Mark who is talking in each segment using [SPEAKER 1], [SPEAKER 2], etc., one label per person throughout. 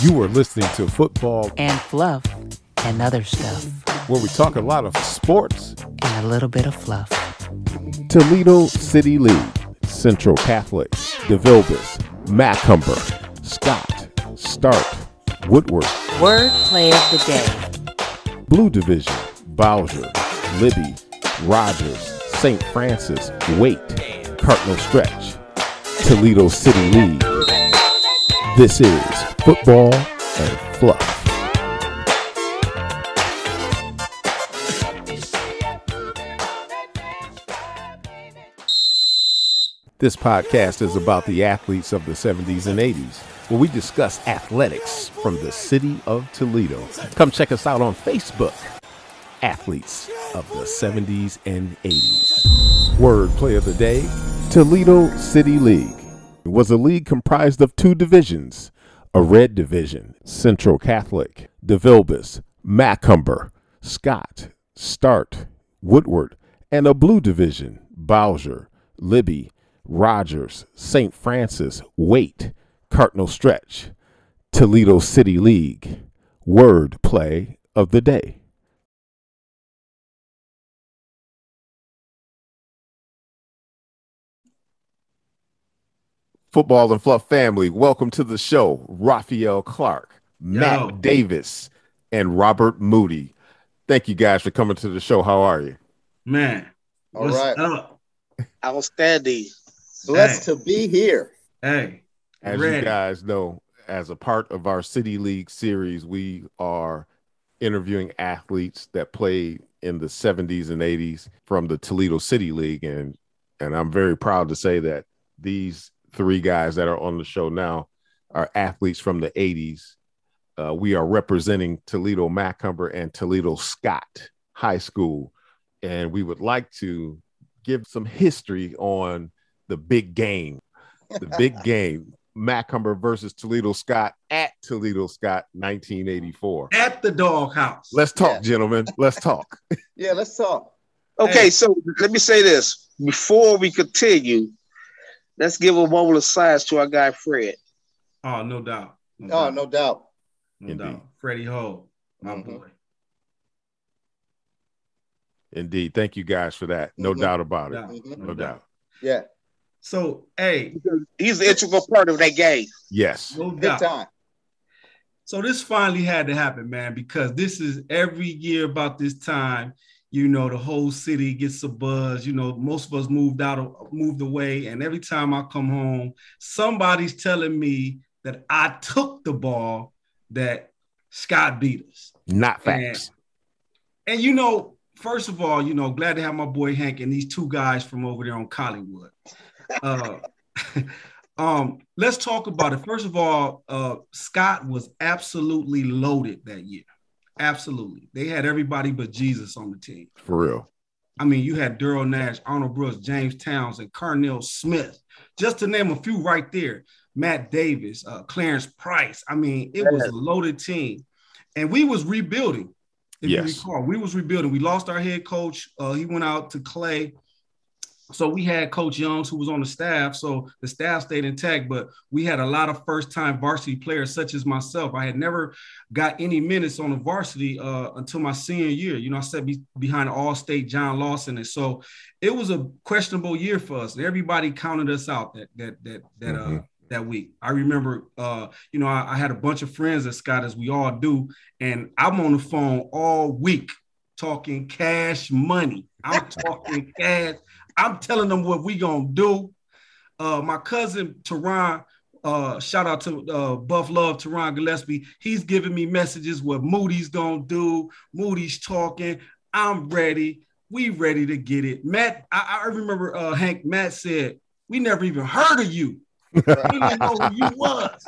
[SPEAKER 1] You are listening to Football,
[SPEAKER 2] and fluff and other stuff
[SPEAKER 1] where we talk a lot of sports.
[SPEAKER 2] and a little bit of fluff.
[SPEAKER 1] Toledo City League, Central Catholic, DeVilbiss, Macumber, Scott, Stark, Woodworth,
[SPEAKER 2] Word play of the day.
[SPEAKER 1] Blue Division, Bowser, Libby, Rogers, St. Francis, Wait, Cardinal Stretch, Toledo City League. This is Football and Fluff. This podcast is about the athletes of the 70s and 80s, where we discuss athletics from the city of Toledo. Come check us out on Facebook, Athletes of the 70s and 80s. Word play of the day Toledo City League was a league comprised of two divisions a red division, Central Catholic, DeVilbiss, Macumber, Scott, Start, Woodward, and a blue division, Bowser, Libby, Rogers, St. Francis, Waite, Cardinal Stretch, Toledo City League. Word play of the day. Football and Fluff family, welcome to the show. Raphael Clark, Matt
[SPEAKER 3] Yo.
[SPEAKER 1] Davis, and Robert Moody. Thank you guys for coming to the show. How are you?
[SPEAKER 3] Man,
[SPEAKER 4] All
[SPEAKER 3] what's
[SPEAKER 4] right.
[SPEAKER 3] up?
[SPEAKER 4] Outstanding. Blessed to be here.
[SPEAKER 3] Hey,
[SPEAKER 1] As you
[SPEAKER 3] Ready.
[SPEAKER 1] guys know, as a part of our City League series, we are interviewing athletes that played in the 70s and 80s from the Toledo City League. And and I'm very proud to say that these three guys that are on the show now are athletes from the 80s. Uh, we are representing Toledo Macumber and Toledo Scott High School. And we would like to give some history on the big game the big game, Macumber versus Toledo Scott at Toledo Scott, 1984.
[SPEAKER 3] at the doghouse.
[SPEAKER 1] Let's talk,
[SPEAKER 4] Yeah.
[SPEAKER 1] gentlemen. Let's talk.
[SPEAKER 4] Yeah, let's talk.
[SPEAKER 5] Okay,
[SPEAKER 3] Hey.
[SPEAKER 5] so let me say this before we continue. Let's give a moment of silence to our guy Fred.
[SPEAKER 3] oh, no doubt. No
[SPEAKER 4] Oh,
[SPEAKER 3] doubt.
[SPEAKER 4] no doubt.
[SPEAKER 3] No
[SPEAKER 1] Indeed.
[SPEAKER 3] doubt. Freddie Ho, my
[SPEAKER 4] Mhm.
[SPEAKER 3] boy.
[SPEAKER 1] Indeed. Thank you guys for that. No
[SPEAKER 4] Mhm.
[SPEAKER 1] doubt about
[SPEAKER 3] No
[SPEAKER 1] it.
[SPEAKER 3] doubt.
[SPEAKER 4] Mhm.
[SPEAKER 1] No doubt.
[SPEAKER 4] Yeah,
[SPEAKER 3] So, hey,
[SPEAKER 5] He's an integral part of that game.
[SPEAKER 1] Yes.
[SPEAKER 3] no
[SPEAKER 4] big
[SPEAKER 3] doubt.
[SPEAKER 4] time.
[SPEAKER 3] So this finally had to happen, man, because this is every year about this time. You know, the whole city gets a buzz. You know, most of us moved out, of, moved away, and every time I come home, somebody's telling me that I took the ball that Scott beat us.
[SPEAKER 1] Not facts.
[SPEAKER 3] And you know, first of all, you know, glad to have my boy Hank and these two guys from over there on Collingwood. Uh, um, let's talk about it. First of all, uh, Scott was absolutely loaded that year. Absolutely, they had everybody but Jesus on the team.
[SPEAKER 1] For real.
[SPEAKER 3] I mean, you had Daryl Nash, Arnold Brooks, James Towns, and Carnell Smith, just to name a few right there. Matt Davis, uh, Clarence Price. I mean, it was a loaded team, and we was rebuilding. If
[SPEAKER 1] Yes.
[SPEAKER 3] you recall, we was rebuilding. We lost our head coach. Uh, he went out to Clay. So we had Coach Jones, who was on the staff. So the staff stayed intact, but we had a lot of first-time varsity players, such as myself. I had never got any minutes on the varsity uh, until my senior year. You know, I sat be- behind All-State John Lawson, and so it was a questionable year for us. Everybody counted us out that that that that uh,
[SPEAKER 1] Mhm.
[SPEAKER 3] that week. I remember, uh, you know, I, I had a bunch of friends at Scott, as we all do, and I'm on the phone all week talking cash money. I'm talking cash. I'm telling them what we gonna do. Uh, my cousin Teron, uh, shout out to uh, Buff Love, Teron Gillespie. He's giving me messages what Moody's gonna do. Moody's talking. I'm ready. We ready to get it. Matt, I, I remember uh, Hank. Matt said we never even heard of you. We didn't know who you was.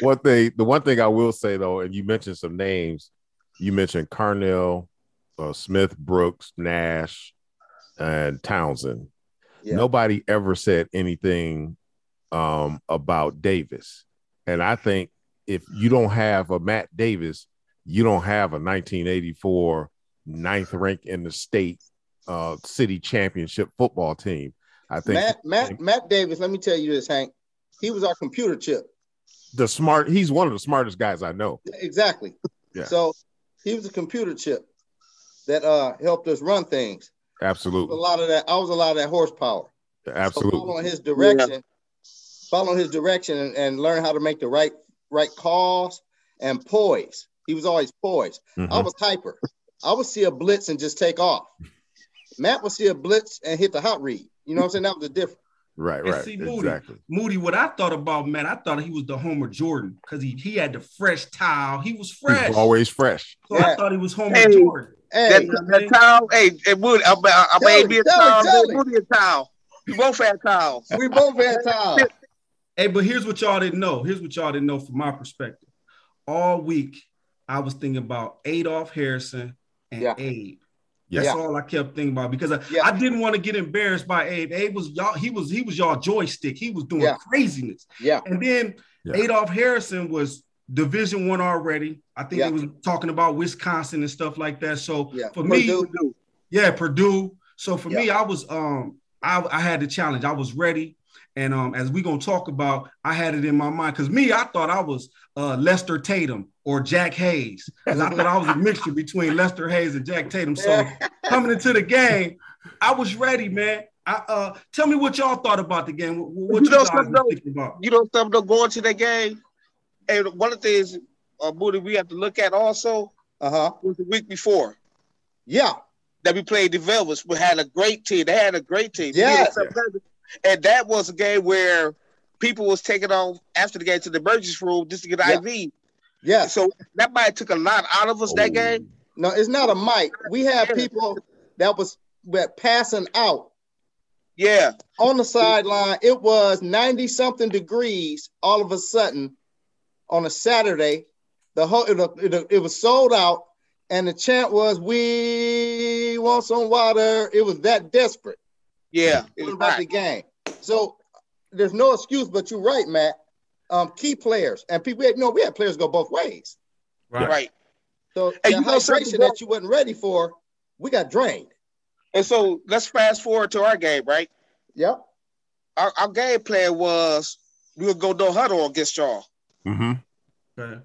[SPEAKER 1] one thing, the one thing I will say though, and you mentioned some names, you mentioned Carnell, uh, Smith, Brooks, Nash, and Townsend.
[SPEAKER 4] Yeah.
[SPEAKER 1] Nobody ever said anything um, about Davis, and I think if you don't have a Matt Davis, you don't have a 1984 ninth rank in the state uh, city championship football team. I think
[SPEAKER 4] Matt, Matt, Matt Davis, let me tell you this, Hank. He was our computer chip.
[SPEAKER 1] the smart. He's one of the smartest guys I know.
[SPEAKER 4] Exactly.
[SPEAKER 1] Yeah.
[SPEAKER 4] So he was a computer chip that uh helped us run things. A
[SPEAKER 1] Absolutely,
[SPEAKER 4] lot of that, I was a lot of that horsepower. So
[SPEAKER 1] absolutely.
[SPEAKER 4] following his direction, following his direction and, and learn how to make the right right calls and poise. He was always poised. I
[SPEAKER 1] Mhm.
[SPEAKER 4] was hyper. I would see a blitz and just take off. Matt would see a blitz and hit the hot read. You know what I'm saying? That was the difference.
[SPEAKER 1] Right,
[SPEAKER 3] And
[SPEAKER 1] right,
[SPEAKER 3] see, Moody-
[SPEAKER 1] exactly.
[SPEAKER 3] Moody, what I thought about, man, I thought he was the Homer Jordan because he, he had the fresh towel. He was
[SPEAKER 1] He's
[SPEAKER 3] fresh.
[SPEAKER 1] always fresh.
[SPEAKER 3] so I
[SPEAKER 4] Yeah.
[SPEAKER 3] thought he was Homer
[SPEAKER 5] Hey.
[SPEAKER 3] Jordan.
[SPEAKER 5] That,
[SPEAKER 4] Hey,
[SPEAKER 5] that towel, hey, hey Woody, I'm, I'm, I'm
[SPEAKER 4] Tell
[SPEAKER 5] a
[SPEAKER 4] him,
[SPEAKER 5] be a
[SPEAKER 4] tell him,
[SPEAKER 5] towel,
[SPEAKER 4] tell
[SPEAKER 5] Moody,
[SPEAKER 4] him.
[SPEAKER 5] Moody a towel. You both had towels.
[SPEAKER 4] we both had time.
[SPEAKER 3] Hey, but here's what y'all didn't know. Here's what y'all didn't know from my perspective. All week, I was thinking about Adolph Harrison and
[SPEAKER 4] Yeah.
[SPEAKER 3] Abe.
[SPEAKER 1] Yeah.
[SPEAKER 3] That's all I kept thinking about because I,
[SPEAKER 4] Yeah.
[SPEAKER 3] I didn't want to get embarrassed by Abe. Abe was y'all, he was he was y'all joystick. He was doing
[SPEAKER 4] Yeah.
[SPEAKER 3] craziness.
[SPEAKER 4] Yeah.
[SPEAKER 3] And then
[SPEAKER 1] Yeah.
[SPEAKER 3] Adolph Harrison was Division One already. I think
[SPEAKER 4] Yeah.
[SPEAKER 3] they was talking about Wisconsin and stuff like that. So
[SPEAKER 4] Yeah.
[SPEAKER 3] for me,
[SPEAKER 4] Purdue,
[SPEAKER 3] yeah, Purdue. So for me, I was um I, I had the challenge. I was ready. And um, as we're gonna talk about, I had it in my mind. Cause me, I thought I was uh Lester Tatum or Jack Hayes. Because I thought I was a mixture between Lester Hayes and Jack Tatum. So
[SPEAKER 4] Yeah.
[SPEAKER 3] coming into the game, I was ready, man. I uh tell me what y'all thought about the game. What, what you,
[SPEAKER 5] You know
[SPEAKER 3] guys
[SPEAKER 5] something,
[SPEAKER 3] were
[SPEAKER 5] though?
[SPEAKER 3] thinking about?
[SPEAKER 5] you know something though, going to the game. And one of the things, uh, Moody, we have to look at also
[SPEAKER 4] Uh-huh.
[SPEAKER 5] was the week before
[SPEAKER 4] Yeah.
[SPEAKER 5] that we played the Velvets. We had a great team. They had a great team.
[SPEAKER 4] Yes.
[SPEAKER 5] Peter Sutherland. And that was a game where people was taking on after the game to the emergency room just to get
[SPEAKER 4] Yeah. Oh.
[SPEAKER 5] IV.
[SPEAKER 4] Yes.
[SPEAKER 5] So that might took a lot out of us that game.
[SPEAKER 4] No, it's not a mic. We had people that was that passing out
[SPEAKER 5] Yeah.
[SPEAKER 4] on the sideline. It was 90 something degrees all of a sudden on a Saturday. The whole it, it, it was sold out, and the chant was "We want some water." It was that desperate
[SPEAKER 5] Yeah. It
[SPEAKER 4] What
[SPEAKER 5] was
[SPEAKER 4] about
[SPEAKER 5] hot.
[SPEAKER 4] the game. So there's no excuse, but you're right, Matt. Um, key players and people. We had, no, we had players go both ways.
[SPEAKER 5] Right.
[SPEAKER 4] So
[SPEAKER 5] And
[SPEAKER 4] the
[SPEAKER 5] you know something,
[SPEAKER 4] hydration that you wasn't ready for, we got drained.
[SPEAKER 5] And so let's fast forward to our game, right?
[SPEAKER 4] Yep.
[SPEAKER 5] Our, our game plan was we would go no huddle against y'all.
[SPEAKER 1] Mm-hmm.
[SPEAKER 3] Okay.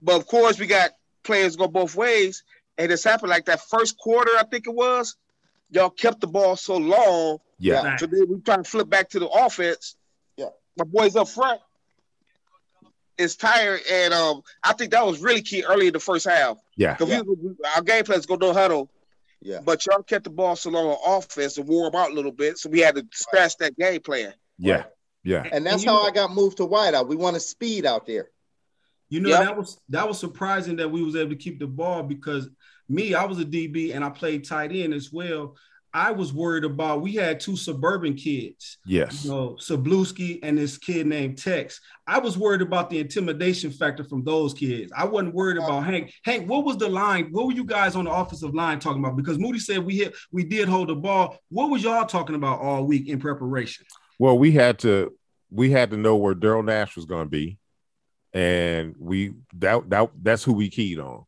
[SPEAKER 5] But of course, we got players go both ways, and it's happened like that first quarter, I think it was. Y'all kept the ball so long,
[SPEAKER 1] Yeah.
[SPEAKER 3] Nah.
[SPEAKER 5] so then we try to flip back to the offense.
[SPEAKER 4] Yeah.
[SPEAKER 5] my boys up front is tired, and um, I think that was really key early in the first half
[SPEAKER 1] Yeah.
[SPEAKER 5] because our game plans go no huddle,
[SPEAKER 4] Yeah.
[SPEAKER 5] but y'all kept the ball so long on offense to warm out a little bit, so we had to scratch that game plan.
[SPEAKER 1] Yeah. Yeah.
[SPEAKER 4] And that's
[SPEAKER 3] you
[SPEAKER 4] how
[SPEAKER 3] know-
[SPEAKER 4] I got moved to wideout. We wanted speed out there.
[SPEAKER 3] You know,
[SPEAKER 5] Yeah.
[SPEAKER 3] that was that was surprising that we was able to keep the ball because me, I was a DB and I played tight end as well. I was worried about we had two suburban kids,
[SPEAKER 1] Yes.
[SPEAKER 3] you know, Sabluski and this kid named Tex. I was worried about the intimidation factor from those kids. I wasn't worried
[SPEAKER 1] Uh,
[SPEAKER 3] about Hank. Hank, what was the line? What were you guys on the offensive line talking about? Because Moody said we hit we did hold the ball. What was y'all talking about all week in preparation?
[SPEAKER 1] Well, we had to we had to know where Daryl Nash was going to be, and we that that that's who we keyed on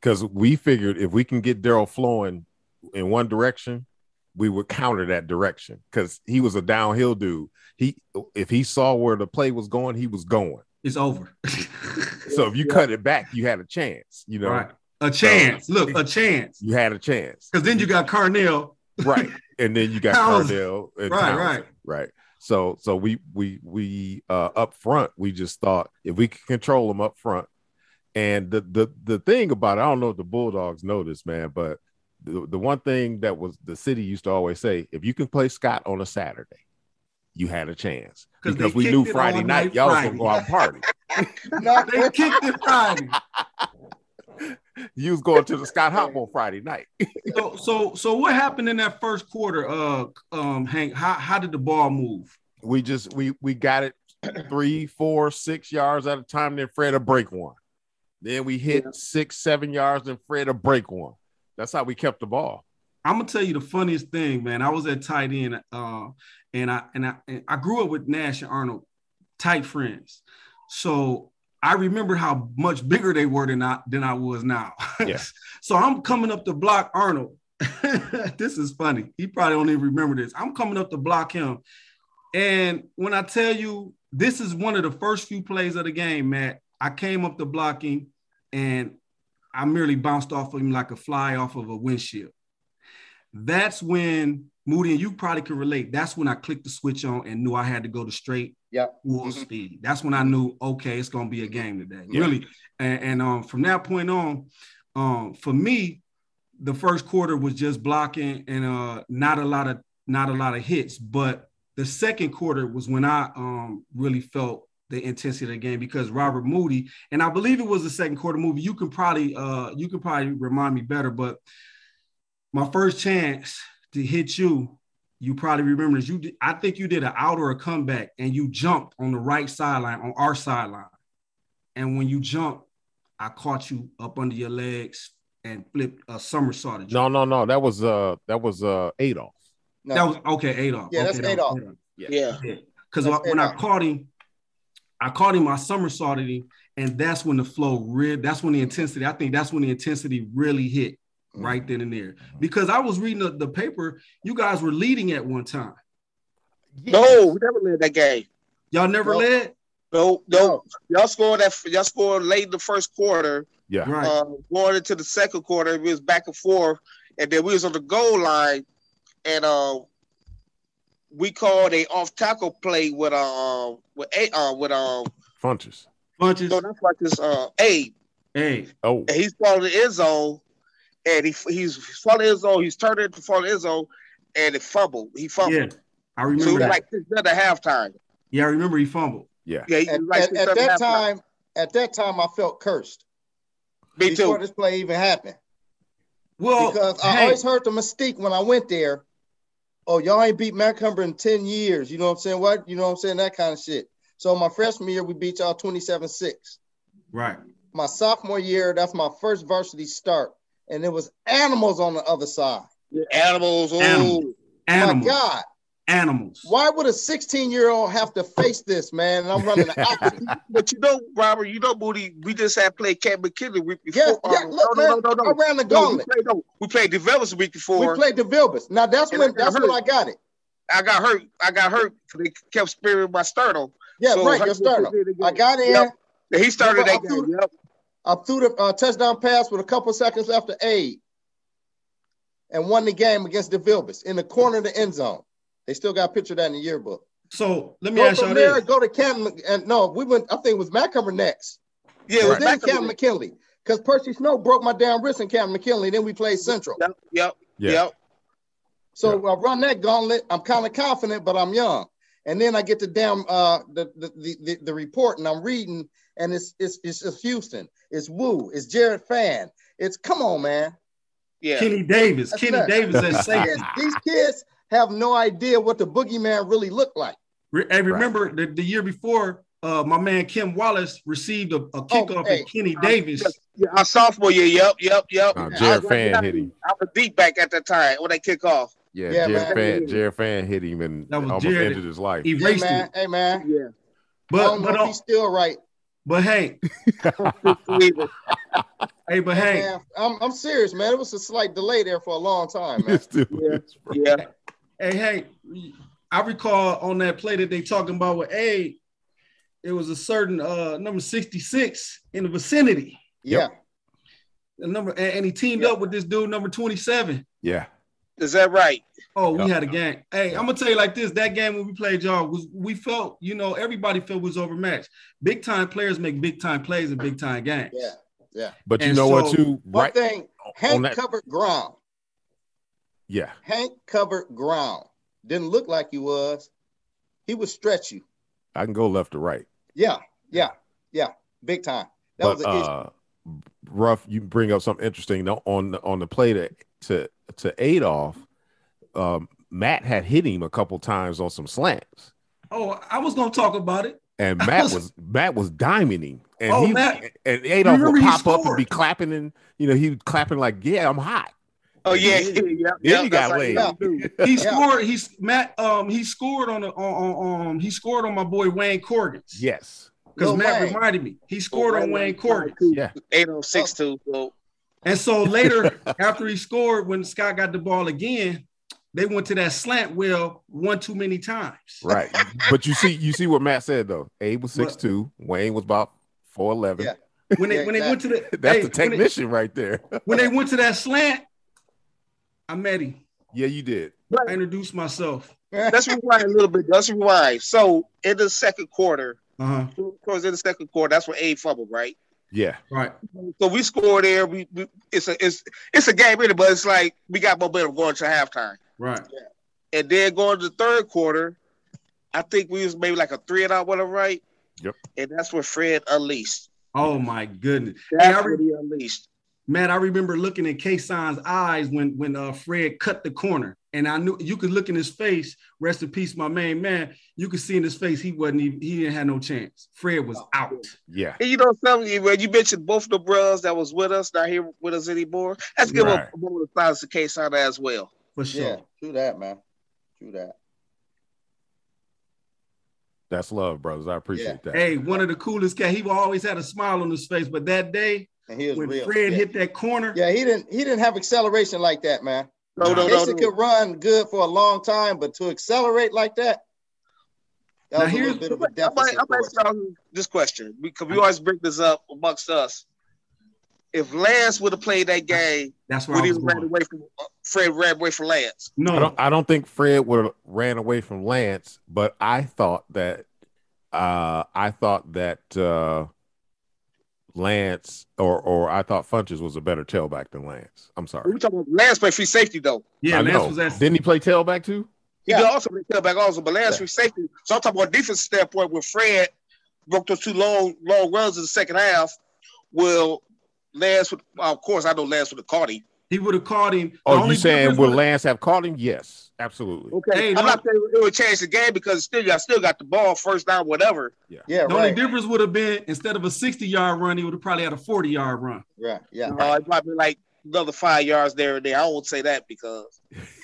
[SPEAKER 1] because we figured if we can get Daryl flowing in one direction, we would counter that direction because he was a downhill dude. He if he saw where the play was going, he was going.
[SPEAKER 3] It's over.
[SPEAKER 1] So if you cut it back, you had a chance. You know,
[SPEAKER 3] Right. A chance. Look, a chance.
[SPEAKER 1] you had a chance,
[SPEAKER 3] Because then you got Carnell.
[SPEAKER 1] right? And then you got
[SPEAKER 3] Townsend.
[SPEAKER 1] Cardell, and
[SPEAKER 3] Right,
[SPEAKER 1] Townsend.
[SPEAKER 3] right.
[SPEAKER 1] right so so we we we uh up front we just thought if we could control them up front and the the the thing about it, i don't know if the bulldogs know this man but the, the one thing that was the city used to always say if you can play scott on a saturday you had a chance
[SPEAKER 3] 'Cause
[SPEAKER 1] because
[SPEAKER 3] they
[SPEAKER 1] we knew
[SPEAKER 3] kicked it all
[SPEAKER 1] friday night
[SPEAKER 3] night
[SPEAKER 1] y'all
[SPEAKER 3] Friday.
[SPEAKER 1] was gonna go out and party
[SPEAKER 3] They kicked it Friday.
[SPEAKER 1] you was going to the scott hop on friday night
[SPEAKER 3] So, so, so what happened in that first quarter, uh, um, Hank? How, how did the ball move?
[SPEAKER 1] we just we we got it three, four, six yards at a time. Then Fred will break one. Then we hit six, seven yards, and Fred will break one. That's how we kept the ball.
[SPEAKER 3] I'm gonna tell you the funniest thing, man. I was at tight end, uh, and I and I and I grew up with Nash and Arnold, tight friends. So I remember how much bigger they were than I than I was now.
[SPEAKER 1] Yeah.
[SPEAKER 3] so I'm coming up to block Arnold. this is funny. He probably don't even remember this. I'm coming up to block him, and when I tell you this is one of the first few plays of the game, Matt. I came up the blocking and I merely bounced off of him like a fly off of a windshield. That's when Moody and you probably can relate. That's when I clicked the switch on and knew I had to go to straight
[SPEAKER 5] Yep.
[SPEAKER 3] full
[SPEAKER 5] Mhm.
[SPEAKER 3] speed. That's when I knew, okay, it's gonna be a game today.
[SPEAKER 5] Yeah.
[SPEAKER 3] Really. And, and um, from that point on, um, for me, the first quarter was just blocking and uh, not a lot of not a lot of hits. But the second quarter was when I um, really felt the intensity of the game because Robert Moody and I believe it was the second quarter movie. You can probably uh, you can probably remind me better, but my first chance to hit you, you probably remember is you. Did, I think you did an out or a comeback, and you jumped on the right sideline on our sideline. And when you jumped, I caught you up under your legs and flipped a somersault. at you.
[SPEAKER 1] No, no, no. That was uh that was uh Adolf.
[SPEAKER 4] No.
[SPEAKER 3] That was okay, Adolf.
[SPEAKER 4] Yeah,
[SPEAKER 3] okay,
[SPEAKER 4] that's
[SPEAKER 3] that was
[SPEAKER 4] Adolf.
[SPEAKER 5] Yeah.
[SPEAKER 3] because
[SPEAKER 4] That's
[SPEAKER 3] when I
[SPEAKER 4] Adolf.
[SPEAKER 3] caught him, I caught him, I somersaulted him, and that's when the flow really, that's when the intensity, I think that's when the intensity really hit right
[SPEAKER 4] Mm-hmm.
[SPEAKER 3] then and there. Because I was reading the, the paper, you guys were leading at one time.
[SPEAKER 5] No, we never led that game.
[SPEAKER 3] Y'all never
[SPEAKER 4] Nope.
[SPEAKER 3] led?
[SPEAKER 5] No,
[SPEAKER 4] No.
[SPEAKER 5] no. Y'all scored that. Y'all scored late in the first quarter.
[SPEAKER 1] Yeah.
[SPEAKER 3] Right.
[SPEAKER 5] Uh, going into the second quarter, it was back and forth, and then we was on the goal line, and uh, we called a off tackle play with um with a uh, with um
[SPEAKER 1] Funches.
[SPEAKER 3] Bunches.
[SPEAKER 5] no that's like this uh Abe.
[SPEAKER 3] Hey,
[SPEAKER 1] Oh,
[SPEAKER 5] and he's falling in the end zone, and he he's falling in the end zone. He's turning to fall in the end zone, and it fumbled. He
[SPEAKER 3] yeah.
[SPEAKER 5] fumbled.
[SPEAKER 3] I
[SPEAKER 5] so it
[SPEAKER 3] remember
[SPEAKER 5] was
[SPEAKER 3] that.
[SPEAKER 5] like six at halftime.
[SPEAKER 3] yeah, I remember he fumbled.
[SPEAKER 1] yeah.
[SPEAKER 5] Yeah, he
[SPEAKER 4] At,
[SPEAKER 5] was like
[SPEAKER 4] at-
[SPEAKER 5] six
[SPEAKER 4] at
[SPEAKER 5] nothing
[SPEAKER 4] that
[SPEAKER 5] halftime.
[SPEAKER 4] time, at that time, I felt cursed
[SPEAKER 5] me
[SPEAKER 4] before
[SPEAKER 5] too. Oh,
[SPEAKER 4] this play even happened
[SPEAKER 3] Well,
[SPEAKER 4] because I
[SPEAKER 3] hey,
[SPEAKER 4] always heard the mystique when I went there. Oh, y'all ain't beat Mount Cumber in ten years. You know what I'm saying? What? You know what I'm saying? That kind of shit. So my freshman year, we beat y'all 27-6.
[SPEAKER 3] right.
[SPEAKER 4] my sophomore year, that's my first varsity start, and it was animals on the other side.
[SPEAKER 5] Animals. oh. Ooh.
[SPEAKER 3] Animals. Animals.
[SPEAKER 4] My God,
[SPEAKER 3] Animals.
[SPEAKER 4] why would a 16 year old have to face this, man? And I'm running the option.
[SPEAKER 5] But you know, Robert, you know, Moody, we just had played Cat McKinley week before.
[SPEAKER 4] yeah, yeah,
[SPEAKER 5] Uh,
[SPEAKER 4] look,
[SPEAKER 5] no,
[SPEAKER 4] man,
[SPEAKER 5] no, no, no,
[SPEAKER 4] I
[SPEAKER 5] no.
[SPEAKER 4] ran the
[SPEAKER 5] No, we
[SPEAKER 4] gauntlet.
[SPEAKER 5] played, no, we played Developers week
[SPEAKER 4] We
[SPEAKER 5] before.
[SPEAKER 4] played the Vilbus. Now that's
[SPEAKER 5] And I
[SPEAKER 4] when
[SPEAKER 5] got
[SPEAKER 4] that's when
[SPEAKER 5] hurt.
[SPEAKER 4] I got it.
[SPEAKER 5] I got hurt. I got hurt because they kept spearing my sternum.
[SPEAKER 4] Yeah,
[SPEAKER 5] So
[SPEAKER 4] right.
[SPEAKER 5] Hurts
[SPEAKER 4] Your
[SPEAKER 5] was
[SPEAKER 4] sternum.
[SPEAKER 5] in the game.
[SPEAKER 4] I got in.
[SPEAKER 5] Yep. And he started
[SPEAKER 4] Remember,
[SPEAKER 5] that
[SPEAKER 4] I threw-
[SPEAKER 5] game. Yep.
[SPEAKER 4] I threw the uh, touchdown pass with a couple seconds left to aid, and won the game against the Vilbus in the corner of the end zone. They still got a picture of that in the yearbook.
[SPEAKER 3] So let me
[SPEAKER 4] Go
[SPEAKER 3] ask y'all
[SPEAKER 4] from there,
[SPEAKER 3] this.
[SPEAKER 4] go to Canton, and no, we went. I think it was Matt Cumber next.
[SPEAKER 5] Yeah, it
[SPEAKER 4] It
[SPEAKER 5] was
[SPEAKER 4] was then
[SPEAKER 5] back
[SPEAKER 4] Cam
[SPEAKER 5] in the-
[SPEAKER 4] McKinley. Because Percy Snow broke my damn wrist in Cam McKinley. Then we played Central.
[SPEAKER 5] Yep, yep,
[SPEAKER 1] Yeah.
[SPEAKER 5] yep.
[SPEAKER 4] So I run that gauntlet. I'm kind of confident, but I'm young. And then I get the damn uh the the, the, the, the report and I'm reading, and it's it's it's just Houston, it's Woo, it's Jared Fan. It's come on, man.
[SPEAKER 5] Yeah.
[SPEAKER 3] Kenny Davis.
[SPEAKER 4] That's
[SPEAKER 3] Kenny
[SPEAKER 4] right.
[SPEAKER 3] Davis at
[SPEAKER 4] These
[SPEAKER 3] safety.
[SPEAKER 4] kids, these kids have no idea what the boogeyman really looked like.
[SPEAKER 3] Re- And remember the, the year before, uh, my man Kim Wallace received a, a kickoff
[SPEAKER 4] Oh, hey.
[SPEAKER 3] at Kenny Davis.
[SPEAKER 5] Yeah, our sophomore year. Yep, yep, yep.
[SPEAKER 1] Uh,
[SPEAKER 4] Yeah,
[SPEAKER 1] Jared
[SPEAKER 5] I-
[SPEAKER 1] Fan hit him.
[SPEAKER 5] I was deep back at that time when they kick off.
[SPEAKER 1] Yeah,
[SPEAKER 4] Yeah,
[SPEAKER 1] Jared
[SPEAKER 4] man.
[SPEAKER 1] Fan. Jared Fan hit him and
[SPEAKER 3] That was
[SPEAKER 1] almost
[SPEAKER 3] Jared.
[SPEAKER 1] ended his life.
[SPEAKER 4] Hey
[SPEAKER 3] Erased
[SPEAKER 4] man,
[SPEAKER 3] it.
[SPEAKER 4] hey man.
[SPEAKER 5] Yeah.
[SPEAKER 4] I
[SPEAKER 3] But
[SPEAKER 4] don't know
[SPEAKER 3] but,
[SPEAKER 4] if
[SPEAKER 3] uh,
[SPEAKER 4] he's still right.
[SPEAKER 3] but hey, hey, but hey,
[SPEAKER 4] Man, I'm, I'm serious, man. It was a slight delay there for a long time, man.
[SPEAKER 1] This dude
[SPEAKER 5] Yeah.
[SPEAKER 1] is-
[SPEAKER 5] yeah.
[SPEAKER 3] hey, hey, I recall on that play that they talking about with A, it was a certain uh number 66 in the vicinity.
[SPEAKER 4] Yeah.
[SPEAKER 3] The number and, and he teamed
[SPEAKER 5] Yep.
[SPEAKER 3] up with this dude number 27.
[SPEAKER 1] yeah.
[SPEAKER 5] Is that right?
[SPEAKER 3] Oh, we
[SPEAKER 1] Yeah.
[SPEAKER 3] had a game. Hey,
[SPEAKER 1] Yeah.
[SPEAKER 3] I'm gonna tell you like this: that game when we played y'all was we felt, you know, everybody felt was overmatched. Big time players make big time plays in big time games.
[SPEAKER 4] Yeah.
[SPEAKER 1] But you
[SPEAKER 3] And
[SPEAKER 1] know what
[SPEAKER 3] so-
[SPEAKER 1] too?
[SPEAKER 4] One
[SPEAKER 1] Right.
[SPEAKER 4] thing,
[SPEAKER 1] on
[SPEAKER 4] Hank
[SPEAKER 1] that-
[SPEAKER 4] covered ground.
[SPEAKER 1] Yeah.
[SPEAKER 4] Hank covered ground. Didn't look like he was. He would stretch you.
[SPEAKER 1] I can go left to right.
[SPEAKER 4] Yeah, yeah, yeah. Big time. That
[SPEAKER 1] but
[SPEAKER 4] was an issue.
[SPEAKER 1] uh, rough. You bring up something interesting though, on the- on the play to to to Adolf. Um, Matt had hit him a couple times on some slants,
[SPEAKER 3] Oh, I was gonna talk about it.
[SPEAKER 1] and Matt was Matt was diming him, and
[SPEAKER 3] Oh,
[SPEAKER 1] he
[SPEAKER 3] Matt.
[SPEAKER 1] and Adolf
[SPEAKER 3] Remember
[SPEAKER 1] would
[SPEAKER 3] he
[SPEAKER 1] pop up and
[SPEAKER 3] scored.
[SPEAKER 1] be clapping, and you know he was clapping like, "Yeah, I'm hot."
[SPEAKER 5] Oh yeah,
[SPEAKER 1] Then
[SPEAKER 5] yeah, yeah.
[SPEAKER 1] you
[SPEAKER 5] yeah,
[SPEAKER 1] got
[SPEAKER 5] that's how
[SPEAKER 1] laid.
[SPEAKER 5] you gotta do.
[SPEAKER 3] He
[SPEAKER 4] Yeah.
[SPEAKER 3] scored. He's Matt. Um, he scored on a, on, on um he scored on my boy Wayne Corgan.
[SPEAKER 1] Yes,
[SPEAKER 3] because
[SPEAKER 4] Lil
[SPEAKER 3] Matt
[SPEAKER 4] Wayne.
[SPEAKER 3] reminded me he scored on Wayne Corgan.
[SPEAKER 1] Yeah.
[SPEAKER 5] Eight oh six two. So
[SPEAKER 3] And so later, after he scored, when Scott got the ball again, They went to that slant well one too many times.
[SPEAKER 1] Right. but you see, you see what Matt said though. Abe was six two. Wayne was about four eleven.
[SPEAKER 4] Yeah.
[SPEAKER 3] When they
[SPEAKER 4] Yeah,
[SPEAKER 3] when they went to the
[SPEAKER 1] That's
[SPEAKER 3] hey,
[SPEAKER 1] the
[SPEAKER 3] when they,
[SPEAKER 1] technician right there.
[SPEAKER 3] when they went to that slant, I met him.
[SPEAKER 1] yeah, you did.
[SPEAKER 3] I introduced myself.
[SPEAKER 5] Let's rewind a little bit. Let's rewind. So in the second quarter,
[SPEAKER 3] Uh-huh.
[SPEAKER 5] towards in the second quarter, that's when A fumbled, right?
[SPEAKER 1] Yeah.
[SPEAKER 3] Right.
[SPEAKER 5] So we score there. We, we it's a it's it's a game really, but it's like we got momentum going to halftime.
[SPEAKER 3] Right.
[SPEAKER 5] And then going to the third quarter, I think we was maybe like a three and out, whatever, right?
[SPEAKER 1] Yep.
[SPEAKER 5] And that's when Fred unleashed.
[SPEAKER 3] Oh my goodness. Hey, I
[SPEAKER 5] That's
[SPEAKER 3] re-
[SPEAKER 5] when he unleashed.
[SPEAKER 3] Matt, I remember looking in Kason's eyes when when uh, Fred cut the corner, and I knew you could look in his face. Rest in peace, my main man. You could see in his face he wasn't even he didn't have no chance. Fred was
[SPEAKER 4] Oh,
[SPEAKER 3] out.
[SPEAKER 1] Yeah.
[SPEAKER 5] And you know something, when you mentioned both the brothers that was with us, not here with us anymore. Let's give
[SPEAKER 1] Right.
[SPEAKER 5] a moment of silence to Case on as well.
[SPEAKER 3] For
[SPEAKER 4] Yeah,
[SPEAKER 3] sure.
[SPEAKER 4] do that, man. Do that.
[SPEAKER 1] That's love, brothers. I appreciate that.
[SPEAKER 3] Hey, one of the coolest cats. He always had a smile on his face, but that day
[SPEAKER 4] And he was
[SPEAKER 3] when
[SPEAKER 4] real.
[SPEAKER 3] Fred
[SPEAKER 4] yeah.
[SPEAKER 3] hit that corner,
[SPEAKER 4] yeah, he didn't he didn't have acceleration like that, man.
[SPEAKER 5] No, no, no,
[SPEAKER 4] Jason
[SPEAKER 5] no.
[SPEAKER 4] could run good for a long time, but to accelerate like that, that
[SPEAKER 3] Now
[SPEAKER 4] was a
[SPEAKER 3] here's-
[SPEAKER 4] little bit of
[SPEAKER 5] I
[SPEAKER 4] a
[SPEAKER 5] might,
[SPEAKER 4] deficit.
[SPEAKER 5] I
[SPEAKER 4] for
[SPEAKER 5] might
[SPEAKER 4] us.
[SPEAKER 5] ask y'all um, this question because we always bring this up amongst us. If Lance would have played that game,
[SPEAKER 3] that's where
[SPEAKER 5] would
[SPEAKER 3] I
[SPEAKER 5] he
[SPEAKER 3] was
[SPEAKER 5] have ran
[SPEAKER 3] going.
[SPEAKER 5] away from uh, Fred? Ran away from Lance.
[SPEAKER 1] I
[SPEAKER 3] No,
[SPEAKER 1] don't I don't think Fred would have ran away from Lance, but I thought that uh I thought that uh Lance or or I thought Funches was a better tailback than Lance. I'm sorry.
[SPEAKER 5] We talking about Lance played free safety though.
[SPEAKER 3] yeah,
[SPEAKER 1] I
[SPEAKER 3] Lance
[SPEAKER 1] know.
[SPEAKER 3] was at
[SPEAKER 1] Didn't he play tailback too?
[SPEAKER 5] He
[SPEAKER 4] Yeah.
[SPEAKER 5] did also play tailback also, but Lance
[SPEAKER 1] Yeah.
[SPEAKER 5] free safety. So I'm talking about defense standpoint where Fred broke those two long long runs in the second half. Well, Lance would well, of course I know Lance would have caught him.
[SPEAKER 3] he would have caught him. The
[SPEAKER 1] Oh, you
[SPEAKER 3] only
[SPEAKER 1] saying
[SPEAKER 3] difference
[SPEAKER 1] will
[SPEAKER 3] was-
[SPEAKER 1] Lance have caught him? Yes, absolutely.
[SPEAKER 5] Okay.
[SPEAKER 3] Hey,
[SPEAKER 5] I'm
[SPEAKER 3] no.
[SPEAKER 5] not saying it would change the game because still I still got the ball first down, whatever.
[SPEAKER 4] Yeah,
[SPEAKER 3] The only
[SPEAKER 4] right.
[SPEAKER 3] difference would have been instead of a 60 yard run, he would have probably had a 40 yard run.
[SPEAKER 4] Right. Yeah.
[SPEAKER 5] Uh, it might be like another five yards there and there. I won't say that because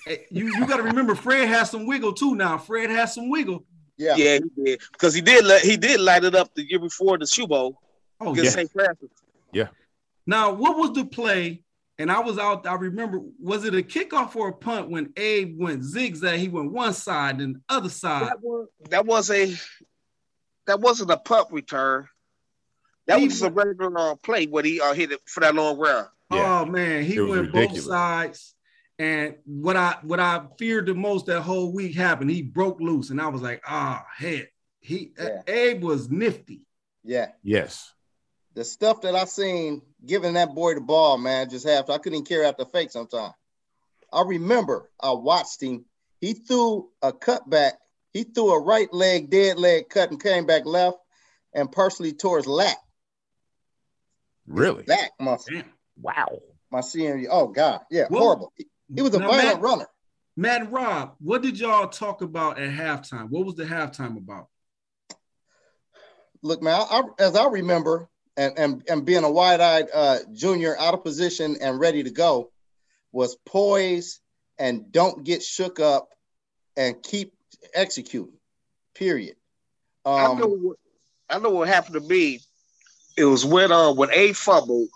[SPEAKER 3] Hey, You you got to remember, Fred has some wiggle too. Now Fred has some wiggle.
[SPEAKER 4] Yeah.
[SPEAKER 5] yeah, he did because he did let, he did light it up the year before the Shoe Bowl
[SPEAKER 3] Oh
[SPEAKER 5] against
[SPEAKER 3] yeah.
[SPEAKER 5] St. Francis.
[SPEAKER 3] Now what was the play? And I was out. I remember, was it a kickoff or a punt when Abe went zigzag? He went one side and the other side.
[SPEAKER 5] That was, that was a that wasn't a punt return. That
[SPEAKER 3] He
[SPEAKER 5] was just a regular uh, play when he uh, hit it for that long run.
[SPEAKER 1] Yeah.
[SPEAKER 3] Oh man, he
[SPEAKER 1] It was
[SPEAKER 3] went
[SPEAKER 1] ridiculous.
[SPEAKER 3] both sides. And what I what I feared the most that whole week happened. He broke loose, and I was like, ah, head. He
[SPEAKER 4] Yeah.
[SPEAKER 3] Abe was nifty.
[SPEAKER 4] Yeah.
[SPEAKER 1] Yes.
[SPEAKER 4] The stuff that I seen giving that boy the ball, man, just half. I couldn't even carry out the fake sometimes. I remember I watched him. He threw a cutback. He threw a right leg, dead leg cut and came back left and partially tore his lap.
[SPEAKER 1] Really?
[SPEAKER 4] Back muscle.
[SPEAKER 3] Damn.
[SPEAKER 1] Wow.
[SPEAKER 4] My CMU. Oh God. Yeah.
[SPEAKER 3] Whoa.
[SPEAKER 4] Horrible. He, he was a
[SPEAKER 3] Now,
[SPEAKER 4] violent
[SPEAKER 3] Matt-
[SPEAKER 4] runner.
[SPEAKER 3] Matt and Rob, what did y'all talk about at halftime? What was the halftime about?
[SPEAKER 4] look, man, I, I- as I remember, and, and, and being a wide eyed uh, junior out of position and ready to go, was poise and don't get shook up and keep executing, period.
[SPEAKER 5] I know
[SPEAKER 4] Um,
[SPEAKER 5] what I know what happened to me. It was when uh when A fumbled,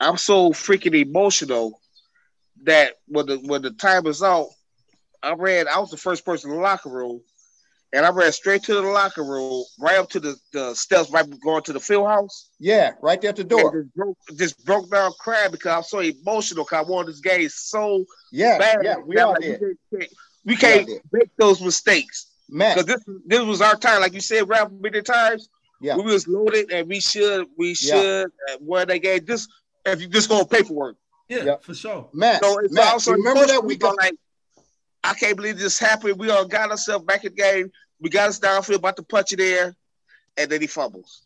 [SPEAKER 5] I'm so freaking emotional that when the when the time is out, I ran I was the first person in the locker room and I ran straight to the locker room, right up to the, the steps right going to the field house.
[SPEAKER 4] yeah, right there at the door.
[SPEAKER 5] And Just broke, just broke down crying because I'm so emotional because I wanted this game so
[SPEAKER 4] Yeah,
[SPEAKER 5] bad.
[SPEAKER 4] yeah, we
[SPEAKER 5] that,
[SPEAKER 4] all
[SPEAKER 5] like,
[SPEAKER 4] did.
[SPEAKER 5] we can't- We
[SPEAKER 4] We all
[SPEAKER 5] can't
[SPEAKER 4] did.
[SPEAKER 5] make those mistakes because
[SPEAKER 4] Matt,
[SPEAKER 5] this this was our time, like you said, Ralph, many times.
[SPEAKER 4] Yeah.
[SPEAKER 5] we was loaded, and we should we should uh, win that game. Just if you just go on paperwork.
[SPEAKER 3] Yeah,
[SPEAKER 4] Yeah.
[SPEAKER 3] for sure.
[SPEAKER 4] Matt,
[SPEAKER 5] So it's
[SPEAKER 4] Matt
[SPEAKER 5] also
[SPEAKER 4] remember that we
[SPEAKER 5] emotional, like I can't believe this happened. We all got ourselves back in the game. We got us downfield, about to punch it there, and then he fumbles.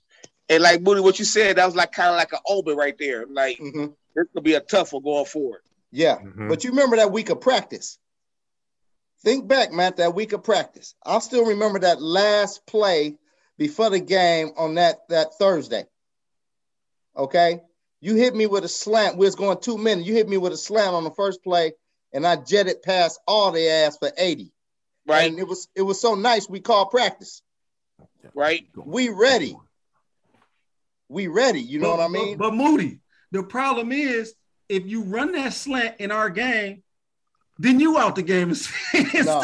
[SPEAKER 5] And like Moody, what you said, that was like kind of like an omen right there. Like
[SPEAKER 4] Mhm,
[SPEAKER 5] this could be a tough one going forward.
[SPEAKER 4] yeah,
[SPEAKER 1] Mhm.
[SPEAKER 4] But you remember that week of practice. Think back, Matt, that week of practice. I still remember that last play before the game on that, that Thursday. Okay. You hit me with a slant. We was going two minutes. You hit me with a slant on the first play, and I jetted past all the ass for 80.
[SPEAKER 5] Right,
[SPEAKER 4] And it was it was so nice we called practice.
[SPEAKER 5] right.
[SPEAKER 4] We ready. We ready. You know
[SPEAKER 3] But-
[SPEAKER 4] what I
[SPEAKER 3] but-
[SPEAKER 4] mean?
[SPEAKER 3] But, Moody, the problem is if you run that slant in our game, Then you out the game and said,
[SPEAKER 4] No.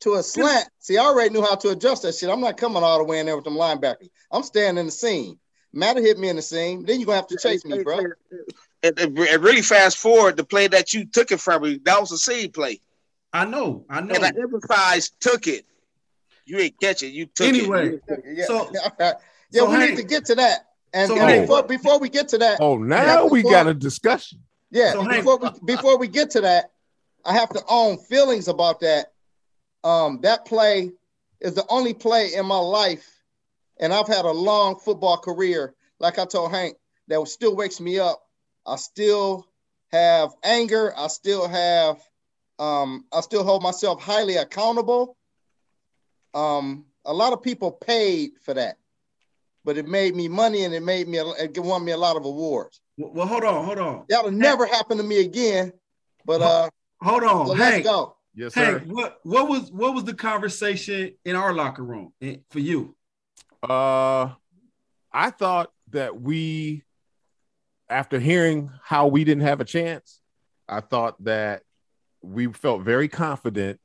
[SPEAKER 4] to a slant. See, I already knew how to adjust that shit. I'm not coming all the way in there with them linebackers. I'm staying in the seam. Matter hit me in the seam. Then you're gonna have to chase me, bro.
[SPEAKER 5] And, and re- and really fast forward the play that you took it from me. That was a seed play,
[SPEAKER 3] I know, I know.
[SPEAKER 5] and I emphasized took it. You ain't catch it. You took
[SPEAKER 3] Anyway,
[SPEAKER 5] it.
[SPEAKER 4] Yeah,
[SPEAKER 3] So-
[SPEAKER 4] yeah, yeah,
[SPEAKER 3] so
[SPEAKER 4] we
[SPEAKER 3] Hank-
[SPEAKER 4] need to get to that. And,
[SPEAKER 3] so
[SPEAKER 4] and
[SPEAKER 1] Hank-
[SPEAKER 4] before, before we get to that,
[SPEAKER 1] Oh, now we got a discussion.
[SPEAKER 4] Yeah,
[SPEAKER 3] So, Hank-
[SPEAKER 4] before we before we get to that, I have to own feelings about that. Um, that play is the only play in my life, and I've had a long football career. Like I told Hank, that still wakes me up. I still have anger. I still have. Um, I still hold myself highly accountable. Um, a lot of people paid for that, but it made me money and it made me it won me a lot of awards.
[SPEAKER 3] well, well, hold on, hold on,
[SPEAKER 4] That'll never happen to me again.
[SPEAKER 1] Oh,
[SPEAKER 4] But uh,
[SPEAKER 3] hold on.
[SPEAKER 4] so
[SPEAKER 3] Hank,
[SPEAKER 4] let's go.
[SPEAKER 1] Yes,
[SPEAKER 3] Hank, what what was what was the conversation in our locker room eh, for you?
[SPEAKER 1] Uh, I thought that we, after hearing how we didn't have a chance, I thought that we felt very confident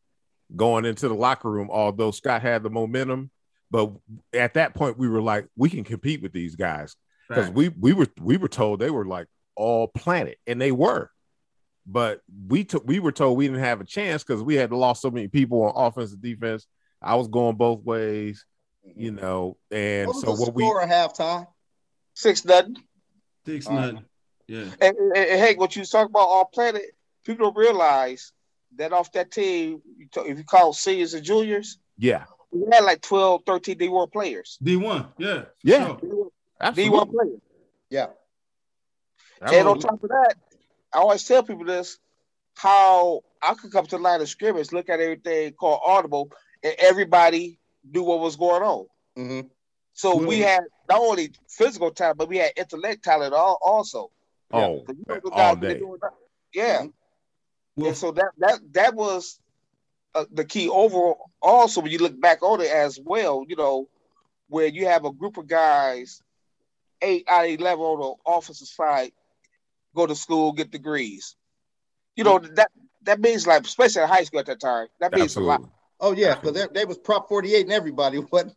[SPEAKER 1] going into the locker room, although Scott had the momentum. But at that point, we were like, we can compete with these guys because we we were we were told they were like all planet, and they were. But we took we were told we didn't have a chance because we had lost so many people on offense and defense. I was going both ways, you know, and
[SPEAKER 4] What was
[SPEAKER 1] so
[SPEAKER 4] the
[SPEAKER 1] what we
[SPEAKER 4] score at halftime?
[SPEAKER 5] Six nothing.
[SPEAKER 3] Six
[SPEAKER 4] Uh,
[SPEAKER 3] nothing. Yeah.
[SPEAKER 5] And, and, and hey, what you was talking about all planet, people don't realize that off that team, you talk, if you call seniors and juniors,
[SPEAKER 1] yeah
[SPEAKER 5] we had like 12, 13 D1 players.
[SPEAKER 3] D one, yeah, for
[SPEAKER 1] Yeah.
[SPEAKER 3] sure.
[SPEAKER 5] D1
[SPEAKER 1] absolutely.
[SPEAKER 5] players.
[SPEAKER 4] Yeah,
[SPEAKER 5] And on
[SPEAKER 1] Absolutely.
[SPEAKER 5] top of that, I always tell people this: how I could come to the line of scrimmage, look at everything, call audible, and everybody knew what was going on.
[SPEAKER 4] hmm
[SPEAKER 5] So we
[SPEAKER 3] Well-
[SPEAKER 5] had not only physical talent, but we had intellect talent al- also.
[SPEAKER 1] Oh,
[SPEAKER 5] So you know
[SPEAKER 1] man,
[SPEAKER 5] the
[SPEAKER 1] all
[SPEAKER 5] guys been
[SPEAKER 1] day.
[SPEAKER 5] doing that. Yeah,
[SPEAKER 3] Well,
[SPEAKER 5] and so that that that was uh, the key overall. Also, when you look back on it as well, you know, where you have a group of guys, eight out of eleven on the officer side, go to school, get degrees. You know that that means like, especially in high school at that time, that means a
[SPEAKER 1] Absolutely.
[SPEAKER 5] lot.
[SPEAKER 4] Oh yeah, because they, they was prop forty eight and everybody. What?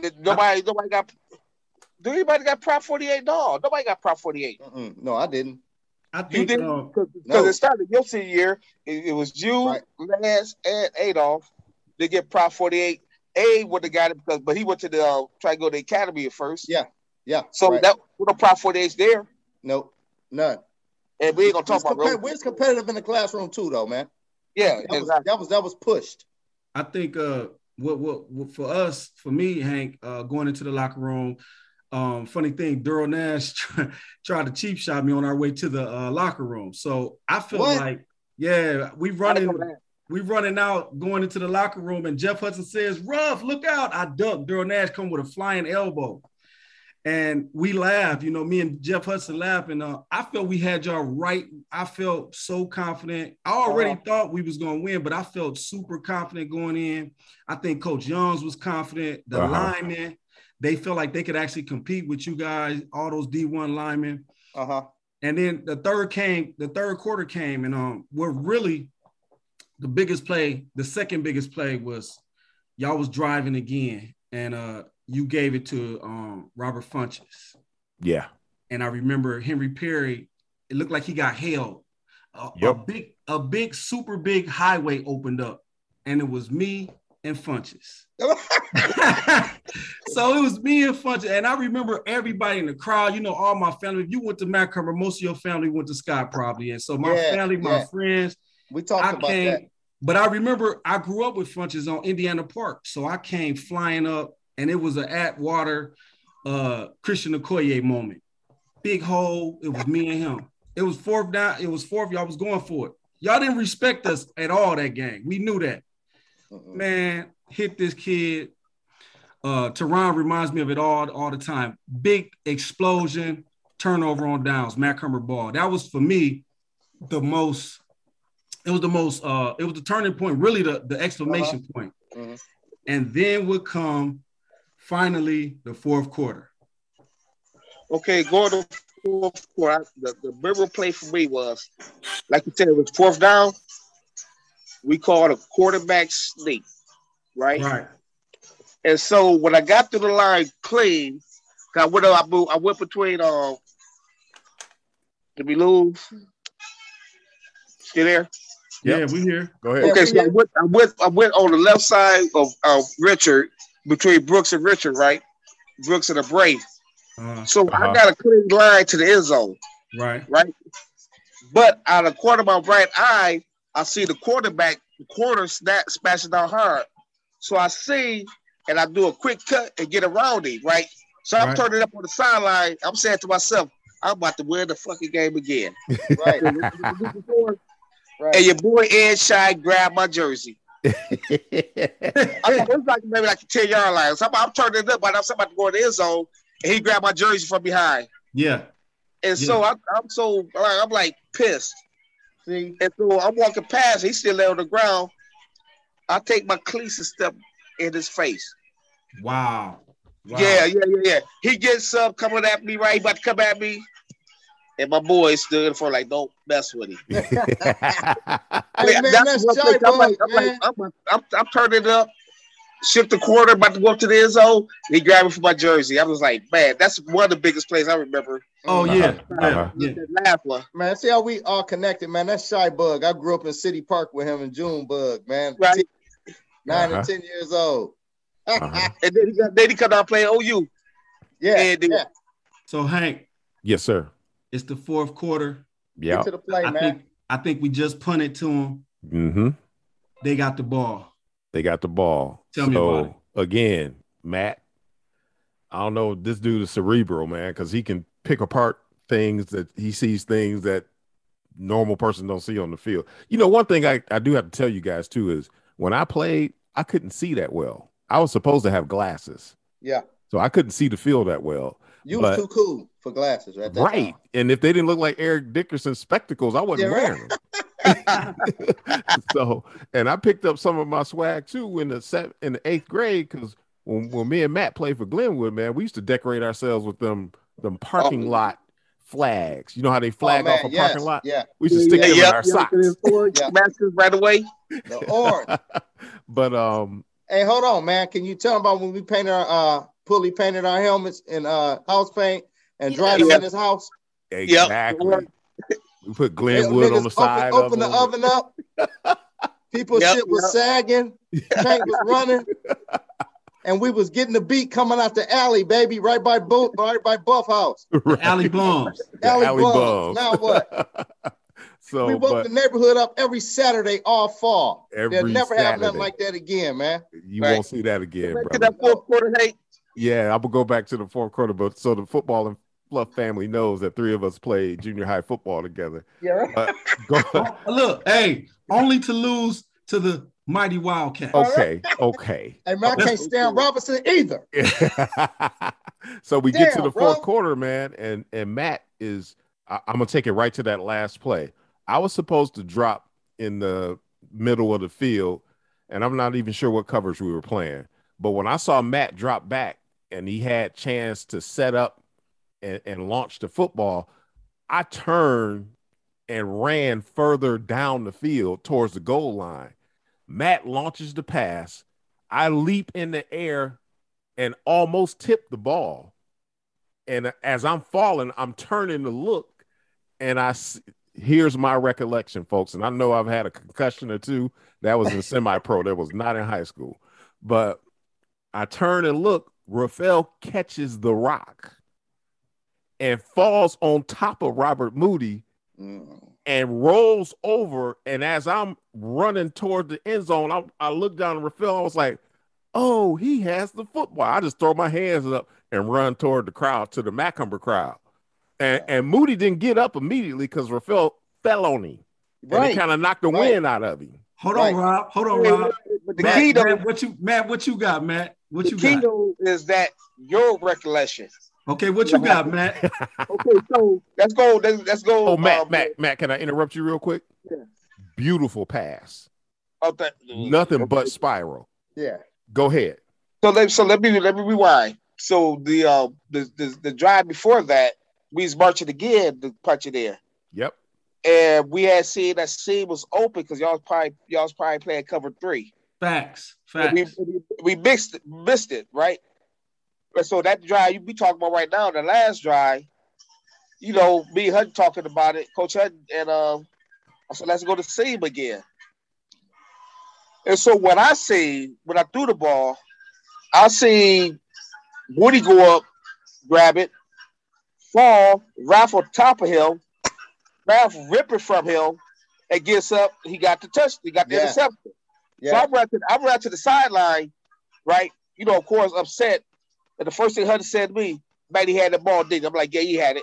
[SPEAKER 5] That Nobody, nobody got. Do anybody got Prop forty eight? No, nobody got Prop forty eight.
[SPEAKER 4] No, I didn't.
[SPEAKER 3] I
[SPEAKER 5] You
[SPEAKER 3] think
[SPEAKER 5] didn't
[SPEAKER 3] uh,
[SPEAKER 5] because
[SPEAKER 4] No.
[SPEAKER 5] it started your senior year. It, it was you,
[SPEAKER 4] Right.
[SPEAKER 5] Lance, and Adolph. They get Prop 48. A would have got it because, but he went to the uh, try to go to the academy at first.
[SPEAKER 4] Yeah, Yeah.
[SPEAKER 5] So
[SPEAKER 4] right.
[SPEAKER 5] that with no Prop 48s there,
[SPEAKER 4] nope, none.
[SPEAKER 5] and we ain't gonna talk
[SPEAKER 4] It's
[SPEAKER 5] about
[SPEAKER 4] compe-
[SPEAKER 5] road.
[SPEAKER 4] we're competitive in the classroom too, though, man.
[SPEAKER 5] Yeah,
[SPEAKER 4] That was
[SPEAKER 5] exactly.
[SPEAKER 4] that was that was pushed.
[SPEAKER 3] I think uh, what, what what for us, for me, Hank, uh, going into the locker room. Um, funny thing, Daryl Nash tried, tried to cheap shot me on our way to the uh, locker room. So I feel
[SPEAKER 4] What?
[SPEAKER 3] like, yeah, we running, we running out, going into the locker room, and Jeff Hudson says, "Ruff, look out!" I duck. Daryl Nash come with a flying elbow, and we laugh. You know, me and Jeff Hudson laugh, and uh, I felt we had y'all right. I felt so confident. I already
[SPEAKER 5] Uh-huh.
[SPEAKER 3] thought we was gonna win, but I felt super confident going in. I think Coach Youngs was confident. The
[SPEAKER 1] Uh-huh.
[SPEAKER 3] linemen, they felt like they could actually compete with you guys, all those D1 linemen.
[SPEAKER 4] Uh huh.
[SPEAKER 3] And then the third came, the third quarter came, and um, what really the biggest play, the second biggest play was y'all was driving again, and uh, you gave it to um, Robert Funches.
[SPEAKER 1] Yeah.
[SPEAKER 3] And I remember Henry Perry, it looked like he got held. A, a
[SPEAKER 1] Yep.
[SPEAKER 3] big, a big, super big highway opened up, and it was me and Funches. so it was me and Funches, and I remember everybody in the crowd. You know, all my family. If you went to Matt Cumber, most of your family went to Scott probably, and so my
[SPEAKER 4] Yeah,
[SPEAKER 3] family, my
[SPEAKER 4] yeah.
[SPEAKER 3] friends,
[SPEAKER 4] We talked
[SPEAKER 3] I
[SPEAKER 4] about
[SPEAKER 3] came,
[SPEAKER 4] that.
[SPEAKER 3] but I remember I grew up with Funches on Indiana Park, so I came flying up, and it was an Atwater uh, Christian Okoye moment. Big hole. It was me and him. It was fourth down. It was fourth. Y'all was going for it. Y'all didn't respect us at all that game. We knew that
[SPEAKER 4] Mhm.
[SPEAKER 3] man hit this kid. Uh, Teron reminds me of it all, all the time. Big explosion, turnover on downs, Matt Hummer ball. That was for me the most. It was the most. Uh, it was the turning point, really the the exclamation point.
[SPEAKER 4] Mhm.
[SPEAKER 3] And then would come finally the fourth quarter.
[SPEAKER 5] Okay, going to fourth quarter, the, the river play for me was, like you said, it was fourth down. We called a quarterback sneak, right?
[SPEAKER 3] Right.
[SPEAKER 5] And so when I got through the line clean, 'cause I went up, I, moved, I went between um did we lose? Still there?
[SPEAKER 3] Yeah, we here.
[SPEAKER 1] Go ahead.
[SPEAKER 5] Okay, so I went, I went I went on the left side of, of Richard between Brooks and Richard, right? Brooks and the Brave.
[SPEAKER 3] Uh,
[SPEAKER 5] So
[SPEAKER 1] Uh-huh.
[SPEAKER 5] I got a clean line to the end zone.
[SPEAKER 3] right.
[SPEAKER 5] But out of the corner of my right eye, I see the quarterback, the corner snap smashing down hard. So I see, and I do a quick cut and get around him, right? So I'm
[SPEAKER 3] Right.
[SPEAKER 5] turning up on the sideline. I'm saying to myself, I'm about to win the fucking game again.
[SPEAKER 4] Right,
[SPEAKER 5] and
[SPEAKER 4] right.
[SPEAKER 5] your boy Ed Shy grabbed my jersey. I thought it was like maybe like a 10 yard line. So I'm, I'm turning it up, but I'm about to go in the end zone, and he grabbed my jersey from behind.
[SPEAKER 3] Yeah.
[SPEAKER 5] And so I, I'm so like, I'm like pissed.
[SPEAKER 4] See,
[SPEAKER 5] And so I'm walking past, he's still there on the ground. I take my cleats and step in his face.
[SPEAKER 3] Wow. wow.
[SPEAKER 5] Yeah, yeah, yeah, yeah. He gets up, coming at me, right? He about to come at me. And my boy stood in front, like, don't mess with him.
[SPEAKER 4] Hey, man, that's
[SPEAKER 5] what
[SPEAKER 4] Jai
[SPEAKER 5] I'm like,
[SPEAKER 4] Boy,
[SPEAKER 5] I'm, like,
[SPEAKER 4] man.
[SPEAKER 5] I'm, like, I'm, I'm turning it up, shift the quarter, about to go up to the end zone. and He grabbed me for my jersey. I was like, man, that's one of the biggest plays I remember.
[SPEAKER 3] Oh
[SPEAKER 1] Uh-huh.
[SPEAKER 3] yeah.
[SPEAKER 1] Uh-huh.
[SPEAKER 3] Yeah.
[SPEAKER 5] That last one.
[SPEAKER 4] Man, see how we all connected, man. That's Shy Bug. I grew up in City Park with him and June Bug, man.
[SPEAKER 5] Right.
[SPEAKER 4] 9
[SPEAKER 1] Uh-huh.
[SPEAKER 4] and ten years old.
[SPEAKER 1] Uh-huh.
[SPEAKER 5] And then he, got, then he come out playing OU.
[SPEAKER 4] Yeah,
[SPEAKER 5] And then-
[SPEAKER 4] yeah.
[SPEAKER 3] So Hank,
[SPEAKER 1] yes, sir.
[SPEAKER 3] it's the fourth quarter.
[SPEAKER 1] Yeah.
[SPEAKER 4] Get to the play,
[SPEAKER 3] I
[SPEAKER 4] man.
[SPEAKER 3] think I think we just punted to them.
[SPEAKER 1] Mm-hmm.
[SPEAKER 3] They got the ball.
[SPEAKER 1] They got the ball.
[SPEAKER 3] Tell me
[SPEAKER 1] so,
[SPEAKER 3] about
[SPEAKER 1] Again, Matt, I don't know. This dude is cerebral, man, because he can pick apart things that he sees things that normal person don't see on the field. You know, one thing I, I do have to tell you guys too is when I played, I couldn't see that well. I was supposed to have glasses.
[SPEAKER 4] Yeah.
[SPEAKER 1] So I couldn't see the field that well.
[SPEAKER 4] You
[SPEAKER 1] but-
[SPEAKER 4] was too cool for glasses, right? there.
[SPEAKER 1] Right. And if they didn't look like Eric Dickerson's spectacles, I wasn't
[SPEAKER 4] Yeah, right.
[SPEAKER 1] wearing them. so, and I picked up some of my swag too in the seventh, in the eighth grade because when, when me and Matt played for Glenwood, man, we used to decorate ourselves with them them parking
[SPEAKER 5] Oh.
[SPEAKER 1] lot flags. You know how they flag
[SPEAKER 4] Oh, man,
[SPEAKER 1] off a
[SPEAKER 4] yes,
[SPEAKER 1] parking lot?
[SPEAKER 4] Yeah,
[SPEAKER 1] We used to stick
[SPEAKER 5] Yeah,
[SPEAKER 1] them
[SPEAKER 5] yeah,
[SPEAKER 1] in our
[SPEAKER 5] yeah,
[SPEAKER 1] socks.
[SPEAKER 4] Yeah.
[SPEAKER 5] Masters right away.
[SPEAKER 4] the orange.
[SPEAKER 1] but um,
[SPEAKER 4] hey, hold on, man. Can you tell 'em about when we painted our uh pulley painted our helmets in uh house paint and dried them
[SPEAKER 5] Yeah.
[SPEAKER 4] in his house?
[SPEAKER 1] exactly.
[SPEAKER 5] Yep.
[SPEAKER 1] We put Glenwood
[SPEAKER 4] Niggas
[SPEAKER 1] on the side.
[SPEAKER 4] Open, open
[SPEAKER 1] of
[SPEAKER 4] the
[SPEAKER 1] them.
[SPEAKER 4] oven up. People
[SPEAKER 5] Yep,
[SPEAKER 4] shit was
[SPEAKER 5] yep.
[SPEAKER 4] sagging, paint was running, and we was getting the beat coming out the alley, baby, right by Bo- right by Buff House.
[SPEAKER 1] Right.
[SPEAKER 3] Alley Blums.
[SPEAKER 1] The
[SPEAKER 4] Alley
[SPEAKER 1] alley bums.
[SPEAKER 4] Bums. Now what?
[SPEAKER 1] so,
[SPEAKER 4] we woke
[SPEAKER 1] but
[SPEAKER 4] the neighborhood up every Saturday all fall. They'll
[SPEAKER 1] Every
[SPEAKER 4] never have nothing
[SPEAKER 1] Saturday.
[SPEAKER 4] like that again, man.
[SPEAKER 1] you
[SPEAKER 5] Right.
[SPEAKER 1] won't see that again,
[SPEAKER 5] Back to
[SPEAKER 1] brother.
[SPEAKER 5] that fourth quarter, hey,
[SPEAKER 1] Yeah, I'm gonna go back to the fourth quarter, but so the football and fluff family knows that three of us played junior high football together.
[SPEAKER 4] Yeah, right.
[SPEAKER 1] Go-
[SPEAKER 3] Oh, look, hey, only to lose to the mighty Wildcats.
[SPEAKER 1] okay, okay.
[SPEAKER 4] And I can't stand Robinson either.
[SPEAKER 1] so we get to
[SPEAKER 4] Damn,
[SPEAKER 1] the fourth
[SPEAKER 4] bro.
[SPEAKER 1] quarter, man, and and Matt is I, I'm gonna take it right to that last play. I was supposed to drop in the middle of the field, and I'm not even sure what coverage we were playing. But when I saw Matt drop back and he had chance to set up and, and launch the football, I turned and ran further down the field towards the goal line. Matt launches the pass. I leap in the air and almost tip the ball. And as I'm falling, I'm turning to look, and I s- here's my recollection, folks. And I know I've had a concussion or two. That was in semi-pro. That was not in high school. But I turn and look. Rafael catches the rock and falls on top of Robert Moody
[SPEAKER 4] Mm.
[SPEAKER 1] and rolls over. And as I'm running toward the end zone, I, I look down at Rafael. I was like, oh, he has the football. I just throw my hands up and run toward the crowd, to the Macumber crowd. And, and Moody didn't get up immediately because Rafael fell on him. And
[SPEAKER 4] Right.
[SPEAKER 1] it kind of knocked the
[SPEAKER 4] right.
[SPEAKER 1] wind out of him.
[SPEAKER 3] Hold
[SPEAKER 4] Right.
[SPEAKER 3] on, Rob. Hold on, Rob.
[SPEAKER 5] but the key
[SPEAKER 3] Matt,
[SPEAKER 5] though,
[SPEAKER 3] Matt, what you Matt, what you got, Matt? What
[SPEAKER 5] the
[SPEAKER 3] you
[SPEAKER 5] key
[SPEAKER 3] got?
[SPEAKER 5] though is that your recollection.
[SPEAKER 3] Okay, what you got, Matt?
[SPEAKER 5] Okay, so let's go. Let's, let's go.
[SPEAKER 1] Oh, Matt,
[SPEAKER 5] um,
[SPEAKER 1] Matt, Matt, can I interrupt you real quick?
[SPEAKER 5] Yeah.
[SPEAKER 1] Beautiful pass.
[SPEAKER 5] oh, that-
[SPEAKER 1] Nothing but spiral.
[SPEAKER 4] Yeah.
[SPEAKER 1] Go ahead.
[SPEAKER 5] um, So let so let me let me rewind. So the uh the the, the drive before that, we was marching again to punch it there.
[SPEAKER 1] Yep.
[SPEAKER 5] And we had seen that scene was open because y'all was probably y'all was probably playing cover three.
[SPEAKER 3] Facts.
[SPEAKER 5] And
[SPEAKER 3] Facts.
[SPEAKER 5] We we mixed it, missed it, right? And so that drive you be talking about right now, the last drive, you know, me and Hutton talking about it, Coach Hutton, and um, I said, let's go to Seam again. And so what I see when I threw the ball, I see Woody go up, grab it, fall, Ralph on top of him, Ralph ripping from him, and gets up. He got the touch. He got the
[SPEAKER 4] Yeah.
[SPEAKER 5] interception. So
[SPEAKER 4] Yeah.
[SPEAKER 5] I ran to I ran to the sideline, right? You know, of course, upset. And the first thing Hunter said to me, "Man, he had the ball, did I'm like, "Yeah, he had it."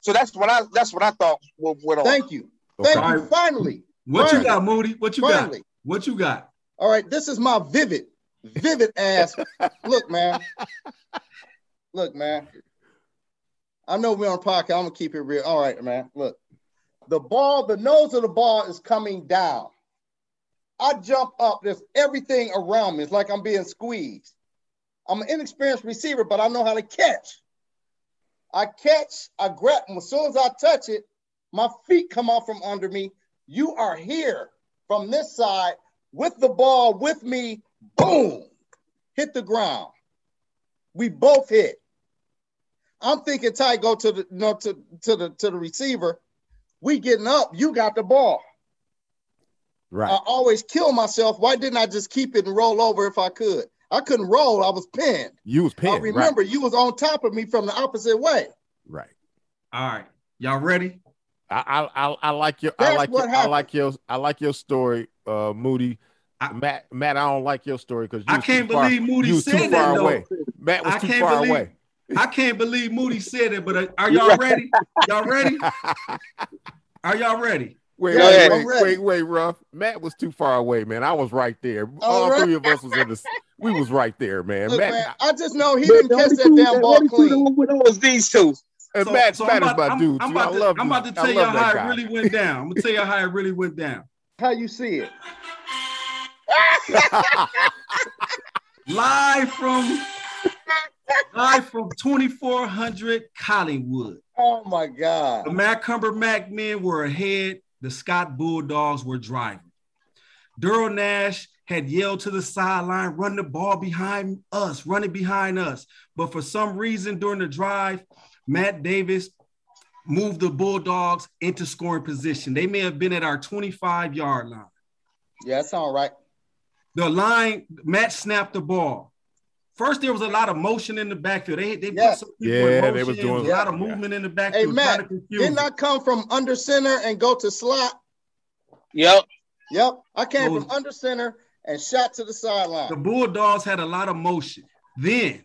[SPEAKER 5] So that's what I that's what I thought went went on.
[SPEAKER 4] Thank you.
[SPEAKER 1] Okay.
[SPEAKER 4] Thank
[SPEAKER 3] Okay.
[SPEAKER 4] you. Finally.
[SPEAKER 3] What you
[SPEAKER 4] Finally.
[SPEAKER 3] got, Moody? What you got?
[SPEAKER 4] Finally.
[SPEAKER 3] What you got?
[SPEAKER 4] All right, this is my vivid, vivid ass. Look, man. Look, man. I know we're on podcast. I'm gonna keep it real. All right, man. Look, the ball, the nose of the ball is coming down. I jump up. There's everything around me. It's like I'm being squeezed. I'm an inexperienced receiver, but I know how to catch. I catch. I grab. and As soon as I touch it, my feet come off from under me. You are here from this side with the ball with me, boom, hit the ground. We both hit. I'm thinking Ty go to the no to, to the to the receiver. We getting up, you got the ball.
[SPEAKER 1] Right.
[SPEAKER 4] I always kill myself. Why didn't I just keep it and roll over if I could? I couldn't roll, I was pinned.
[SPEAKER 1] you was pinned.
[SPEAKER 4] I remember you was on top of me from the opposite way.
[SPEAKER 1] Right.
[SPEAKER 3] All right. Y'all ready?
[SPEAKER 1] right. I, I I I like your I
[SPEAKER 4] That's
[SPEAKER 1] like
[SPEAKER 4] what
[SPEAKER 1] your, I like your I like your story, uh, Moody.
[SPEAKER 3] I-
[SPEAKER 1] Matt Matt, I don't like your story because
[SPEAKER 3] I can't believe Moody
[SPEAKER 1] you was
[SPEAKER 3] said
[SPEAKER 1] too
[SPEAKER 3] that,
[SPEAKER 1] far
[SPEAKER 3] though.
[SPEAKER 1] away. Matt was
[SPEAKER 3] I
[SPEAKER 1] too
[SPEAKER 3] can't
[SPEAKER 1] far
[SPEAKER 3] believe-
[SPEAKER 1] away.
[SPEAKER 3] I can't believe Moody said it, but uh, are
[SPEAKER 5] You
[SPEAKER 3] y'all
[SPEAKER 5] right.
[SPEAKER 3] ready? Y'all ready? Are y'all ready?
[SPEAKER 1] Wait,
[SPEAKER 4] Yeah,
[SPEAKER 1] wait,
[SPEAKER 5] I'm
[SPEAKER 1] wait,
[SPEAKER 4] ready.
[SPEAKER 1] wait, wait, Ruff. Matt was too far away, man. I was right there. All
[SPEAKER 4] Oh, right.
[SPEAKER 1] three of us was in the. We was right there, man.
[SPEAKER 4] Look,
[SPEAKER 1] Matt,
[SPEAKER 4] man, I just know he didn't catch that damn ball clean.
[SPEAKER 5] was these two.
[SPEAKER 1] and Matt,
[SPEAKER 3] so I'm
[SPEAKER 1] Matt is
[SPEAKER 3] about-
[SPEAKER 1] my
[SPEAKER 3] I'm-
[SPEAKER 1] dude.
[SPEAKER 3] I'm
[SPEAKER 1] too.
[SPEAKER 3] about
[SPEAKER 1] I
[SPEAKER 3] to-
[SPEAKER 1] love
[SPEAKER 3] I'm
[SPEAKER 1] you.
[SPEAKER 3] about to
[SPEAKER 1] I
[SPEAKER 3] tell y'all
[SPEAKER 1] love that
[SPEAKER 3] how it
[SPEAKER 1] guy.
[SPEAKER 3] really went down. I'm gonna tell y'all how it really went down.
[SPEAKER 4] How you see it?
[SPEAKER 3] Live from live from 2400 Collingwood.
[SPEAKER 4] Oh my
[SPEAKER 3] The
[SPEAKER 4] God.
[SPEAKER 3] Macumber Mac men were ahead. The Scott Bulldogs were driving. Daryl Nash had yelled to the sideline, run the ball behind us, run it behind us. But for some reason during the drive, Matt Davis moved the Bulldogs into scoring position. They may have been at our 25 yard line.
[SPEAKER 4] Yeah, that sound right.
[SPEAKER 3] The line, Matt snapped the ball. First, there was a lot of motion in the backfield. They, they
[SPEAKER 4] Yeah.
[SPEAKER 3] put some people
[SPEAKER 1] Yeah,
[SPEAKER 3] in motion.
[SPEAKER 1] they was
[SPEAKER 3] There was
[SPEAKER 1] doing-
[SPEAKER 3] a lot of
[SPEAKER 1] yeah.
[SPEAKER 3] movement in the backfield.
[SPEAKER 4] Matt,
[SPEAKER 3] trying to confuse
[SPEAKER 4] Didn't
[SPEAKER 3] them.
[SPEAKER 4] I come from under center and go to slot?
[SPEAKER 5] Yep.
[SPEAKER 4] Yep. I came
[SPEAKER 3] Oh.
[SPEAKER 4] from under center and shot to the
[SPEAKER 3] The
[SPEAKER 4] sideline.
[SPEAKER 3] Bulldogs had a lot of motion. Then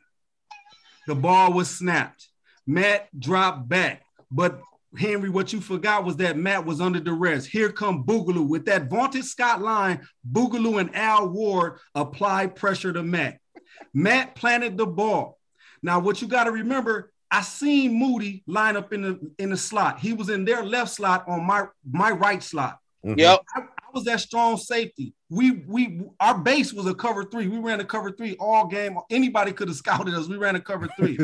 [SPEAKER 3] the ball was snapped. Matt dropped back. But Henry, what you forgot was that Matt was under duress. Here come Boogaloo with that vaunted Scott line. Boogaloo and Al Ward applied pressure to Matt. Matt planted the ball. Now, what you got to remember, I seen Moody line up in the in the slot. He was in their left slot on my my right slot.
[SPEAKER 1] Mhm.
[SPEAKER 5] Yep.
[SPEAKER 3] I, I was that strong safety. We we our base was a cover three. We ran a cover three all game. Anybody could have scouted us. We ran a cover three.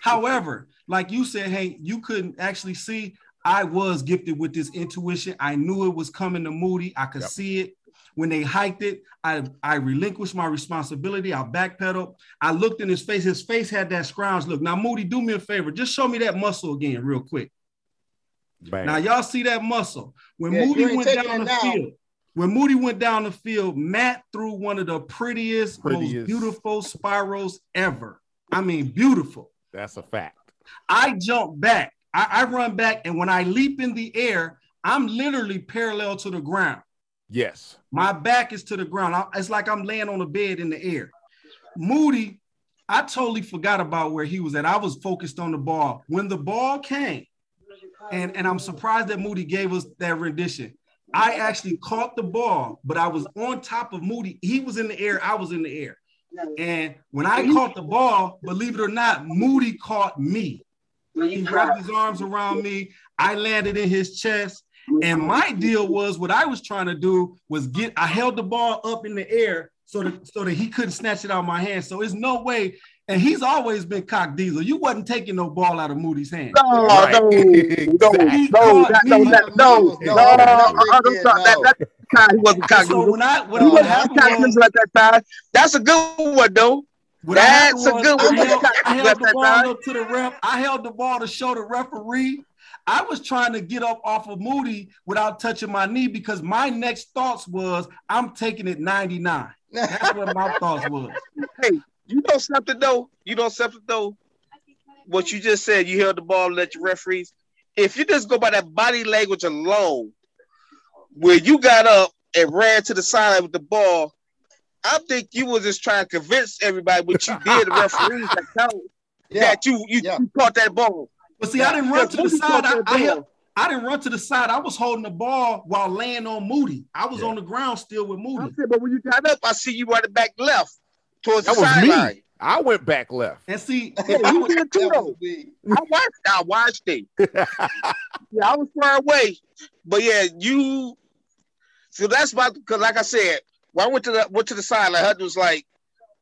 [SPEAKER 3] However, like you said, hey, you couldn't actually see. I was gifted with this intuition. I knew it was coming to Moody. I could
[SPEAKER 1] Yep.
[SPEAKER 3] see it. When they hiked it, I, I relinquished my responsibility. I backpedaled. I looked in his face. His face had that scrounge look. Now, Moody, do me a favor. Just show me that muscle again, real quick.
[SPEAKER 1] Bang.
[SPEAKER 3] Now y'all see that muscle. When
[SPEAKER 4] Yeah, you
[SPEAKER 3] Moody
[SPEAKER 4] ain't
[SPEAKER 3] went
[SPEAKER 4] taking
[SPEAKER 3] down
[SPEAKER 4] it
[SPEAKER 3] the
[SPEAKER 4] now.
[SPEAKER 3] field, when Moody went down the field, Matt threw one of the prettiest,
[SPEAKER 1] Prettiest.
[SPEAKER 3] most beautiful spirals ever. I mean, beautiful.
[SPEAKER 1] That's a fact.
[SPEAKER 3] I jump back. I, I run back, and when I leap in the air, I'm literally parallel to the ground.
[SPEAKER 1] Yes.
[SPEAKER 3] My back is to the ground. I- it's like I'm laying on a bed in the air. Moody, I totally forgot about where he was at. I was focused on the ball. When the ball came, and, and I'm surprised that Moody gave us that rendition. I actually caught the ball, but I was on top of Moody. He was in the air, I was in the air. And when I caught the ball, believe it or not, Moody caught me. He wrapped his arms around me. I landed in his chest. And my deal was what I was trying to do was get I held the ball up in the air so that so that he couldn't snatch it out of my hand. So it's no way And he's always been cock diesel. You wasn't taking no ball out of Moody's hand.
[SPEAKER 5] No,
[SPEAKER 4] Oh,
[SPEAKER 1] Right.
[SPEAKER 5] Oh, no, no, no,
[SPEAKER 1] Exactly.
[SPEAKER 5] no, that- no, that- no, no, no, no,
[SPEAKER 4] No,
[SPEAKER 5] no,
[SPEAKER 4] no,
[SPEAKER 5] no, I'm
[SPEAKER 4] no,
[SPEAKER 5] sorry, that-
[SPEAKER 4] no.
[SPEAKER 5] that- Kai, he wasn't cocky.
[SPEAKER 3] So when I what
[SPEAKER 5] He
[SPEAKER 4] No,
[SPEAKER 3] I
[SPEAKER 5] wasn't
[SPEAKER 3] happened
[SPEAKER 5] cocky
[SPEAKER 3] was,
[SPEAKER 5] at that time. That's a good one, though.
[SPEAKER 3] what I happened
[SPEAKER 5] That's a
[SPEAKER 3] was
[SPEAKER 5] good
[SPEAKER 3] I
[SPEAKER 4] one.
[SPEAKER 3] held, I
[SPEAKER 5] That's
[SPEAKER 3] held the
[SPEAKER 5] that time.
[SPEAKER 3] ball up to the ref. I held the ball to show the referee. I was trying to get up off of Moody without touching my knee because my next thoughts was I'm taking it 99. That's what my thoughts was.
[SPEAKER 5] You know something though? You know something though? What you just said, you held the ball, let your referees. If you just go by that body language alone, where you got up and ran to the sideline with the ball, I think you was just trying to convince everybody what you did, the referees that count,
[SPEAKER 4] Yeah.
[SPEAKER 5] that you you,
[SPEAKER 4] Yeah.
[SPEAKER 5] you caught that ball.
[SPEAKER 3] But see, I didn't run to the side. I, I held, I didn't run to the side. I was holding the ball while laying on Moody. I was
[SPEAKER 1] Yeah.
[SPEAKER 3] on the ground still with
[SPEAKER 5] I
[SPEAKER 3] Moody.
[SPEAKER 5] said, but when you got up, I see you running back left towards
[SPEAKER 1] That
[SPEAKER 5] the
[SPEAKER 1] was me.
[SPEAKER 5] sideline.
[SPEAKER 1] I went back left.
[SPEAKER 3] And see,
[SPEAKER 5] Yeah,
[SPEAKER 3] if you
[SPEAKER 5] you
[SPEAKER 3] would,
[SPEAKER 5] did too though. I watched. I watched it. Yeah, I was far away, but yeah, you. So that's my because, like I said, when I went to the went to the sideline, Hudson was like,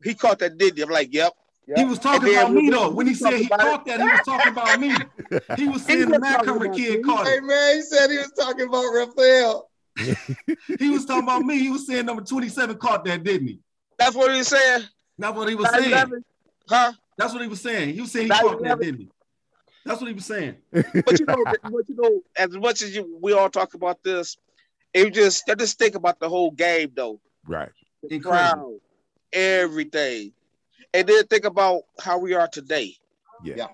[SPEAKER 5] he caught that didn't he? I'm like, yep.
[SPEAKER 3] he was talking
[SPEAKER 5] And then
[SPEAKER 3] about
[SPEAKER 5] when
[SPEAKER 3] me
[SPEAKER 5] we-
[SPEAKER 3] though.
[SPEAKER 5] we
[SPEAKER 3] When he said
[SPEAKER 5] talked
[SPEAKER 3] he
[SPEAKER 5] about it-
[SPEAKER 3] caught that, he was talking about me. He was saying the
[SPEAKER 5] was
[SPEAKER 3] Matt
[SPEAKER 5] talking
[SPEAKER 3] Comer
[SPEAKER 5] about
[SPEAKER 3] kid
[SPEAKER 5] me.
[SPEAKER 3] caught
[SPEAKER 4] Hey
[SPEAKER 3] it.
[SPEAKER 4] man, he said he was talking about Raphael.
[SPEAKER 3] He was talking about me. He was saying number 27 caught that, didn't he?
[SPEAKER 5] That's what he was saying.
[SPEAKER 3] That's what he was
[SPEAKER 5] Nine
[SPEAKER 3] saying.
[SPEAKER 5] eleven, huh?
[SPEAKER 3] That's what he was saying. He was saying he
[SPEAKER 5] Nine
[SPEAKER 3] caught that,
[SPEAKER 5] eleven.
[SPEAKER 3] didn't he? That's what he was saying.
[SPEAKER 5] But you know, but you know, as much as you, we all talk about this, it was just I just think about the whole game though.
[SPEAKER 1] right.
[SPEAKER 5] The
[SPEAKER 3] Incredible.
[SPEAKER 5] crowd, everything, and then think about how we are today.
[SPEAKER 1] Yeah.
[SPEAKER 4] Yeah.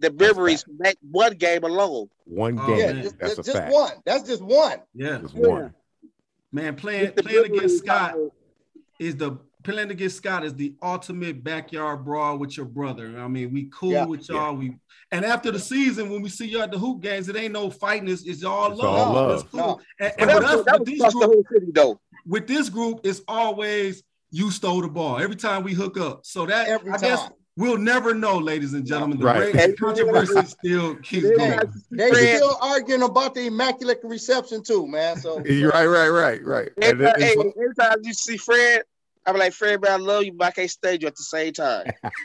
[SPEAKER 5] The memories from that one game alone.
[SPEAKER 1] One
[SPEAKER 3] Oh,
[SPEAKER 1] game.
[SPEAKER 4] yeah,
[SPEAKER 3] man.
[SPEAKER 4] just,
[SPEAKER 1] That's a
[SPEAKER 4] just
[SPEAKER 1] fact.
[SPEAKER 4] one. That's just one.
[SPEAKER 3] Yeah.
[SPEAKER 1] Just
[SPEAKER 5] Yeah.
[SPEAKER 1] one.
[SPEAKER 3] Man, playing
[SPEAKER 5] The
[SPEAKER 3] playing
[SPEAKER 5] memories,
[SPEAKER 3] against Scott
[SPEAKER 5] uh,
[SPEAKER 3] is the playing against Scott is the ultimate backyard brawl with your brother. I mean, we cool
[SPEAKER 4] Yeah.
[SPEAKER 3] with y'all. We and after the season, when we see you at the hoop games, it ain't no fighting. It's, it's all
[SPEAKER 1] It's
[SPEAKER 3] love.
[SPEAKER 1] all
[SPEAKER 3] It's
[SPEAKER 1] love.
[SPEAKER 3] cool. And,
[SPEAKER 5] But
[SPEAKER 3] and
[SPEAKER 5] that
[SPEAKER 3] with
[SPEAKER 5] was,
[SPEAKER 3] us,
[SPEAKER 5] that
[SPEAKER 3] with this
[SPEAKER 5] was across the
[SPEAKER 3] group,
[SPEAKER 5] whole city though.
[SPEAKER 3] with this group, it's always you stole the ball every time we hook up. So that
[SPEAKER 4] Every
[SPEAKER 3] I guess
[SPEAKER 4] time.
[SPEAKER 3] we'll never know, ladies and gentlemen. The
[SPEAKER 1] Right.
[SPEAKER 3] great controversy still keeps going.
[SPEAKER 4] Hey, They
[SPEAKER 5] Fred.
[SPEAKER 4] still arguing about the immaculate reception too, man. So
[SPEAKER 1] You're right, right, right, right. And
[SPEAKER 5] Every,
[SPEAKER 1] it-
[SPEAKER 5] hey,
[SPEAKER 1] it's-
[SPEAKER 5] every time you see Fred, I'm like, Fred, man, I love you, but I can't stand you at the same time.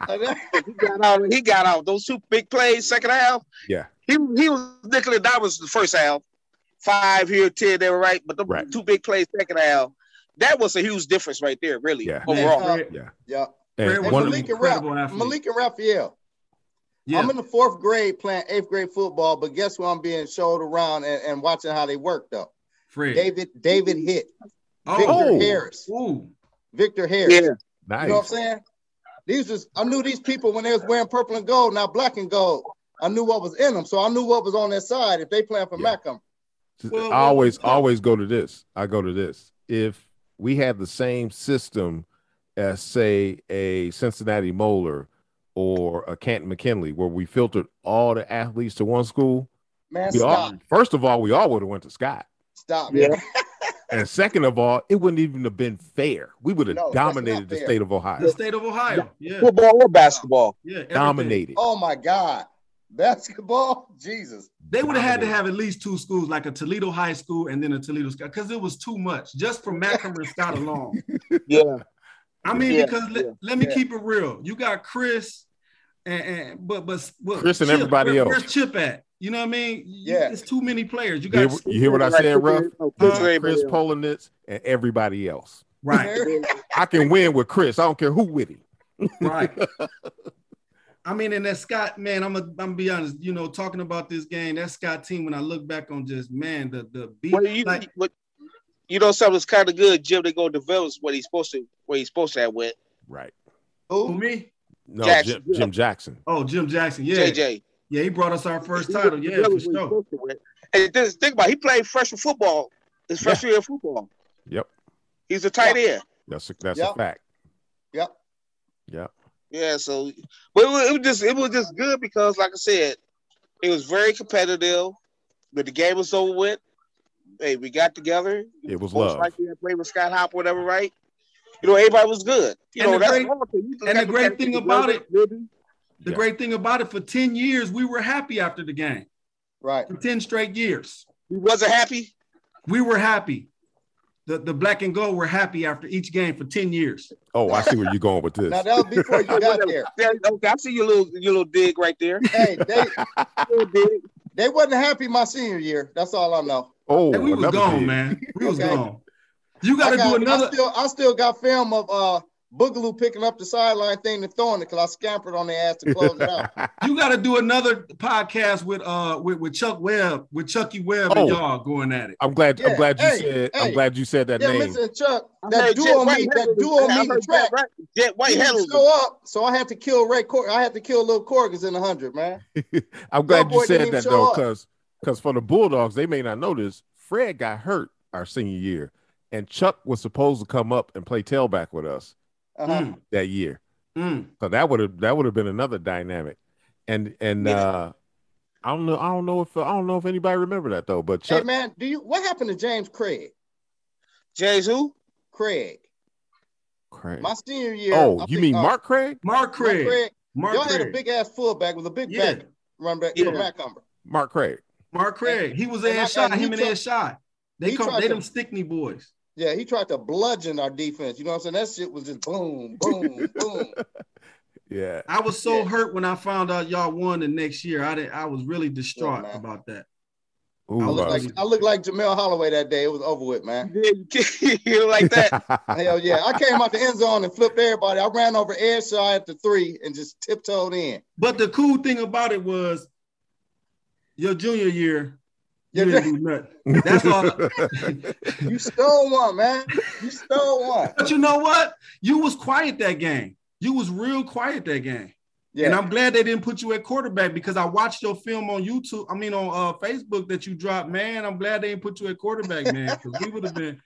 [SPEAKER 5] he got out. He got out. Those two big plays, second half.
[SPEAKER 1] Yeah.
[SPEAKER 5] He he was Nicholas Diamonds the first half. Five here, ten there, right? But the
[SPEAKER 1] Right.
[SPEAKER 5] two big plays, second half. That was a huge difference right there, really.
[SPEAKER 1] Yeah.
[SPEAKER 5] Overall.
[SPEAKER 4] Yeah.
[SPEAKER 1] yeah.
[SPEAKER 4] yeah.
[SPEAKER 1] And
[SPEAKER 3] Fred was
[SPEAKER 1] one
[SPEAKER 3] the
[SPEAKER 1] of
[SPEAKER 3] leader.
[SPEAKER 4] Malik and, Rap,
[SPEAKER 3] incredible athlete.
[SPEAKER 4] Malik and Raphael.
[SPEAKER 3] Yeah.
[SPEAKER 4] I'm in the fourth grade playing eighth grade football, but guess who I'm being showed around and, and watching how they work though?
[SPEAKER 3] Fred.
[SPEAKER 4] David David Hitt, Victor
[SPEAKER 3] oh,
[SPEAKER 1] Oh.
[SPEAKER 4] Harris,
[SPEAKER 3] ooh.
[SPEAKER 4] Victor Harris.
[SPEAKER 5] Yeah.
[SPEAKER 4] You know what I'm
[SPEAKER 1] nice.
[SPEAKER 4] saying? These was I knew these people when they was wearing purple and gold, now black and gold. I knew what was in them, so I knew what was on their side if they playing for
[SPEAKER 1] Yeah.
[SPEAKER 4] Macum.
[SPEAKER 3] Well,
[SPEAKER 1] I always, always go to this. I go to this. If we had the same system as, say, a Cincinnati Moeller or a Canton McKinley, where we filtered all the athletes to one school,
[SPEAKER 4] Man,
[SPEAKER 1] we all,
[SPEAKER 4] stop,
[SPEAKER 1] first of all, we all would have went to Scott.
[SPEAKER 4] stop,
[SPEAKER 5] Yeah.
[SPEAKER 4] man.
[SPEAKER 1] And second of all, it wouldn't even have been fair. We would have
[SPEAKER 4] No, that's not
[SPEAKER 1] dominated the
[SPEAKER 4] fair.
[SPEAKER 1] state of Ohio.
[SPEAKER 3] the state of Ohio. Yeah. Yeah.
[SPEAKER 5] Football or basketball.
[SPEAKER 3] everything.
[SPEAKER 1] dominated.
[SPEAKER 4] Oh my God, basketball, Jesus.
[SPEAKER 3] They would have had to
[SPEAKER 1] Dominated.
[SPEAKER 3] have at least two schools, like a Toledo High School and then a Toledo Scott, because it was too much just for Macomber and Scott alone.
[SPEAKER 5] Yeah.
[SPEAKER 3] I mean,
[SPEAKER 5] Yeah,
[SPEAKER 3] because
[SPEAKER 5] yeah,
[SPEAKER 3] let, let me
[SPEAKER 4] yeah.
[SPEAKER 3] keep it real. You got Chris and, and but but what,
[SPEAKER 1] Chris and everybody
[SPEAKER 3] where-
[SPEAKER 1] else.
[SPEAKER 3] Where's Chip at? You know what I mean? You-
[SPEAKER 4] Yeah.
[SPEAKER 3] it's too many players. You
[SPEAKER 1] You hear,
[SPEAKER 3] got
[SPEAKER 1] you hear what I said, Ruff?
[SPEAKER 3] Huh?
[SPEAKER 1] Chris Polinitz and everybody else.
[SPEAKER 3] right,
[SPEAKER 1] I can win with Chris. I don't care who with him.
[SPEAKER 3] right. I mean, and that Scott man, I'm a, I'm gonna be honest. You know, talking about this game, that Scott team. When I look back on just man, the the beat.
[SPEAKER 5] Well, you,
[SPEAKER 3] like,
[SPEAKER 5] what- you know something's kind of good, Jim. They gonna develop what he's supposed to, where he's supposed to have went.
[SPEAKER 1] Right.
[SPEAKER 3] for
[SPEAKER 4] Who?
[SPEAKER 3] me,
[SPEAKER 1] No,
[SPEAKER 5] Jackson.
[SPEAKER 1] Jim, Jim Jackson.
[SPEAKER 3] oh Jim Jackson, yeah,
[SPEAKER 5] JJ.
[SPEAKER 3] yeah, he brought us our first
[SPEAKER 5] He
[SPEAKER 3] title,
[SPEAKER 5] was
[SPEAKER 3] yeah,
[SPEAKER 5] really
[SPEAKER 3] for
[SPEAKER 5] what he
[SPEAKER 3] sure.
[SPEAKER 5] supposed to win. And this, think about it, he played freshman football. His freshman year of football.
[SPEAKER 1] Yep.
[SPEAKER 5] He's a tight end.
[SPEAKER 1] That's a, that's
[SPEAKER 4] Yep.
[SPEAKER 1] a fact.
[SPEAKER 4] Yep.
[SPEAKER 1] Yep.
[SPEAKER 5] Yeah, so but it was, it was just it was just good because like I said, it was very competitive. But the game was over with. Hey, we got together.
[SPEAKER 1] It was
[SPEAKER 5] Most
[SPEAKER 1] love.
[SPEAKER 5] likely I played with Scott Hop, whatever, right? You know, everybody was good. You
[SPEAKER 3] And
[SPEAKER 5] know,
[SPEAKER 3] the
[SPEAKER 5] that's
[SPEAKER 3] great-
[SPEAKER 5] one thing. You just
[SPEAKER 3] and
[SPEAKER 5] got
[SPEAKER 3] the
[SPEAKER 5] to
[SPEAKER 3] great
[SPEAKER 5] catch
[SPEAKER 3] thing
[SPEAKER 5] the
[SPEAKER 3] about
[SPEAKER 5] weather,
[SPEAKER 3] it-
[SPEAKER 5] maybe.
[SPEAKER 3] The
[SPEAKER 1] Yeah.
[SPEAKER 3] great thing about it, for ten years, we were happy after the game.
[SPEAKER 4] Right.
[SPEAKER 3] For ten straight years,
[SPEAKER 5] we wasn't happy.
[SPEAKER 3] we were happy. the, the black and gold were happy after each game for 10 years.
[SPEAKER 1] Oh, I see where you're going with this.
[SPEAKER 4] Now that was before you got there.
[SPEAKER 5] Yeah, okay, I see your little your little dig right there.
[SPEAKER 4] Hey, they
[SPEAKER 5] Little dig.
[SPEAKER 4] they wasn't happy my senior year. That's all I know.
[SPEAKER 1] Oh,
[SPEAKER 3] Hey, we was
[SPEAKER 1] another
[SPEAKER 3] gone,
[SPEAKER 1] dig.
[SPEAKER 3] man. We was
[SPEAKER 4] Okay.
[SPEAKER 3] gone. You
[SPEAKER 4] I,
[SPEAKER 3] gotta
[SPEAKER 4] got,
[SPEAKER 3] do another.
[SPEAKER 4] I still I still got film of uh Boogaloo picking up the sideline thing and throwing it because I scampered on their ass to close it out.
[SPEAKER 3] you got to do another podcast with uh with, with Chuck Webb with Chucky Webb
[SPEAKER 1] Oh.
[SPEAKER 3] and y'all going at it.
[SPEAKER 1] I'm glad. I'm
[SPEAKER 4] Yeah,
[SPEAKER 1] glad you
[SPEAKER 4] hey,
[SPEAKER 1] said. I'm
[SPEAKER 4] hey.
[SPEAKER 1] glad you said that
[SPEAKER 4] yeah,
[SPEAKER 1] name.
[SPEAKER 4] listen, Chuck,
[SPEAKER 5] I
[SPEAKER 4] that
[SPEAKER 5] heard
[SPEAKER 4] duo
[SPEAKER 5] Jet White
[SPEAKER 4] meet that
[SPEAKER 5] handled it.
[SPEAKER 4] duo
[SPEAKER 5] I
[SPEAKER 4] meet the
[SPEAKER 5] heard Jet
[SPEAKER 4] track.
[SPEAKER 5] White- Jet White
[SPEAKER 4] He didn't
[SPEAKER 5] handled it.
[SPEAKER 4] show up, so I had to kill Ray Cor- I had to kill Lil Corgis in the hundred, man.
[SPEAKER 1] I'm glad you
[SPEAKER 4] boy didn't
[SPEAKER 1] said
[SPEAKER 4] even
[SPEAKER 1] that
[SPEAKER 4] show
[SPEAKER 1] though,
[SPEAKER 4] up.
[SPEAKER 1] because because for the Bulldogs, they may not know this. Fred got hurt our senior year, and Chuck was supposed to come up and play tailback with us
[SPEAKER 4] Uh-huh.
[SPEAKER 3] Mm,
[SPEAKER 1] that year.
[SPEAKER 3] mm.
[SPEAKER 1] So that would have that would have been another dynamic. And and
[SPEAKER 5] Yeah.
[SPEAKER 1] uh I don't know. I don't know if I don't know if anybody remember that though. But
[SPEAKER 4] Hey
[SPEAKER 1] Chuck,
[SPEAKER 4] man, do you what happened to James Craig?
[SPEAKER 5] James who?
[SPEAKER 4] Craig,
[SPEAKER 1] Craig.
[SPEAKER 4] my senior year.
[SPEAKER 1] oh,
[SPEAKER 4] I
[SPEAKER 1] you
[SPEAKER 4] think,
[SPEAKER 1] mean
[SPEAKER 4] uh,
[SPEAKER 1] Mark Craig?
[SPEAKER 3] Mark
[SPEAKER 4] Mark
[SPEAKER 3] Craig.
[SPEAKER 4] Craig.
[SPEAKER 3] Mark
[SPEAKER 4] Y'all
[SPEAKER 3] Craig.
[SPEAKER 4] had a big ass fullback with a big
[SPEAKER 3] yeah,
[SPEAKER 4] back run back
[SPEAKER 5] Yeah.
[SPEAKER 4] from Macumber.
[SPEAKER 1] Mark Craig.
[SPEAKER 3] Mark Craig. He was
[SPEAKER 4] And I-
[SPEAKER 3] Ed Shot.
[SPEAKER 4] and he
[SPEAKER 3] Him and
[SPEAKER 4] tried-
[SPEAKER 3] Ed Shot. They
[SPEAKER 4] he
[SPEAKER 3] come.
[SPEAKER 4] tried
[SPEAKER 3] They
[SPEAKER 4] to-
[SPEAKER 3] them Stickney boys.
[SPEAKER 4] Yeah, he tried to bludgeon our defense. You know what I'm saying? That shit was just boom, boom, boom.
[SPEAKER 1] Yeah.
[SPEAKER 3] I was so
[SPEAKER 4] Yeah.
[SPEAKER 3] hurt when I found out y'all won the next year. I didn't, I was really distraught
[SPEAKER 4] man.
[SPEAKER 3] about that.
[SPEAKER 1] Ooh,
[SPEAKER 4] I
[SPEAKER 3] I
[SPEAKER 4] looked
[SPEAKER 1] uh,
[SPEAKER 4] like I looked like Jamel Holloway that day. It was over with, man.
[SPEAKER 5] Yeah, you can't- you know, like that.
[SPEAKER 4] Hell yeah. I came out the end zone and flipped everybody. I ran over Airshaw at the three and just tiptoed in.
[SPEAKER 3] But the cool thing about it was, your junior year, you
[SPEAKER 4] Yeah,
[SPEAKER 3] didn't do nothing. That's all.
[SPEAKER 4] You stole one, man. You stole one.
[SPEAKER 3] But you know what? You was quiet that game. You was real quiet that game. And
[SPEAKER 4] Yeah.
[SPEAKER 3] I'm glad they didn't put you at quarterback because I watched your film on YouTube. I mean on uh, Facebook that you dropped. Man, I'm glad they didn't put you at quarterback, man, because we would have been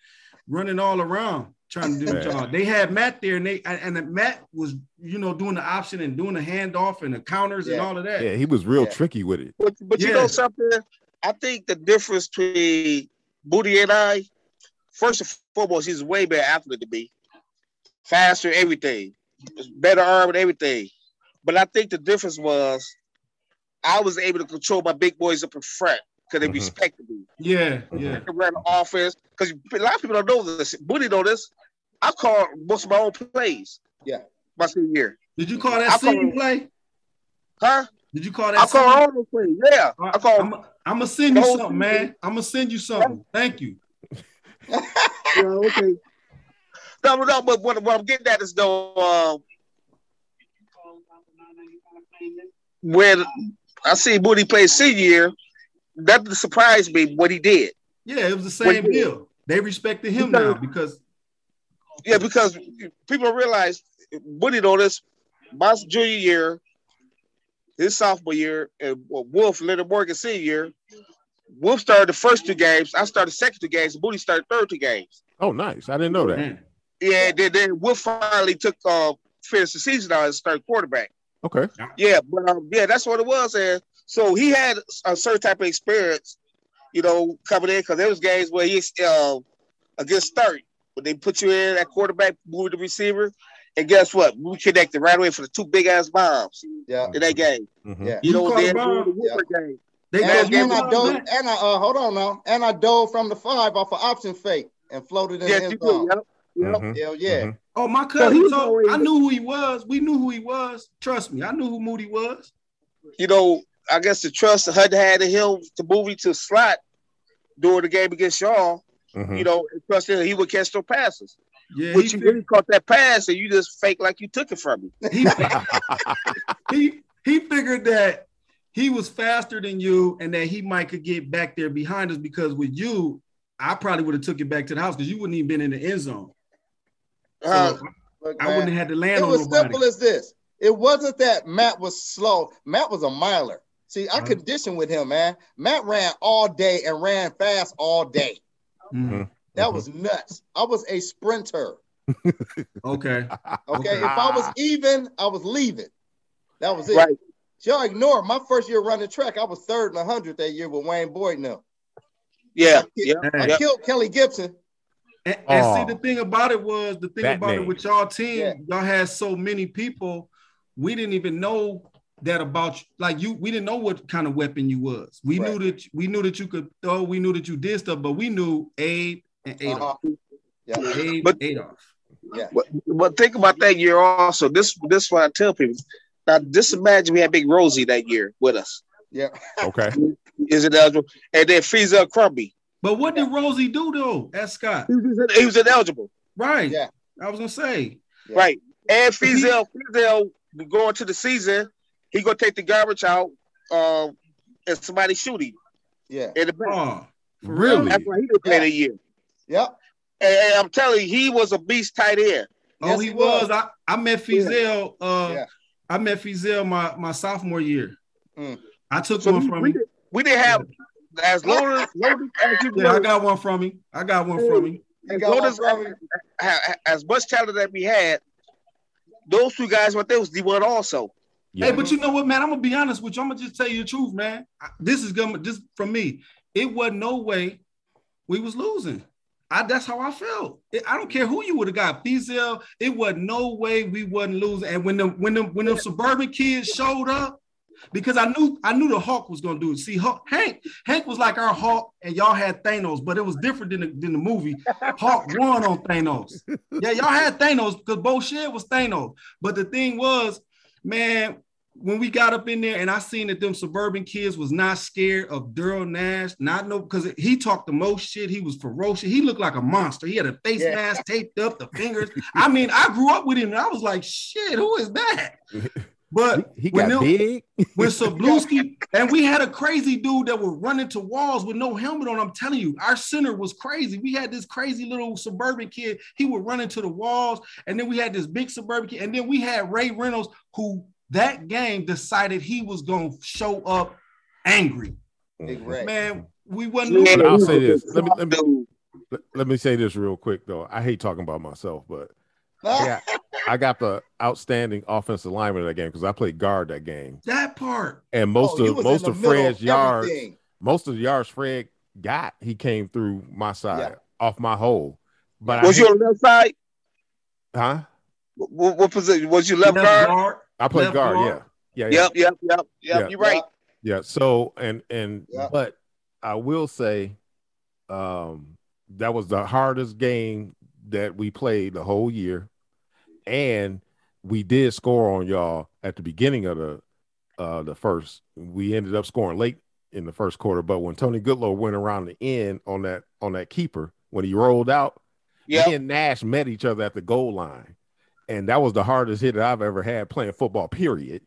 [SPEAKER 3] running all around trying to do
[SPEAKER 1] Man.
[SPEAKER 3] the job. They had Matt there, and they and and Matt was you know doing the option and doing the handoff and the counters and
[SPEAKER 4] Yeah.
[SPEAKER 3] all of that.
[SPEAKER 1] yeah, he was real
[SPEAKER 4] Yeah.
[SPEAKER 1] tricky with it.
[SPEAKER 5] But, but you
[SPEAKER 3] Yeah.
[SPEAKER 5] know something? I think the difference between Booty and I, first and foremost, he's a way better athlete to be. Faster, everything. Better arm and everything. But I think the difference was I was able to control my big boys up in front because they
[SPEAKER 1] Mhm.
[SPEAKER 5] respected me.
[SPEAKER 3] Yeah, yeah.
[SPEAKER 1] Mm-hmm.
[SPEAKER 5] I ran the offense because a lot of people don't know this. Booty know this. I called most of my own plays.
[SPEAKER 4] Yeah.
[SPEAKER 5] My senior year.
[SPEAKER 3] Did you call
[SPEAKER 5] I
[SPEAKER 3] that
[SPEAKER 5] call-
[SPEAKER 3] scene play?
[SPEAKER 5] Huh?
[SPEAKER 3] Did you call that?
[SPEAKER 5] I call
[SPEAKER 3] scene?
[SPEAKER 5] all those plays. Yeah. I call
[SPEAKER 3] Uh, I'm, I'm gonna send you
[SPEAKER 5] Those-
[SPEAKER 3] something, man. I'm gonna send you something. Thank you.
[SPEAKER 5] Yeah, okay. No, no, no, but what, what I'm getting at is though, um, when I see Booty play senior year, that surprised me what he did.
[SPEAKER 3] Yeah, it was the same
[SPEAKER 5] What-
[SPEAKER 3] deal. They respected him now
[SPEAKER 5] Because-
[SPEAKER 3] because
[SPEAKER 5] Yeah, because people don't realize Booty noticed my junior year, his sophomore year, and Wolf, Leonard Morgan senior year. Wolf started the first two games. I started the second two games. Booty started third two games.
[SPEAKER 1] Oh, nice. I didn't know that.
[SPEAKER 3] man,
[SPEAKER 5] Yeah, and then, then Wolf finally took uh, finished the season out as third quarterback.
[SPEAKER 3] Mm-hmm.
[SPEAKER 1] Okay.
[SPEAKER 5] Yeah, but um, yeah, that's what it was. And so he had a certain type of experience, you know, coming in because there was games where he's uh, against thirty, when they put you in at quarterback, move the receiver, and guess what? We connected right away for the two big ass bombs
[SPEAKER 4] Yeah.
[SPEAKER 5] in that game.
[SPEAKER 1] Mhm.
[SPEAKER 4] Yeah.
[SPEAKER 5] You
[SPEAKER 3] You
[SPEAKER 5] know,
[SPEAKER 3] caught a
[SPEAKER 5] then
[SPEAKER 3] bomb?
[SPEAKER 5] during the Whooper game.
[SPEAKER 3] they
[SPEAKER 5] Yeah,
[SPEAKER 4] And,
[SPEAKER 3] called
[SPEAKER 5] yeah,
[SPEAKER 3] you
[SPEAKER 4] and
[SPEAKER 5] but-
[SPEAKER 4] I
[SPEAKER 3] out
[SPEAKER 4] dove
[SPEAKER 3] back.
[SPEAKER 4] and I uh, hold on now. And I dove from the five off an option fake and floated in the
[SPEAKER 5] Yes, you
[SPEAKER 4] end
[SPEAKER 5] do.
[SPEAKER 4] zone.
[SPEAKER 5] Yep. Yep.
[SPEAKER 1] Mhm.
[SPEAKER 4] Hell yeah.
[SPEAKER 1] Mhm.
[SPEAKER 3] Oh, my
[SPEAKER 5] he
[SPEAKER 3] cousin
[SPEAKER 5] was
[SPEAKER 3] told
[SPEAKER 5] always-
[SPEAKER 3] I knew who he was. We knew who he was. Trust me, I knew who Moody was.
[SPEAKER 5] You know, I guess the trust the HUD had in him to move him to slot during the game against y'all.
[SPEAKER 1] Mhm.
[SPEAKER 5] You know, and trust that he would catch those passes.
[SPEAKER 3] Yeah, he,
[SPEAKER 5] But you really
[SPEAKER 3] figured,
[SPEAKER 5] caught that pass, and you just fake like you took it from him.
[SPEAKER 3] he, he he figured that he was faster than you and that he might could get back there behind us because with you, I probably would have took it back to the house because you wouldn't even been in the end zone. So
[SPEAKER 5] Uh,
[SPEAKER 4] Look,
[SPEAKER 3] I
[SPEAKER 4] Oh, man,
[SPEAKER 3] wouldn't have had to land
[SPEAKER 4] it
[SPEAKER 3] on
[SPEAKER 4] was
[SPEAKER 3] nobody.
[SPEAKER 4] simple as this. It wasn't that Matt was slow. Matt was a miler. See, I
[SPEAKER 5] Mm-hmm.
[SPEAKER 3] Mhm.
[SPEAKER 4] conditioned with him, man. Matt ran all day and ran fast all day.
[SPEAKER 3] Mhm.
[SPEAKER 4] That
[SPEAKER 5] Mm-hmm.
[SPEAKER 1] Mhm.
[SPEAKER 4] was nuts. I was a sprinter.
[SPEAKER 3] Okay.
[SPEAKER 4] Okay.
[SPEAKER 3] Okay.
[SPEAKER 4] If I
[SPEAKER 1] Ah.
[SPEAKER 4] was even, I was leaving. That was it.
[SPEAKER 5] Right.
[SPEAKER 4] Y'all ignore it. my first year running track. I was third in a hundred that year with Wayne Boyd. Now
[SPEAKER 5] Yeah.
[SPEAKER 4] Yeah.
[SPEAKER 5] Yeah.
[SPEAKER 4] I
[SPEAKER 3] Hey.
[SPEAKER 4] killed Kelly Gibson.
[SPEAKER 3] And, and
[SPEAKER 1] Oh.
[SPEAKER 3] see, the thing about it was the thing
[SPEAKER 1] That
[SPEAKER 3] about
[SPEAKER 1] name.
[SPEAKER 3] it with y'all team,
[SPEAKER 4] Yeah.
[SPEAKER 3] y'all had so many people. We didn't even know that about you. Like you, we didn't know what kind of weapon you was. We
[SPEAKER 4] Right.
[SPEAKER 3] knew that we knew that you could throw. We knew that you did stuff, but we knew Abe and Ada.
[SPEAKER 4] Uh-huh. Yeah.
[SPEAKER 3] Abe
[SPEAKER 5] But-
[SPEAKER 3] Adolf.
[SPEAKER 5] But, but think about that year also. This this is what I tell people. Now just imagine we had Big Rosie that year with us.
[SPEAKER 4] Yeah.
[SPEAKER 1] Mm-hmm. Okay.
[SPEAKER 5] Is it eligible? And then Frieza Crumby.
[SPEAKER 3] But what did Rosie do though at Scott?
[SPEAKER 5] He was, he was ineligible.
[SPEAKER 3] Right.
[SPEAKER 4] Yeah.
[SPEAKER 3] I was gonna say.
[SPEAKER 4] Yeah.
[SPEAKER 5] Right. And Frizzell, Frizzell going to the season, he gonna take the garbage out um, and somebody shoot him
[SPEAKER 4] Yeah.
[SPEAKER 5] in the back.
[SPEAKER 3] Oh, for
[SPEAKER 1] Really?
[SPEAKER 3] real?
[SPEAKER 5] That's why he didn't play the year.
[SPEAKER 4] Yep.
[SPEAKER 5] And, and I'm telling you, he was a beast tight end.
[SPEAKER 3] Oh,
[SPEAKER 4] Yes,
[SPEAKER 3] he
[SPEAKER 4] he was.
[SPEAKER 3] was. I, I met Fizel. Uh,
[SPEAKER 4] Yeah.
[SPEAKER 3] I met Fizel my, my sophomore year.
[SPEAKER 4] Mm.
[SPEAKER 3] I took
[SPEAKER 5] So
[SPEAKER 3] one
[SPEAKER 5] we,
[SPEAKER 3] from
[SPEAKER 5] we,
[SPEAKER 3] him.
[SPEAKER 5] did, we didn't have as loaded, loaded as you
[SPEAKER 3] Yeah, I
[SPEAKER 5] were,
[SPEAKER 3] got one from him. I got one from him.
[SPEAKER 4] You
[SPEAKER 5] as,
[SPEAKER 4] got
[SPEAKER 5] loaded
[SPEAKER 4] one
[SPEAKER 5] as,
[SPEAKER 4] from him?
[SPEAKER 5] as- as much talent that we had. Those two guys right there was D one also.
[SPEAKER 1] Yeah.
[SPEAKER 3] Hey, but you know what, man? I'm gonna be honest with you. I'm gonna just tell you the truth, man. I- This is gonna this from me. It wasn't no way we was losing. I that's how I felt. It- I don't care who you would have got, Fizel. It wasn't no way we wasn't losing. And when the when the when the suburban kids showed up, because I knew I knew the Hawk was gonna do it. See, Hawk, Hank Hank was like our Hawk, and y'all had Thanos, but it was different than the, than the movie. Hawk won on Thanos. Yeah, y'all had Thanos because bullshit was Thanos. But the thing was, man, when we got up in there and I seen that them suburban kids was not scared of Daryl Nash, not no because he talked the most shit. He was ferocious. He looked like a monster. He had a face
[SPEAKER 4] Yeah.
[SPEAKER 3] mask taped up, the fingers. I mean, I grew up with him and I was like, shit, who is that? But
[SPEAKER 1] he, he
[SPEAKER 3] when
[SPEAKER 1] got
[SPEAKER 3] them-
[SPEAKER 1] big.
[SPEAKER 3] when Sabluski and we had a crazy dude that would run into walls with no helmet on. I'm telling you, our center was crazy. We had this crazy little suburban kid. He would run into the walls, and then we had this big suburban kid, and then we had Ray Reynolds, who that game decided he was gonna show up angry.
[SPEAKER 4] Big
[SPEAKER 1] Mm-hmm.
[SPEAKER 4] Ray.
[SPEAKER 3] Man, we wasn't
[SPEAKER 5] And
[SPEAKER 3] losing.
[SPEAKER 1] I'll say
[SPEAKER 5] he was
[SPEAKER 1] this. Let me- let me-
[SPEAKER 5] dude.
[SPEAKER 1] Let- Let me say this real quick though. I hate talking about myself, but I
[SPEAKER 4] Yeah.
[SPEAKER 1] got, I got the outstanding offensive lineman in that game because I played guard that game,
[SPEAKER 3] that part.
[SPEAKER 1] and most
[SPEAKER 4] Oh, you
[SPEAKER 1] of
[SPEAKER 4] was
[SPEAKER 1] most
[SPEAKER 4] in the
[SPEAKER 1] of
[SPEAKER 4] middle
[SPEAKER 1] Fred's yards,
[SPEAKER 4] everything.
[SPEAKER 1] most of the yards Fred got, he came through my side off my hole. But
[SPEAKER 5] Was
[SPEAKER 1] I
[SPEAKER 5] you
[SPEAKER 1] hate-
[SPEAKER 5] on the left side?
[SPEAKER 1] huh?
[SPEAKER 5] What, what position? Was you left,
[SPEAKER 3] Left
[SPEAKER 5] guard?
[SPEAKER 3] guard.
[SPEAKER 1] I played
[SPEAKER 3] Left
[SPEAKER 1] guard,
[SPEAKER 3] guard?
[SPEAKER 1] yeah, yeah, yeah.
[SPEAKER 5] Yep, yep, yep, yep.
[SPEAKER 1] Yeah.
[SPEAKER 5] You're right.
[SPEAKER 1] Yeah. So and and
[SPEAKER 4] Yeah.
[SPEAKER 1] but I will say, um, that was the hardest game that we played the whole year, and we did score on y'all at the beginning of the uh the first. We ended up scoring late in the first quarter, but when Tony Goodlow went around the end on that on that keeper when he rolled out,
[SPEAKER 5] Yep.
[SPEAKER 1] me and Nash met each other at the goal line, and that was the hardest hit that I've ever had playing football. Period.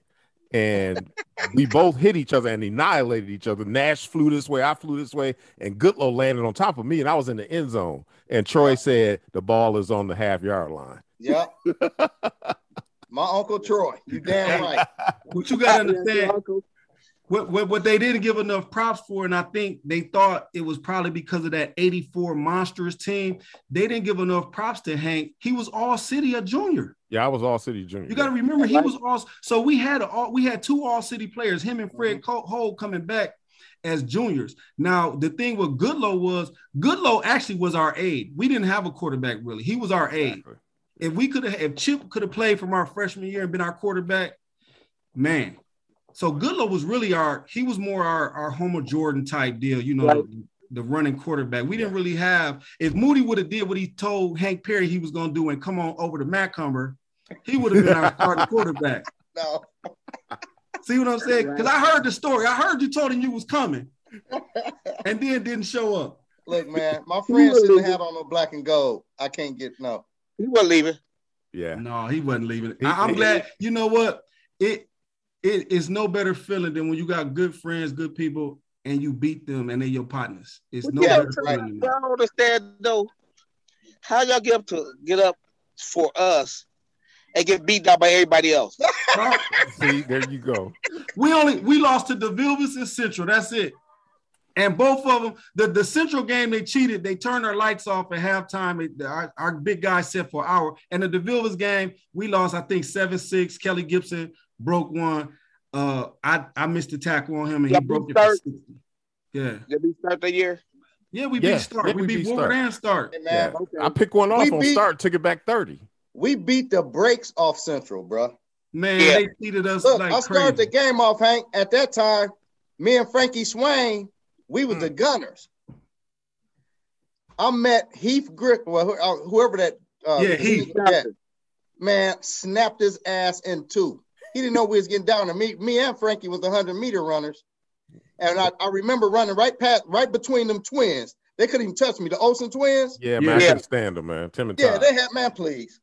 [SPEAKER 1] And we both hit each other and annihilated each other. Nash flew this way, I flew this way, and Goodlow landed on top of me, and I was in the end zone. And Troy said the ball is on the half yard line.
[SPEAKER 4] Yep. My uncle Troy. You damn right.
[SPEAKER 3] But you gotta understand, what, what what they didn't give enough props for, and I think they thought it was probably because of that 84 monstrous team. They didn't give enough props to Hank. He was all city a junior.
[SPEAKER 1] Yeah, I was all city junior.
[SPEAKER 3] You gotta remember he was all so we had a, all we had two all city players, him and Fred Col- Hole coming back as juniors. Now, the thing with Goodlow was Goodlow actually was our aide. We didn't have a quarterback really, he was our aide
[SPEAKER 1] Exactly.
[SPEAKER 3] if we could have, if Chip could have played from our freshman year and been our quarterback, man. So Goodlow was really our, he was more our, our Homer Jordan type deal, you know,
[SPEAKER 5] Right.
[SPEAKER 3] the, the running quarterback. We didn't really have, if Moody would have did what he told Hank Perry he was going to do and come on over to Macumber, he would have been our starting quarterback.
[SPEAKER 4] No.
[SPEAKER 3] See what I'm saying? Because I heard the story. I heard you told him you was coming and then didn't show up.
[SPEAKER 4] Look, man, my friend should have had on the black and gold. I can't get no.
[SPEAKER 5] He wasn't leaving.
[SPEAKER 1] Yeah.
[SPEAKER 3] No, he wasn't leaving.
[SPEAKER 1] He-
[SPEAKER 3] I, I'm
[SPEAKER 1] he-
[SPEAKER 3] glad. You know what? It it is no better feeling than when you got good friends, good people, and you beat them, and they're your partners. It's no
[SPEAKER 5] yeah,
[SPEAKER 3] better
[SPEAKER 5] right.
[SPEAKER 3] feeling. than
[SPEAKER 5] Y'all
[SPEAKER 3] that.
[SPEAKER 5] don't understand though. How y'all get up to get up for us and get beat down by everybody else?
[SPEAKER 3] Right?
[SPEAKER 1] See, there you go.
[SPEAKER 3] we only we lost to the Vilvis and Central. That's it. And both of them, the, the central game, they cheated. They turned our lights off at halftime. It- our, our big guy set for an hour. And the DeVilvis game, we lost, I think, 7 6. Kelly Gibson broke one. Uh, I, I missed the tackle on him and
[SPEAKER 5] Yeah,
[SPEAKER 3] he broke it.
[SPEAKER 5] third.
[SPEAKER 3] For 60. Yeah.
[SPEAKER 5] Did we start the year?
[SPEAKER 3] Yeah, we
[SPEAKER 1] Yeah,
[SPEAKER 3] beat Stark.
[SPEAKER 1] yeah,
[SPEAKER 3] we,
[SPEAKER 1] we
[SPEAKER 3] beat
[SPEAKER 1] beat
[SPEAKER 3] Woodward
[SPEAKER 1] Stark.
[SPEAKER 3] and Stark.
[SPEAKER 4] Hey,
[SPEAKER 1] Yeah.
[SPEAKER 4] man,
[SPEAKER 1] I picked one off
[SPEAKER 4] We
[SPEAKER 1] on
[SPEAKER 4] beat-
[SPEAKER 1] start, took it back 30.
[SPEAKER 4] we beat the brakes off Central, bro.
[SPEAKER 3] Man,
[SPEAKER 5] Yeah.
[SPEAKER 3] they cheated us
[SPEAKER 4] Look,
[SPEAKER 3] like
[SPEAKER 4] I started
[SPEAKER 3] crazy.
[SPEAKER 4] the game off, Hank. At that
[SPEAKER 3] Hmm.
[SPEAKER 4] time, me and Frankie Swain, we was the gunners. I met Heath Griff, well, who- uh, whoever that. Uh,
[SPEAKER 3] Yeah, Heath.
[SPEAKER 4] that man snapped his ass in two. He didn't know we was getting down. And me, me and Frankie was the hundred meter runners, and I, I remember running right past, right between them twins. They couldn't even touch me. The Olsen twins.
[SPEAKER 1] Yeah, man, I
[SPEAKER 5] Yeah.
[SPEAKER 1] can stand them, man. Tim and
[SPEAKER 4] Yeah,
[SPEAKER 1] Todd.
[SPEAKER 4] they had man, please.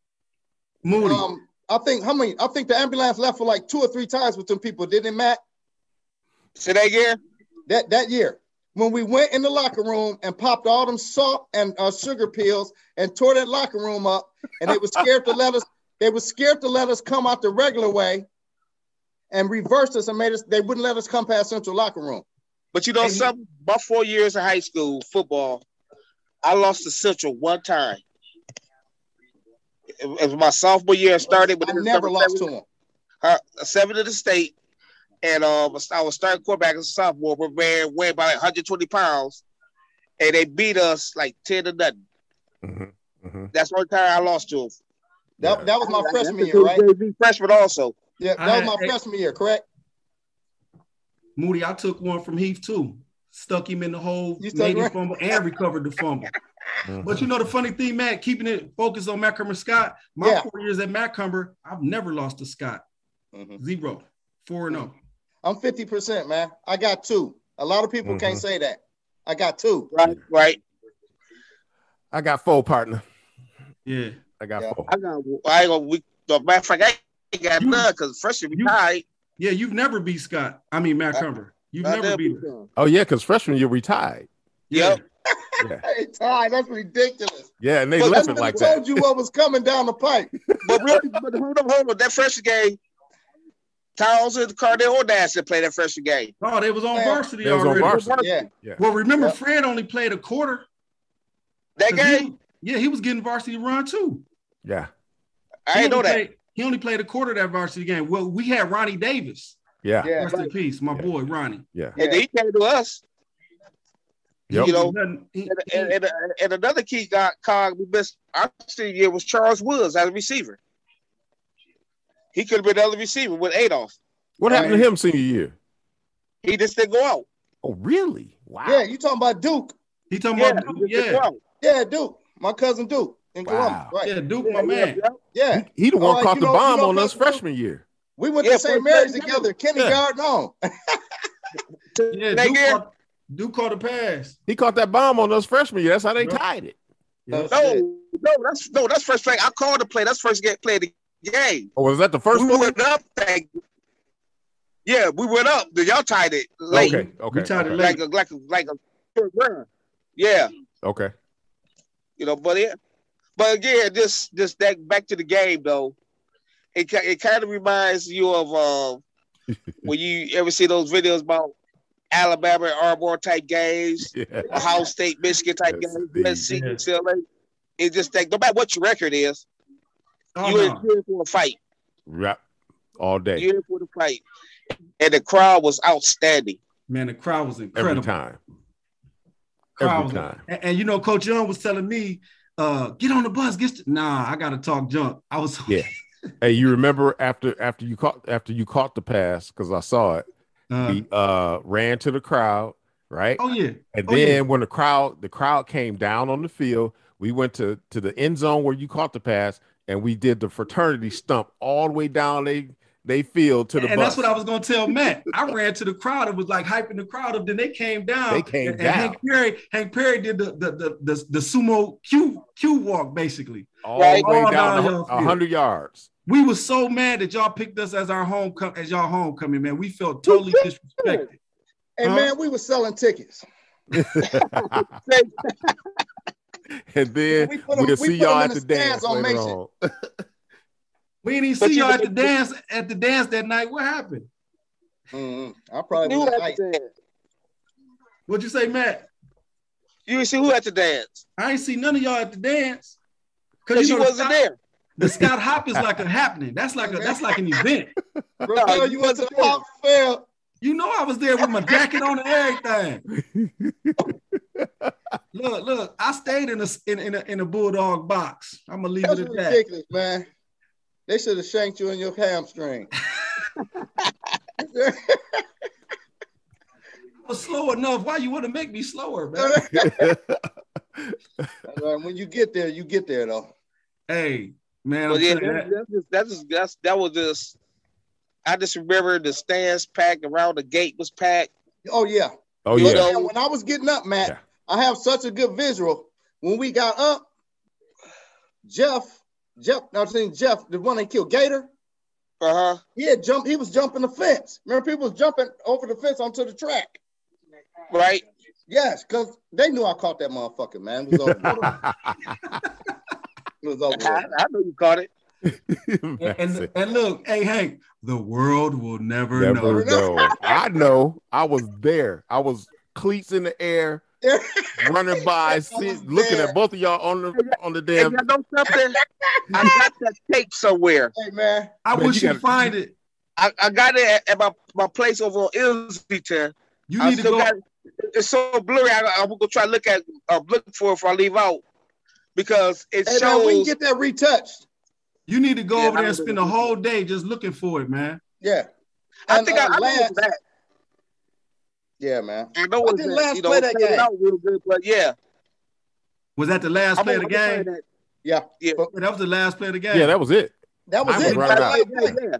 [SPEAKER 3] Moody.
[SPEAKER 4] Um, I think how many? I think the ambulance left for like two or three times with them people, didn't it, Matt?
[SPEAKER 5] Say that again.
[SPEAKER 4] that that year when we went in the locker room and popped all them salt and uh, sugar pills and tore that locker room up, and they were scared to let us. They were scared to let us come out the regular way, and reversed us and made us. They wouldn't let us come past central locker room.
[SPEAKER 5] But you know
[SPEAKER 3] And-
[SPEAKER 5] something? My four years of high school football, I lost to Central one time. It it was my sophomore year. I started with
[SPEAKER 4] I never lost to them.
[SPEAKER 5] uh, seven to the state, and um, I was starting quarterback as a sophomore. We ran way about 120 pounds, and they beat us like 10 to nothing.
[SPEAKER 1] Mhm, mhm.
[SPEAKER 5] That's the only time I lost to them.
[SPEAKER 4] That,
[SPEAKER 1] Yeah.
[SPEAKER 4] that was my
[SPEAKER 5] That's
[SPEAKER 4] freshman
[SPEAKER 5] the
[SPEAKER 4] year, right?
[SPEAKER 5] JV Freshman also.
[SPEAKER 4] Yeah,
[SPEAKER 3] I
[SPEAKER 4] that was
[SPEAKER 3] had-
[SPEAKER 4] my freshman year, correct?
[SPEAKER 3] Moody, I took one from Heath too. Stuck him in the hole,
[SPEAKER 4] You stuck
[SPEAKER 3] made him
[SPEAKER 4] right-
[SPEAKER 3] fumble, and recovered the fumble.
[SPEAKER 1] Mhm.
[SPEAKER 3] But you know the funny thing, Matt, keeping it focused on Matt Cumber Scott. My
[SPEAKER 4] Yeah.
[SPEAKER 3] four years at Matt Cumber, I've never lost to Scott.
[SPEAKER 4] Mhm.
[SPEAKER 3] Zero. Four and
[SPEAKER 4] Mm-hmm.
[SPEAKER 3] oh.
[SPEAKER 4] I'm fifty percent, man. I got two. A lot of people can't
[SPEAKER 1] Mhm.
[SPEAKER 4] say that. I got two.
[SPEAKER 5] Right, right.
[SPEAKER 1] I got four, partner.
[SPEAKER 3] Yeah.
[SPEAKER 1] I got
[SPEAKER 4] Yeah.
[SPEAKER 1] four.
[SPEAKER 5] I got. I ain't gonna. We, the matter of fact, I ain't got
[SPEAKER 3] You-
[SPEAKER 5] none because freshman we
[SPEAKER 3] you-
[SPEAKER 5] tied.
[SPEAKER 3] Yeah, you've never beat Scott. I mean Matt Cumber. You've
[SPEAKER 5] I
[SPEAKER 3] never
[SPEAKER 5] never
[SPEAKER 3] beat
[SPEAKER 5] beat
[SPEAKER 3] her.
[SPEAKER 5] them.
[SPEAKER 1] Oh yeah, because freshman year we tied.
[SPEAKER 3] Yeah.
[SPEAKER 4] Hey, Ty, that's ridiculous.
[SPEAKER 1] Yeah, and they
[SPEAKER 5] Well,
[SPEAKER 1] left
[SPEAKER 4] I
[SPEAKER 1] it like
[SPEAKER 4] told
[SPEAKER 1] that.
[SPEAKER 4] you what was coming down the pipe.
[SPEAKER 5] But really, but hold on, hold on. That freshman game, Townsend, Cardell, Odass played that freshman game.
[SPEAKER 3] Oh, they was on
[SPEAKER 4] Yeah.
[SPEAKER 3] varsity
[SPEAKER 1] They was on
[SPEAKER 3] already.
[SPEAKER 1] varsity.
[SPEAKER 4] Yeah.
[SPEAKER 3] Well, remember
[SPEAKER 4] Yeah.
[SPEAKER 3] Fred only played a quarter.
[SPEAKER 5] That
[SPEAKER 3] 'Cause he
[SPEAKER 5] game,
[SPEAKER 3] was- yeah, he was getting varsity run too.
[SPEAKER 1] Yeah,
[SPEAKER 5] I
[SPEAKER 3] He
[SPEAKER 5] didn't know
[SPEAKER 3] only
[SPEAKER 5] that.
[SPEAKER 3] played- he only played a quarter of that varsity game. Well, we had Ronnie Davis.
[SPEAKER 1] yeah,
[SPEAKER 4] Yeah.
[SPEAKER 3] Rest in peace, my
[SPEAKER 1] Yeah.
[SPEAKER 3] boy Ronnie.
[SPEAKER 1] yeah.
[SPEAKER 5] And he came to us.
[SPEAKER 1] Yep.
[SPEAKER 5] You know,
[SPEAKER 3] Nothing- he-
[SPEAKER 5] And, and, and, and another key got cog we missed our senior year was Charles Woods as a receiver. He could have been another receiver with Adolph.
[SPEAKER 1] What happened to him senior year?
[SPEAKER 5] He just didn't go out.
[SPEAKER 1] Oh, really? Wow.
[SPEAKER 4] Yeah, you talking about Duke?
[SPEAKER 3] he talking
[SPEAKER 5] Yeah,
[SPEAKER 3] about Duke.
[SPEAKER 5] he just didn't go
[SPEAKER 3] Yeah,
[SPEAKER 5] out.
[SPEAKER 4] Yeah, Duke. My cousin Duke in
[SPEAKER 1] Wow.
[SPEAKER 4] Columbus, right? Yeah.
[SPEAKER 3] yeah, Duke, my man.
[SPEAKER 5] yeah.
[SPEAKER 1] He the
[SPEAKER 4] All
[SPEAKER 1] one
[SPEAKER 4] right,
[SPEAKER 1] caught
[SPEAKER 4] you
[SPEAKER 1] the
[SPEAKER 4] know- you
[SPEAKER 1] bomb
[SPEAKER 4] know
[SPEAKER 1] on us
[SPEAKER 4] Frank Duke?
[SPEAKER 1] freshman year.
[SPEAKER 4] We went
[SPEAKER 5] Yeah,
[SPEAKER 4] to St.
[SPEAKER 5] first
[SPEAKER 4] Mary's
[SPEAKER 5] grade.
[SPEAKER 4] together, kindergarten on.
[SPEAKER 3] Yeah,
[SPEAKER 5] That
[SPEAKER 3] Duke
[SPEAKER 5] year?
[SPEAKER 3] caught, Duke caught a pass.
[SPEAKER 1] He caught that bomb on us freshman year. That's how they
[SPEAKER 3] Yep.
[SPEAKER 1] tied it.
[SPEAKER 3] Yeah.
[SPEAKER 5] No, no, that's no, that's first play. I called the play. That's first get play of the game.
[SPEAKER 1] Or Oh, was that the first
[SPEAKER 5] we
[SPEAKER 1] one?
[SPEAKER 5] went up. That, yeah, we went up. Then y'all tied it late,
[SPEAKER 1] Okay, okay,
[SPEAKER 3] We tied it
[SPEAKER 1] okay,
[SPEAKER 3] late.
[SPEAKER 5] like a like a like a short run. Yeah,
[SPEAKER 1] okay.
[SPEAKER 5] you know, but it, but again, this this that back to the game though. It ki- it kind of reminds you of uh, when you ever see those videos about Alabama and Arbor type games,
[SPEAKER 1] Yeah.
[SPEAKER 5] Ohio State, Michigan type
[SPEAKER 1] Yes,
[SPEAKER 5] games,
[SPEAKER 1] indeed.
[SPEAKER 5] USC,
[SPEAKER 3] Yeah.
[SPEAKER 5] UCLA. It just like no matter what your record is,
[SPEAKER 3] Oh,
[SPEAKER 5] you in
[SPEAKER 3] no.
[SPEAKER 5] here for a fight.
[SPEAKER 1] Right. All day.
[SPEAKER 5] You in for the fight, and the crowd was outstanding.
[SPEAKER 3] Man, the crowd was incredible.
[SPEAKER 1] Every time.
[SPEAKER 3] Crowd
[SPEAKER 1] Every
[SPEAKER 3] was-
[SPEAKER 1] time.
[SPEAKER 3] And, and you know, Coach Young was telling me, uh, get on the bus, get st-" nah, I gotta talk junk. I was
[SPEAKER 1] Yeah. Hey, you remember after after you caught after you caught the pass, because I saw it,
[SPEAKER 3] Uh,
[SPEAKER 1] he uh ran to the crowd, right?
[SPEAKER 3] oh yeah.
[SPEAKER 1] And
[SPEAKER 3] Oh, yeah.
[SPEAKER 1] then when the crowd the crowd came down on the field, we went to to the end zone where you caught the pass, and we did the fraternity stump all the way down they they field to the
[SPEAKER 3] and
[SPEAKER 1] bus.
[SPEAKER 3] that's what I was gonna tell Matt. I ran to the crowd and was like hyping the crowd up. Then they came down.
[SPEAKER 1] They came
[SPEAKER 3] and, and Hank
[SPEAKER 1] down.
[SPEAKER 3] Perry, Hank Perry did the the the, the, the sumo Q Q walk basically.
[SPEAKER 1] all
[SPEAKER 5] Right.
[SPEAKER 1] the way
[SPEAKER 3] All
[SPEAKER 1] down
[SPEAKER 3] downhill
[SPEAKER 1] a
[SPEAKER 3] field.
[SPEAKER 1] hundred yards.
[SPEAKER 3] We were so mad that y'all picked us as our home as y'all homecoming, man. We felt totally disrespected.
[SPEAKER 4] Hey
[SPEAKER 3] Huh?
[SPEAKER 4] man, we were selling tickets.
[SPEAKER 1] and then
[SPEAKER 4] We put 'em-
[SPEAKER 1] we'll
[SPEAKER 4] we
[SPEAKER 1] see
[SPEAKER 4] put 'em
[SPEAKER 1] y'all
[SPEAKER 4] in
[SPEAKER 1] at
[SPEAKER 4] the
[SPEAKER 1] the dance
[SPEAKER 4] stands on
[SPEAKER 1] later
[SPEAKER 4] Mason.
[SPEAKER 1] on.
[SPEAKER 3] We didn't even
[SPEAKER 5] But
[SPEAKER 3] see
[SPEAKER 5] you-
[SPEAKER 3] y'all at the dance at the dance that night. What happened?
[SPEAKER 4] Mhm. I probably
[SPEAKER 5] Who
[SPEAKER 4] was
[SPEAKER 5] had
[SPEAKER 4] like,
[SPEAKER 5] to dance?
[SPEAKER 3] What'd you say, Matt?
[SPEAKER 5] You see who had to dance?
[SPEAKER 3] I ain't see none of y'all at the dance.
[SPEAKER 5] Because you
[SPEAKER 3] know the
[SPEAKER 5] wasn't
[SPEAKER 3] Scott-
[SPEAKER 5] there.
[SPEAKER 3] The Scott Hop is like a happening. That's like a that's like an event.
[SPEAKER 4] bro,
[SPEAKER 5] No,
[SPEAKER 4] you
[SPEAKER 5] you
[SPEAKER 4] was a
[SPEAKER 5] wasn't there.
[SPEAKER 4] pop fail.
[SPEAKER 3] You know I was there with my jacket on and everything. look, look, I stayed in a in, in a in a bulldog box. I'm gonna leave
[SPEAKER 4] That's
[SPEAKER 3] it at that.
[SPEAKER 4] ridiculous, man. They should have shanked you in your hamstring.
[SPEAKER 3] I was slow enough. Why you want to make me slower, man?
[SPEAKER 4] That's Uh, when you get there, you get there though.
[SPEAKER 3] Hey, man,
[SPEAKER 5] But
[SPEAKER 3] I'm
[SPEAKER 5] yeah,
[SPEAKER 3] telling you,
[SPEAKER 5] that, that's just, that's just, that's, that was just. I just remember the stands packed around the gate was packed.
[SPEAKER 4] Oh yeah.
[SPEAKER 1] Oh
[SPEAKER 4] Look,
[SPEAKER 1] yeah.
[SPEAKER 5] know-
[SPEAKER 4] man, when I was getting up, Matt,
[SPEAKER 1] Yeah.
[SPEAKER 4] I have such a good visual. When we got up, Jeff, Jeff, no, I'm saying Jeff, the one that killed Gator,
[SPEAKER 5] Uh huh.
[SPEAKER 4] he had jumped, he was jumping the fence. Remember, people was jumping over the fence onto the track.
[SPEAKER 5] Right.
[SPEAKER 4] Yes, because they knew I caught that motherfucker, man. It was over. with. it was over.
[SPEAKER 5] I,
[SPEAKER 4] with.
[SPEAKER 5] I know you caught it.
[SPEAKER 3] and, and,
[SPEAKER 1] Massive.
[SPEAKER 3] and look, hey, hey, the world will never,
[SPEAKER 1] Never
[SPEAKER 3] know.
[SPEAKER 1] know. I know. I was there. I was cleats in the air, running by, see,
[SPEAKER 4] was
[SPEAKER 1] looking
[SPEAKER 4] there.
[SPEAKER 1] at both of y'all on the on the
[SPEAKER 5] Hey, y'all
[SPEAKER 1] damn.
[SPEAKER 5] know something? I got that tape somewhere.
[SPEAKER 4] Hey man,
[SPEAKER 3] I
[SPEAKER 1] Man,
[SPEAKER 3] wish
[SPEAKER 1] you
[SPEAKER 3] you,
[SPEAKER 1] gotta-
[SPEAKER 3] find it.
[SPEAKER 5] I, I got it at, at my, my place over on Islington.
[SPEAKER 3] You
[SPEAKER 5] I
[SPEAKER 3] need to
[SPEAKER 5] still
[SPEAKER 3] go.
[SPEAKER 5] got it. It's so blurry. I, I'm gonna try to look at uh, look for it if I leave out because it
[SPEAKER 4] hey man, we can
[SPEAKER 5] shows.
[SPEAKER 4] get that retouched.
[SPEAKER 3] you need to go
[SPEAKER 5] Yeah,
[SPEAKER 3] over there
[SPEAKER 5] I'm
[SPEAKER 3] and spend a
[SPEAKER 5] gonna-
[SPEAKER 3] whole day just looking for it, man.
[SPEAKER 4] Yeah,
[SPEAKER 5] I
[SPEAKER 4] and,
[SPEAKER 5] think I,
[SPEAKER 4] uh,
[SPEAKER 5] I know
[SPEAKER 4] last-
[SPEAKER 5] it's that.
[SPEAKER 4] yeah, man.
[SPEAKER 5] I know
[SPEAKER 4] I
[SPEAKER 5] it's that.
[SPEAKER 4] didn't last
[SPEAKER 5] you know,
[SPEAKER 4] play that
[SPEAKER 5] fade it
[SPEAKER 4] game.
[SPEAKER 5] out real good, but yeah,
[SPEAKER 3] Was that the last
[SPEAKER 5] I'm
[SPEAKER 3] play of
[SPEAKER 5] gonna-
[SPEAKER 3] the
[SPEAKER 5] I'm gonna
[SPEAKER 3] game?
[SPEAKER 5] play that.
[SPEAKER 4] Yeah,
[SPEAKER 3] That was the last play of the game.
[SPEAKER 1] Yeah, that was it.
[SPEAKER 4] that was
[SPEAKER 1] I was
[SPEAKER 4] it.
[SPEAKER 1] running
[SPEAKER 4] That
[SPEAKER 1] out.
[SPEAKER 4] was it.
[SPEAKER 5] Yeah, yeah.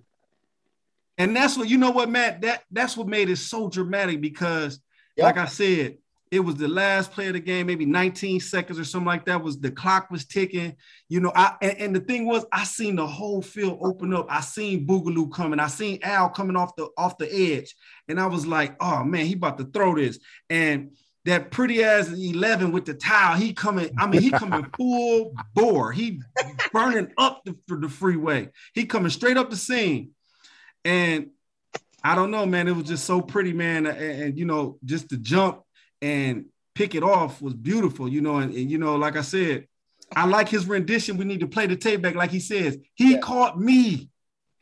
[SPEAKER 3] And that's what you know what, Matt. That that's what made it so dramatic because,
[SPEAKER 4] Yeah.
[SPEAKER 3] like I said, it was the last play of the game, maybe 19 seconds or something like that. Was the clock was ticking. You know, I and, and the thing was, I seen the whole field open up. I seen Boogaloo coming. I seen Al coming off the off the edge, and I was like, oh man, he about to throw this. And that pretty ass 11 with the towel, he coming. I mean, he coming full bore. He burning up the, the freeway. He coming straight up the scene. And I don't know, man. It was just so pretty, man. And, and, you know, just to jump and pick it off was beautiful, you know. And, and, you know, like I said, I like his rendition. We need to play the tape back, like he says. He
[SPEAKER 4] Yeah.
[SPEAKER 3] caught me.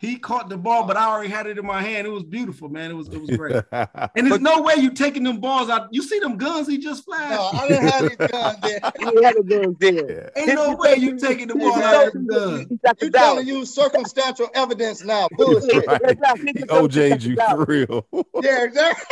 [SPEAKER 3] He caught the ball, but I already had it in my hand. It was beautiful, man. It was it was great. And there's no way you taking them balls out. You see them guns he just flashed.
[SPEAKER 4] No, I didn't have these guns there.
[SPEAKER 5] You had a good deal.
[SPEAKER 1] Yeah.
[SPEAKER 3] Ain't no way you taking the ball out of them guns.
[SPEAKER 5] You got
[SPEAKER 4] You
[SPEAKER 5] the
[SPEAKER 4] trying
[SPEAKER 5] dollar.
[SPEAKER 4] to use circumstantial evidence now? Bullshit.
[SPEAKER 1] Right.
[SPEAKER 5] Exactly.
[SPEAKER 1] He OJ'd you for real.
[SPEAKER 4] Yeah, exactly.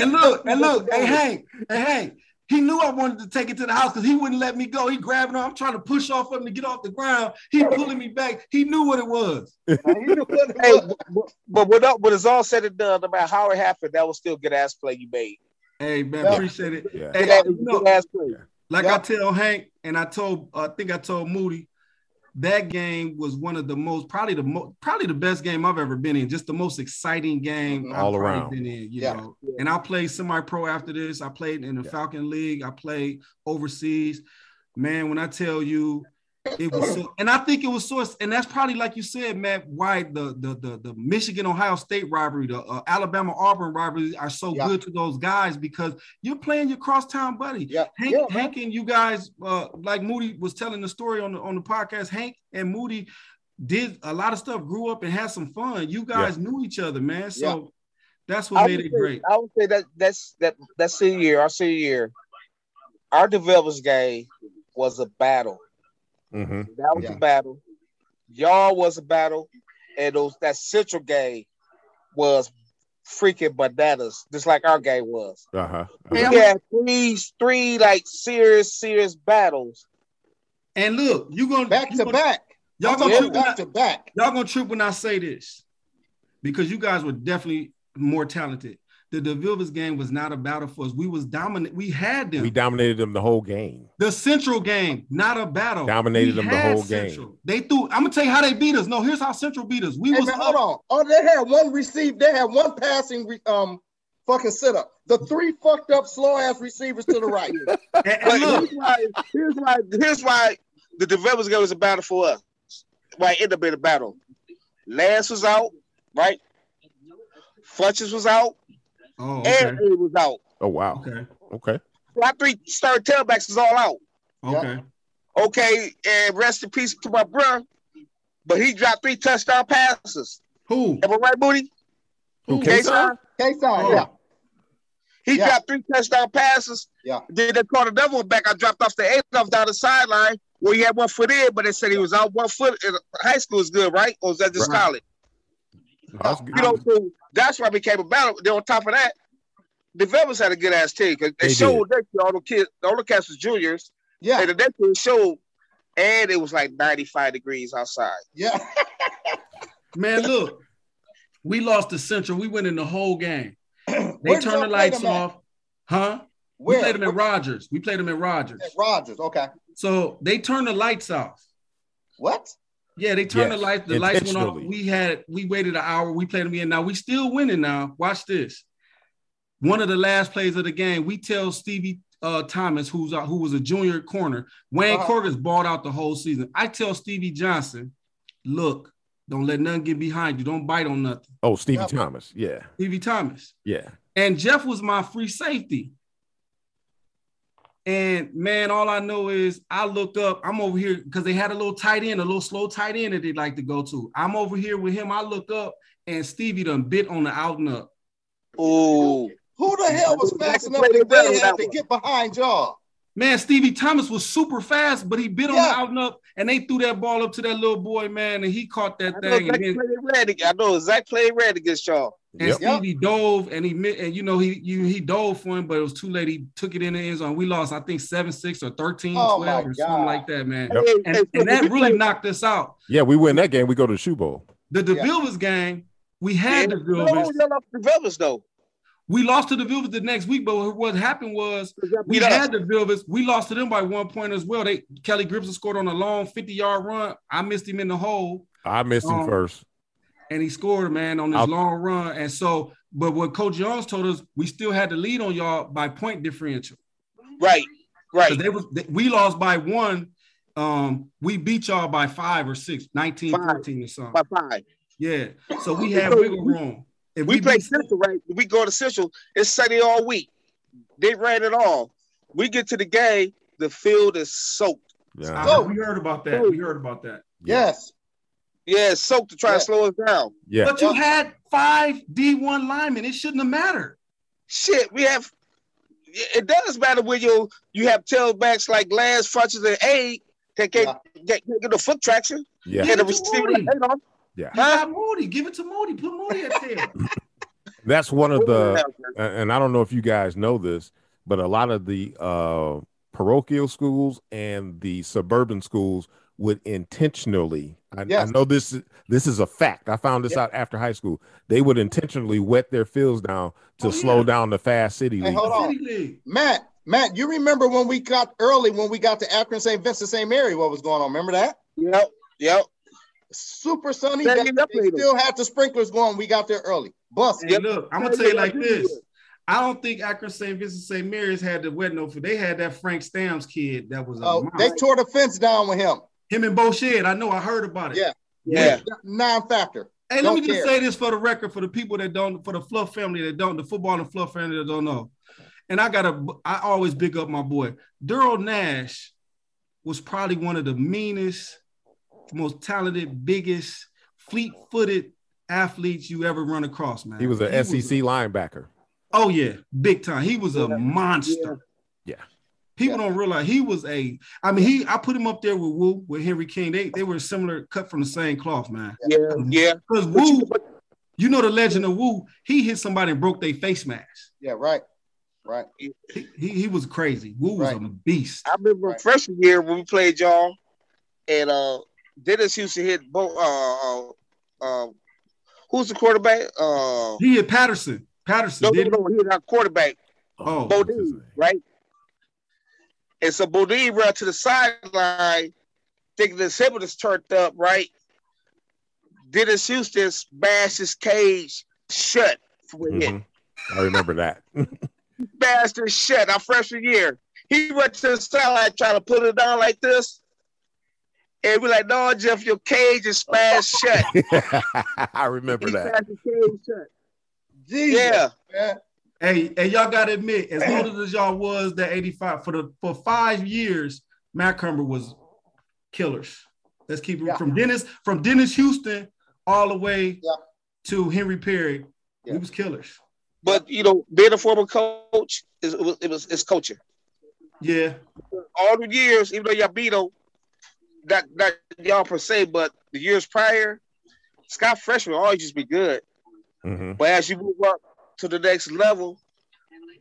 [SPEAKER 3] And look, and look, hey Hank, hey Hank, he knew I wanted to take it to the house because he wouldn't let me go. He grabbing on, I'm trying to push off of him to get off the ground. He pulling me back. He knew what it was.
[SPEAKER 4] You know what it
[SPEAKER 5] Hey,
[SPEAKER 4] was.
[SPEAKER 5] but, but- but when, all- when it's all said and done, no matter how it happened, that was still good ass play you made.
[SPEAKER 3] Hey man,
[SPEAKER 4] Yeah.
[SPEAKER 3] appreciate it.
[SPEAKER 1] Yeah.
[SPEAKER 3] Hey,
[SPEAKER 5] Good ass,
[SPEAKER 3] you know,
[SPEAKER 5] good ass play.
[SPEAKER 3] like
[SPEAKER 4] Yeah.
[SPEAKER 3] I tell Hank, and I told, I think I told Moody, that game was one of the most, probably the most, probably the best game I've ever been in. Just the most exciting game
[SPEAKER 4] Mhm.
[SPEAKER 3] I've
[SPEAKER 1] All
[SPEAKER 3] probably
[SPEAKER 1] around.
[SPEAKER 3] Been in, you
[SPEAKER 4] Yeah.
[SPEAKER 3] know. And I played semi-pro after this. I played in the
[SPEAKER 1] Yeah.
[SPEAKER 3] Falcon League. I played overseas. Man, when I tell you, it was so, and I think it was source, and that's probably like you said, Matt. Why the the the, the Michigan Ohio State rivalry, the uh, Alabama Auburn rivalry are so
[SPEAKER 4] Yeah.
[SPEAKER 3] good to those guys because you're playing your crosstown buddy.
[SPEAKER 4] Yeah,
[SPEAKER 3] Hank,
[SPEAKER 4] yeah, man.
[SPEAKER 3] Hank and you guys, uh, like Moody was telling the story on the on the podcast. Hank and Moody did a lot of stuff, grew up and had some fun. You guys knew each other, man. So that's what
[SPEAKER 5] I
[SPEAKER 3] made
[SPEAKER 5] would,
[SPEAKER 3] it
[SPEAKER 5] say,
[SPEAKER 3] great.
[SPEAKER 5] I would say that that's that that senior year, our senior year, our developers game was a battle.
[SPEAKER 1] Mhm.
[SPEAKER 5] That was
[SPEAKER 4] Yeah.
[SPEAKER 5] a battle. Y'all was a battle, and those that central game was freaking bananas, just like our game was.
[SPEAKER 1] Uh-huh.
[SPEAKER 3] Hey,
[SPEAKER 1] Uh-huh.
[SPEAKER 3] I'm-
[SPEAKER 5] We had three three like serious serious battles.
[SPEAKER 3] And look, you gonna
[SPEAKER 4] Back
[SPEAKER 3] you
[SPEAKER 4] to
[SPEAKER 3] gonna-
[SPEAKER 4] back.
[SPEAKER 3] Y'all gonna
[SPEAKER 5] Yeah.
[SPEAKER 3] trip when I-
[SPEAKER 4] Back to back.
[SPEAKER 3] y'all gonna trip when I say this because you guys were definitely more talented. The DeVilvis game was not a battle for us. We was dominant. We had them.
[SPEAKER 1] We dominated them the whole game.
[SPEAKER 3] the Central game, not a battle.
[SPEAKER 1] Dominated them the
[SPEAKER 3] had
[SPEAKER 1] whole game.
[SPEAKER 3] Central. They threw. I'm gonna tell you how they beat us. No, here's how Central beat us. We
[SPEAKER 4] Hey,
[SPEAKER 3] was
[SPEAKER 4] man,
[SPEAKER 3] up.
[SPEAKER 4] hold on. Oh, they had one receive. They had one passing re- um fucking sit up. The three fucked up slow ass receivers to the right.
[SPEAKER 3] And, and
[SPEAKER 5] But
[SPEAKER 3] look,
[SPEAKER 5] here's why, here's why here's why the developers game was a battle for us. Why it ended up being a battle. Lance was out, right? Funches was out,
[SPEAKER 3] oh,
[SPEAKER 5] and
[SPEAKER 3] okay,
[SPEAKER 5] it was out.
[SPEAKER 1] Oh wow.
[SPEAKER 3] okay,
[SPEAKER 1] Okay.
[SPEAKER 5] My three star tailbacks is all out.
[SPEAKER 3] okay.
[SPEAKER 5] Okay, and rest in peace to my brother. But he dropped three touchdown passes.
[SPEAKER 3] Who?
[SPEAKER 5] Am I right, Booty?
[SPEAKER 1] Who
[SPEAKER 3] Who?
[SPEAKER 1] K-Side?
[SPEAKER 5] K-Side?
[SPEAKER 4] Case on,
[SPEAKER 3] Oh,
[SPEAKER 4] yeah.
[SPEAKER 5] He
[SPEAKER 4] Yeah.
[SPEAKER 5] dropped three touchdown passes.
[SPEAKER 4] Yeah.
[SPEAKER 5] Then they caught another one back. I dropped off the eight off down the sideline where he had one foot in, but they said he was out one foot. In high school is good, right? Or was that just
[SPEAKER 3] Right.
[SPEAKER 5] college?
[SPEAKER 1] Oh, that's good.
[SPEAKER 5] You know, so that's why it became a battle. Then on top of that, developers had a good ass team because they,
[SPEAKER 1] They
[SPEAKER 5] showed that year all the kids, all the cats was juniors,
[SPEAKER 4] Yeah,
[SPEAKER 5] and the next year showed, and it was like 95 degrees outside.
[SPEAKER 4] yeah.
[SPEAKER 3] Man, look, we lost the Central. We went in the whole game. They
[SPEAKER 4] Where did y'all
[SPEAKER 3] turned the
[SPEAKER 4] play
[SPEAKER 3] lights
[SPEAKER 4] them at?
[SPEAKER 3] off. Huh?
[SPEAKER 4] Where?
[SPEAKER 3] We played them at Rogers. We played them at Rogers.
[SPEAKER 4] At Rogers. Okay.
[SPEAKER 3] So they turned the lights off.
[SPEAKER 4] What?
[SPEAKER 3] Yeah, they turned
[SPEAKER 1] Yes,
[SPEAKER 3] the lights. The lights went off.
[SPEAKER 1] intentionally.
[SPEAKER 3] We had we waited an hour. We played them again. Now we still winning. Now watch this. One of the last plays of the game, we tell Stevie uh, Thomas, who's uh, who was a junior corner, Wayne
[SPEAKER 4] Uh-huh.
[SPEAKER 3] Corker's balled out the whole season. I tell Stevie Johnson, look, don't let nothing get behind you. Don't bite on nothing.
[SPEAKER 1] Oh, Stevie
[SPEAKER 4] Yeah.
[SPEAKER 1] Thomas. Yeah.
[SPEAKER 3] Stevie Thomas
[SPEAKER 1] Yeah.
[SPEAKER 3] and Jeff was my free safety. And man, all I know is I look up. I'm over here because they had a little tight end, a little slow tight end that they like to go to. I'm over here with him. I look up, and Stevie done bit on the out and up.
[SPEAKER 5] Ooh,
[SPEAKER 4] Who the hell was
[SPEAKER 5] Play
[SPEAKER 4] fast
[SPEAKER 5] the
[SPEAKER 4] enough that
[SPEAKER 5] bell
[SPEAKER 4] they
[SPEAKER 5] that
[SPEAKER 4] had to
[SPEAKER 5] one.
[SPEAKER 4] get behind y'all?
[SPEAKER 3] Man, Stevie Thomas was super fast, but he bit on the
[SPEAKER 4] Yeah.
[SPEAKER 3] out and up, and they threw that ball up to that little boy, man, and he caught that
[SPEAKER 5] I know
[SPEAKER 3] thing.
[SPEAKER 5] Zach
[SPEAKER 3] And, then,
[SPEAKER 5] played red. ag- I know Zach played red against y'all.
[SPEAKER 3] and
[SPEAKER 1] Yep.
[SPEAKER 4] Yep.
[SPEAKER 3] Stevie dove, and he mi- and you know he you, he dove for him, but it was too late. He took it in the end zone. We lost, I think seven six or 13,
[SPEAKER 4] Oh,
[SPEAKER 3] 12
[SPEAKER 4] my
[SPEAKER 3] or
[SPEAKER 4] God.
[SPEAKER 3] something like that, man.
[SPEAKER 1] Yep.
[SPEAKER 5] Hey,
[SPEAKER 3] and,
[SPEAKER 5] hey,
[SPEAKER 3] and that
[SPEAKER 5] we
[SPEAKER 3] really
[SPEAKER 5] played-
[SPEAKER 3] knocked us out.
[SPEAKER 1] Yeah, we win that game. We go to the Shoe Bowl.
[SPEAKER 3] The
[SPEAKER 4] Yeah.
[SPEAKER 3] DeVilvers game, we
[SPEAKER 5] Yeah,
[SPEAKER 3] had the
[SPEAKER 5] we
[SPEAKER 3] DeVilvers.
[SPEAKER 5] lost y'all off the Vilvers, though.
[SPEAKER 3] We lost to the DeVilvers the next week, but what happened was we
[SPEAKER 5] Beat us.
[SPEAKER 3] had the DeVilvers. We lost to them by one point as well. They Kelly Gibson scored on a long 50-yard run. I missed him in the hole,
[SPEAKER 1] I missed him
[SPEAKER 3] Um,
[SPEAKER 1] first.
[SPEAKER 3] and he scored, man, on this
[SPEAKER 1] I'll-
[SPEAKER 3] long run. And so, but what Coach Jones told us, we still had the lead on y'all by point differential.
[SPEAKER 5] right, right.
[SPEAKER 3] 'Cause They was, they- we lost by one. Um, we beat y'all by five or six, 19,
[SPEAKER 5] Five.
[SPEAKER 3] 14 or something.
[SPEAKER 5] By five.
[SPEAKER 3] Yeah. So we had
[SPEAKER 5] So
[SPEAKER 3] wiggle room. If
[SPEAKER 5] We, play
[SPEAKER 3] beat-
[SPEAKER 5] Central, right? We go to Central. It's sunny all week. They ran it all. We get to the game. The field is soaked.
[SPEAKER 1] Yeah.
[SPEAKER 3] I-
[SPEAKER 4] So-
[SPEAKER 3] Oh, we heard about that. We heard about that.
[SPEAKER 4] Yes.
[SPEAKER 5] Yeah, it's soaked to try
[SPEAKER 4] Yeah.
[SPEAKER 5] to slow us down.
[SPEAKER 1] Yeah.
[SPEAKER 3] But you had five D1 linemen. It shouldn't have mattered.
[SPEAKER 5] Shit, we have. It does matter when you you have tailbacks like Lance, Funches, and A that can't get, get the foot traction.
[SPEAKER 1] Yeah.
[SPEAKER 5] And the
[SPEAKER 3] Give it to
[SPEAKER 5] receiver
[SPEAKER 3] Moody.
[SPEAKER 5] like Adolph.
[SPEAKER 1] Yeah.
[SPEAKER 3] You got Moody. Give it to Moody. Put Moody at there.
[SPEAKER 1] That's one of the
[SPEAKER 5] Huh?
[SPEAKER 1] a- and I don't know if you guys know this, but a lot of the uh, parochial schools and the suburban schools would intentionally. I,
[SPEAKER 4] Yes.
[SPEAKER 1] I know this. is- This is a fact. I found this
[SPEAKER 4] Yeah.
[SPEAKER 1] out after high school. They would intentionally wet their fields down to
[SPEAKER 3] Oh,
[SPEAKER 1] slow
[SPEAKER 3] yeah.
[SPEAKER 1] down the fast city
[SPEAKER 4] Hey,
[SPEAKER 1] league.
[SPEAKER 4] hold on.
[SPEAKER 3] City League.
[SPEAKER 4] Matt, Matt, you remember when we got early when we got to Akron St. Vincent St. Mary, what was going on? Remember that?
[SPEAKER 5] Yep, yep.
[SPEAKER 4] Super sunny.
[SPEAKER 5] Yeah,
[SPEAKER 4] day.
[SPEAKER 5] you definitely
[SPEAKER 4] They
[SPEAKER 5] do.
[SPEAKER 4] still had the sprinklers going. We got there early. uh, Bust.
[SPEAKER 3] Hey, look, I'm gonna tell you like this. I don't think Akron St. Vincent St. Mary's had the wet no for they had that Frank Stamps kid that was a
[SPEAKER 4] Oh,
[SPEAKER 3] mouse.
[SPEAKER 4] they tore the fence down with him.
[SPEAKER 3] him and Bo Shed. I know I heard about it.
[SPEAKER 4] Yeah.
[SPEAKER 5] Yeah.
[SPEAKER 4] Non-factor.
[SPEAKER 3] Hey, let
[SPEAKER 4] Don't
[SPEAKER 3] me just
[SPEAKER 4] care.
[SPEAKER 3] say this for the record, for the people that don't, for the Fluff family that don't, the football and Fluff family that don't know. And I gotta, I always big up my boy. Daryl Nash was probably one of the meanest, most talented, biggest, fleet-footed athletes you ever run across, man.
[SPEAKER 1] He was E an SEC
[SPEAKER 3] a-
[SPEAKER 1] linebacker.
[SPEAKER 3] oh yeah, big time. He was a
[SPEAKER 5] Yeah.
[SPEAKER 3] monster.
[SPEAKER 1] Yeah.
[SPEAKER 3] People don't realize he was a. I mean, he. I put him up there with Woo, with Henry King. They they were similar, cut from the same cloth, man.
[SPEAKER 5] Yeah, yeah.
[SPEAKER 3] Because
[SPEAKER 5] But you-
[SPEAKER 3] Woo, you know the legend of Wu. He hit somebody and broke their face mask.
[SPEAKER 4] Yeah, right. Right.
[SPEAKER 3] He, he, he was crazy. Wu was a beast.
[SPEAKER 5] I remember
[SPEAKER 4] Right.
[SPEAKER 5] freshman year when we played y'all, and uh, Dennis used to hit both. Uh, uh, uh, who's the quarterback? Uh,
[SPEAKER 3] He hit Patterson. Patterson
[SPEAKER 5] no, no,
[SPEAKER 3] did
[SPEAKER 5] no, he was our quarterback,
[SPEAKER 3] Oh.
[SPEAKER 1] what's
[SPEAKER 5] Bodine,
[SPEAKER 1] his name?
[SPEAKER 5] right? And so Bodine ran to the sideline, thinking his hip was turned up, right? Dennis Houston smashed his cage shut with it.
[SPEAKER 1] Mhm. I remember that.
[SPEAKER 5] bastard shut our freshman year. He went to the sideline trying to put it down like this. And we're like, no, Jeff, your cage is smashed shut.
[SPEAKER 1] I remember
[SPEAKER 5] He
[SPEAKER 1] that.
[SPEAKER 5] smashed his cage shut.
[SPEAKER 4] Jesus,
[SPEAKER 5] Yeah.
[SPEAKER 4] man.
[SPEAKER 3] Hey, and y'all gotta admit, as old as y'all was that 85, for the for five years, Matt Cumber was killers. Let's keep it
[SPEAKER 4] Yeah.
[SPEAKER 3] from Dennis, from Dennis Houston all the way
[SPEAKER 4] Yeah.
[SPEAKER 3] to Henry Perry.
[SPEAKER 4] Yeah.
[SPEAKER 3] We was killers.
[SPEAKER 5] But you know, being a former coach is it was, it was it's coaching.
[SPEAKER 3] Yeah.
[SPEAKER 5] All the years, even though y'all beat him, not not y'all per se, but the years prior, Scott Freshman always used to be good.
[SPEAKER 1] Mhm.
[SPEAKER 5] But as you move up to the next level,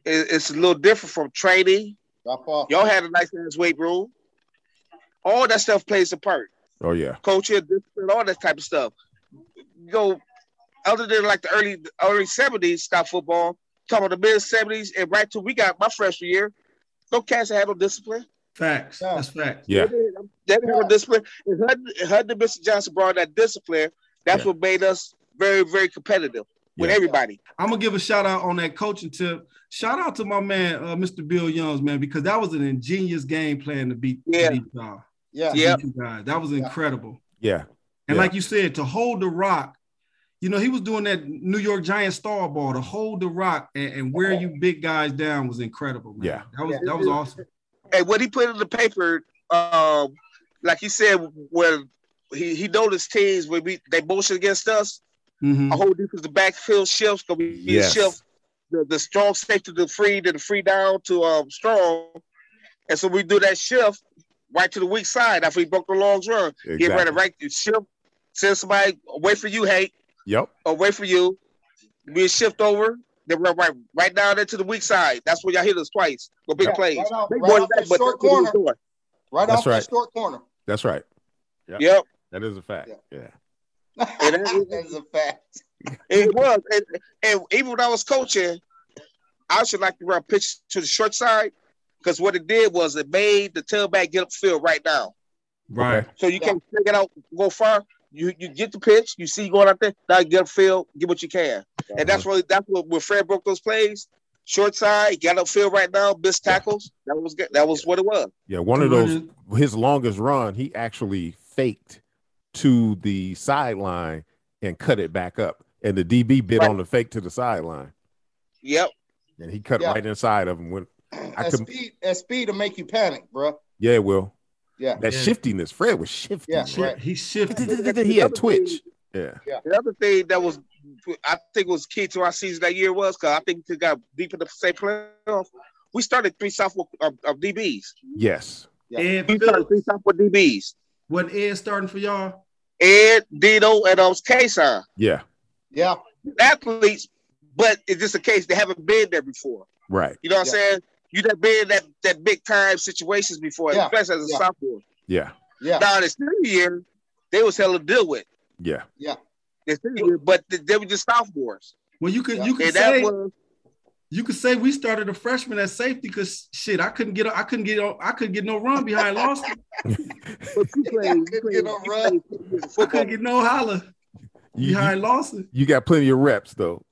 [SPEAKER 5] It- it's a little different from training.
[SPEAKER 4] Drop off.
[SPEAKER 5] Y'all had a nice ass weight room. All that stuff plays a part.
[SPEAKER 1] Oh yeah.
[SPEAKER 5] Culture, discipline, all that type of stuff. You know, other than like the early early seventies stop football, talking about the mid seventies and right till we got my freshman year, no cats that had no discipline.
[SPEAKER 3] Facts.
[SPEAKER 4] Yeah.
[SPEAKER 3] That's facts.
[SPEAKER 1] Yeah.
[SPEAKER 5] They didn't, they didn't have no discipline. And Hud- Hud and Mr. Johnson brought that discipline. That's
[SPEAKER 1] Yeah.
[SPEAKER 5] what made us very, very competitive with
[SPEAKER 1] Yeah.
[SPEAKER 5] everybody.
[SPEAKER 3] I'm gonna give a shout out on that coaching tip. Shout out to my man, uh, Mr. Bill Youngs, man, because that was an ingenious game plan to beat, to
[SPEAKER 5] Yeah.
[SPEAKER 3] beat y'all.
[SPEAKER 4] Yeah.
[SPEAKER 3] to
[SPEAKER 5] Yep.
[SPEAKER 3] beat you guys. That was incredible.
[SPEAKER 1] Yeah.
[SPEAKER 3] And
[SPEAKER 1] Yeah.
[SPEAKER 3] like you said, to hold the rock, you know, he was doing that New York Giants star ball to hold the rock and, and wear you big guys down was incredible, man.
[SPEAKER 1] Yeah.
[SPEAKER 3] That was
[SPEAKER 4] Yeah.
[SPEAKER 3] that was awesome.
[SPEAKER 5] and what he put in the paper, um, like he said, when he, he noticed teams when we they motion against us,
[SPEAKER 3] Mhm.
[SPEAKER 5] our whole defensive backfield shifts because we
[SPEAKER 1] Yes.
[SPEAKER 5] shift the, the strong safety to the free to the free down to um strong, and so we do that shift right to the weak side after he broke the long run. Get ready, right shift, send somebody away for you, hate
[SPEAKER 1] Yep.
[SPEAKER 5] away from you. We shift over. Then we're right right down into the weak side. That's where y'all hit us twice. Go big
[SPEAKER 4] Yeah,
[SPEAKER 5] plays.
[SPEAKER 4] Right off,
[SPEAKER 5] They
[SPEAKER 4] right
[SPEAKER 5] wanted
[SPEAKER 4] off
[SPEAKER 5] that,
[SPEAKER 4] the
[SPEAKER 5] but
[SPEAKER 4] short
[SPEAKER 5] that's what we was
[SPEAKER 4] corner.
[SPEAKER 5] doing.
[SPEAKER 4] Right
[SPEAKER 1] That's
[SPEAKER 4] off
[SPEAKER 1] right.
[SPEAKER 4] the short corner.
[SPEAKER 1] That's right.
[SPEAKER 5] Yep.
[SPEAKER 1] That is a fact.
[SPEAKER 4] Yeah.
[SPEAKER 1] Yeah.
[SPEAKER 5] it-
[SPEAKER 4] that is a fact.
[SPEAKER 5] It was, and, and even when I was coaching, I should like to run pitch to the short side because what it did was it made the tailback get up field right now,
[SPEAKER 3] Right.
[SPEAKER 5] so you
[SPEAKER 4] Yeah.
[SPEAKER 5] can't take it out, go far. You you get the pitch, you see you going out there, now you get up field, get what you can, and that's what that's what when Fred broke those plays, short side, got up field right now, missed tackles. That was good. That was what it was.
[SPEAKER 1] Yeah, one of those his longest run, he actually faked to the sideline and cut it back up. And the DB bit
[SPEAKER 5] Right.
[SPEAKER 1] on the fake to the sideline.
[SPEAKER 5] Yep.
[SPEAKER 1] And he cut
[SPEAKER 4] Yeah.
[SPEAKER 1] right inside of him. When I
[SPEAKER 4] At
[SPEAKER 1] could,
[SPEAKER 4] speed, at speed to make you panic, bro.
[SPEAKER 1] yeah, Will.
[SPEAKER 4] Yeah.
[SPEAKER 1] That
[SPEAKER 3] Yeah.
[SPEAKER 1] shiftiness. Fred was shifting.
[SPEAKER 4] Yeah,
[SPEAKER 1] man.
[SPEAKER 4] right.
[SPEAKER 3] He shifted.
[SPEAKER 1] He had twitch. Yeah.
[SPEAKER 5] The other thing that was, I think, was key to our season that year was because I think we got deep in the state playoff. We started three uh, sophomore of, of DBs.
[SPEAKER 1] Yes.
[SPEAKER 3] Ed
[SPEAKER 5] We started
[SPEAKER 3] Phillips
[SPEAKER 5] three sophomore DBs.
[SPEAKER 3] wasn't Ed starting for y'all.
[SPEAKER 5] Ed, Dino, and um, Kason.
[SPEAKER 1] Yeah.
[SPEAKER 4] Yeah.
[SPEAKER 5] Athletes, but it's just a case they haven't been there before.
[SPEAKER 1] Right.
[SPEAKER 5] You know what
[SPEAKER 4] Yeah.
[SPEAKER 5] I'm saying? You done been in that that big time situations before,
[SPEAKER 4] Yeah.
[SPEAKER 5] especially as a
[SPEAKER 4] Yeah.
[SPEAKER 5] sophomore.
[SPEAKER 1] Yeah.
[SPEAKER 4] Yeah.
[SPEAKER 5] Now this new year, they was hell to deal with.
[SPEAKER 1] Yeah.
[SPEAKER 5] This new year, but they- they were just sophomores,
[SPEAKER 3] Well, you could
[SPEAKER 4] Yeah.
[SPEAKER 3] you could
[SPEAKER 5] and
[SPEAKER 3] say
[SPEAKER 5] that was
[SPEAKER 3] you could say we started a freshman at safety because shit, I couldn't get I couldn't get I couldn't get no run behind Lawson.
[SPEAKER 5] what you played.
[SPEAKER 4] I couldn't get a run.
[SPEAKER 3] I couldn't get no holler
[SPEAKER 1] You, you,
[SPEAKER 3] behind Lawson.
[SPEAKER 1] you got plenty of reps though.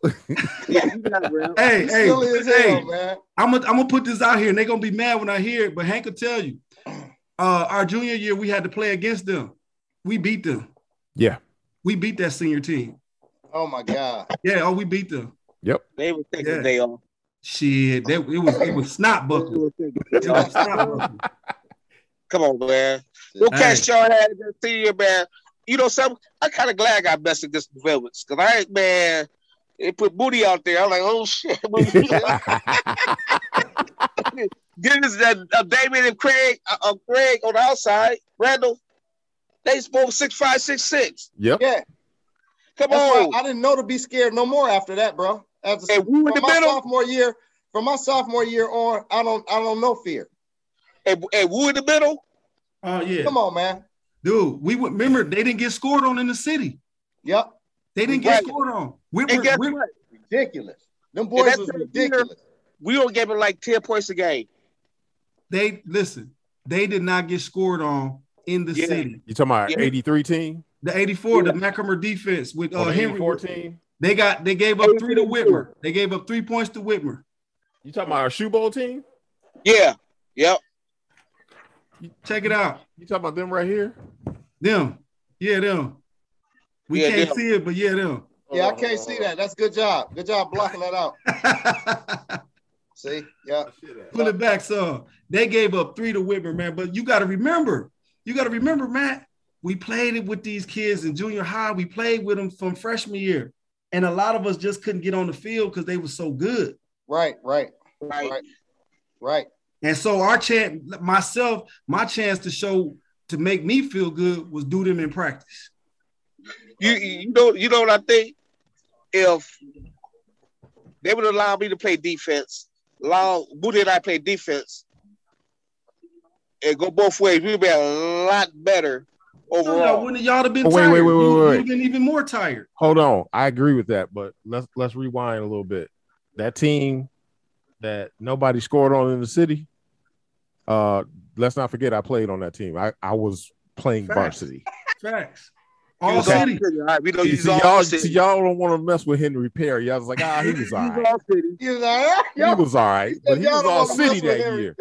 [SPEAKER 5] Yeah, you got it, bro.
[SPEAKER 3] Hey,
[SPEAKER 4] You
[SPEAKER 3] hey,
[SPEAKER 4] silly as
[SPEAKER 3] hey,
[SPEAKER 4] hell, man.
[SPEAKER 3] I'm gonna I'm gonna put this out here, and they're gonna be mad when I hear it. But Hank will tell you, uh, our junior year we had to play against them. We beat them.
[SPEAKER 1] Yeah.
[SPEAKER 3] We beat that senior team.
[SPEAKER 4] Oh my God.
[SPEAKER 3] Yeah, oh, we beat them.
[SPEAKER 5] They were taking
[SPEAKER 3] Yeah.
[SPEAKER 5] the day off.
[SPEAKER 3] Shit, that it was it was snot
[SPEAKER 5] They
[SPEAKER 3] buckle.
[SPEAKER 5] were taking-
[SPEAKER 3] It was snot buckle.
[SPEAKER 5] Come on, man. What
[SPEAKER 3] Hey.
[SPEAKER 5] catch y'all had this year, man? You know something? I'm kind of glad I got bested this Velvets because I ain't, man, they put booty out there. I'm like, oh shit. Get this that uh, Damien and Craig, uh, uh, Craig on the outside, Randall. They both six five, six six.
[SPEAKER 1] yep.
[SPEAKER 4] Yeah.
[SPEAKER 5] Come
[SPEAKER 4] That's why
[SPEAKER 5] on,
[SPEAKER 4] I didn't know to be scared no more after that, bro. After
[SPEAKER 5] and we were in the
[SPEAKER 4] from my
[SPEAKER 5] middle,
[SPEAKER 4] sophomore year, from my sophomore year on, I don't I don't know fear.
[SPEAKER 5] and, and we were in the middle.
[SPEAKER 3] Oh yeah,
[SPEAKER 4] Come on, man.
[SPEAKER 3] dude. We would remember they didn't get scored on in the city.
[SPEAKER 4] Yep.
[SPEAKER 3] They didn't get
[SPEAKER 5] Right.
[SPEAKER 3] scored on. We
[SPEAKER 5] And
[SPEAKER 3] were,
[SPEAKER 5] guess
[SPEAKER 3] we,
[SPEAKER 5] what?
[SPEAKER 4] Ridiculous. Them boys
[SPEAKER 5] that's
[SPEAKER 4] was
[SPEAKER 5] the year-
[SPEAKER 4] ridiculous.
[SPEAKER 5] We only gave it like ten points a game.
[SPEAKER 3] they listen. They did not get scored on in the
[SPEAKER 5] Yeah.
[SPEAKER 3] city.
[SPEAKER 1] You talking about
[SPEAKER 5] Yeah.
[SPEAKER 1] 83 team?
[SPEAKER 3] The '84,
[SPEAKER 5] Yeah.
[SPEAKER 3] the
[SPEAKER 5] Oh,
[SPEAKER 3] Macomber defense with uh,
[SPEAKER 1] Or the
[SPEAKER 3] Henry.
[SPEAKER 1] 84 team?
[SPEAKER 3] They got they gave up three to Whitmer. They gave up three points to Whitmer.
[SPEAKER 1] You talking about our shoe bowl team?
[SPEAKER 5] Yeah, yep.
[SPEAKER 3] Check it out.
[SPEAKER 1] You talking about them right here?
[SPEAKER 3] Them. Yeah, them. We
[SPEAKER 5] Yeah,
[SPEAKER 3] can't
[SPEAKER 5] them.
[SPEAKER 3] see it, but yeah, them.
[SPEAKER 4] Yeah, I can't see that. That's good job. Good job blocking that out. See? Yeah.
[SPEAKER 3] Oh, Pull it back, son. They gave up three to Whitmer, man. But you got to remember, you got to remember, Matt. We played it with these kids in junior high. We played with them from freshman year, and a lot of us just couldn't get on the field because they were so good.
[SPEAKER 4] Right, right,
[SPEAKER 5] Right.
[SPEAKER 4] Right. right.
[SPEAKER 3] And so our chance, myself, my chance to show to make me feel good was do them in practice.
[SPEAKER 5] You you know you know what I think? If they would allow me to play defense Long Booty and I play defense. It go both ways. We'd be a lot better
[SPEAKER 3] y'all
[SPEAKER 5] overall.
[SPEAKER 3] wouldn't y'all have been
[SPEAKER 1] Oh, wait,
[SPEAKER 3] tired.
[SPEAKER 1] wait, wait,
[SPEAKER 3] You-
[SPEAKER 1] wait, wait.
[SPEAKER 3] You've been even more tired.
[SPEAKER 1] Hold on, I agree with that, but let's let's rewind a little bit. That team that nobody scored on in the city. Uh, let's not forget I played on that team. I I was playing
[SPEAKER 3] Facts.
[SPEAKER 1] varsity.
[SPEAKER 3] Facts.
[SPEAKER 5] You
[SPEAKER 3] All
[SPEAKER 5] was all
[SPEAKER 3] city.
[SPEAKER 5] All right, we know
[SPEAKER 1] See,
[SPEAKER 5] you
[SPEAKER 1] see,
[SPEAKER 5] all
[SPEAKER 1] y'all,
[SPEAKER 5] city.
[SPEAKER 1] see, y'all don't want to mess with Henry Perry. Y'all was like, ah, he was
[SPEAKER 5] You
[SPEAKER 1] all right.
[SPEAKER 5] all city.
[SPEAKER 4] You know,
[SPEAKER 1] He was all right, but he was all city that year.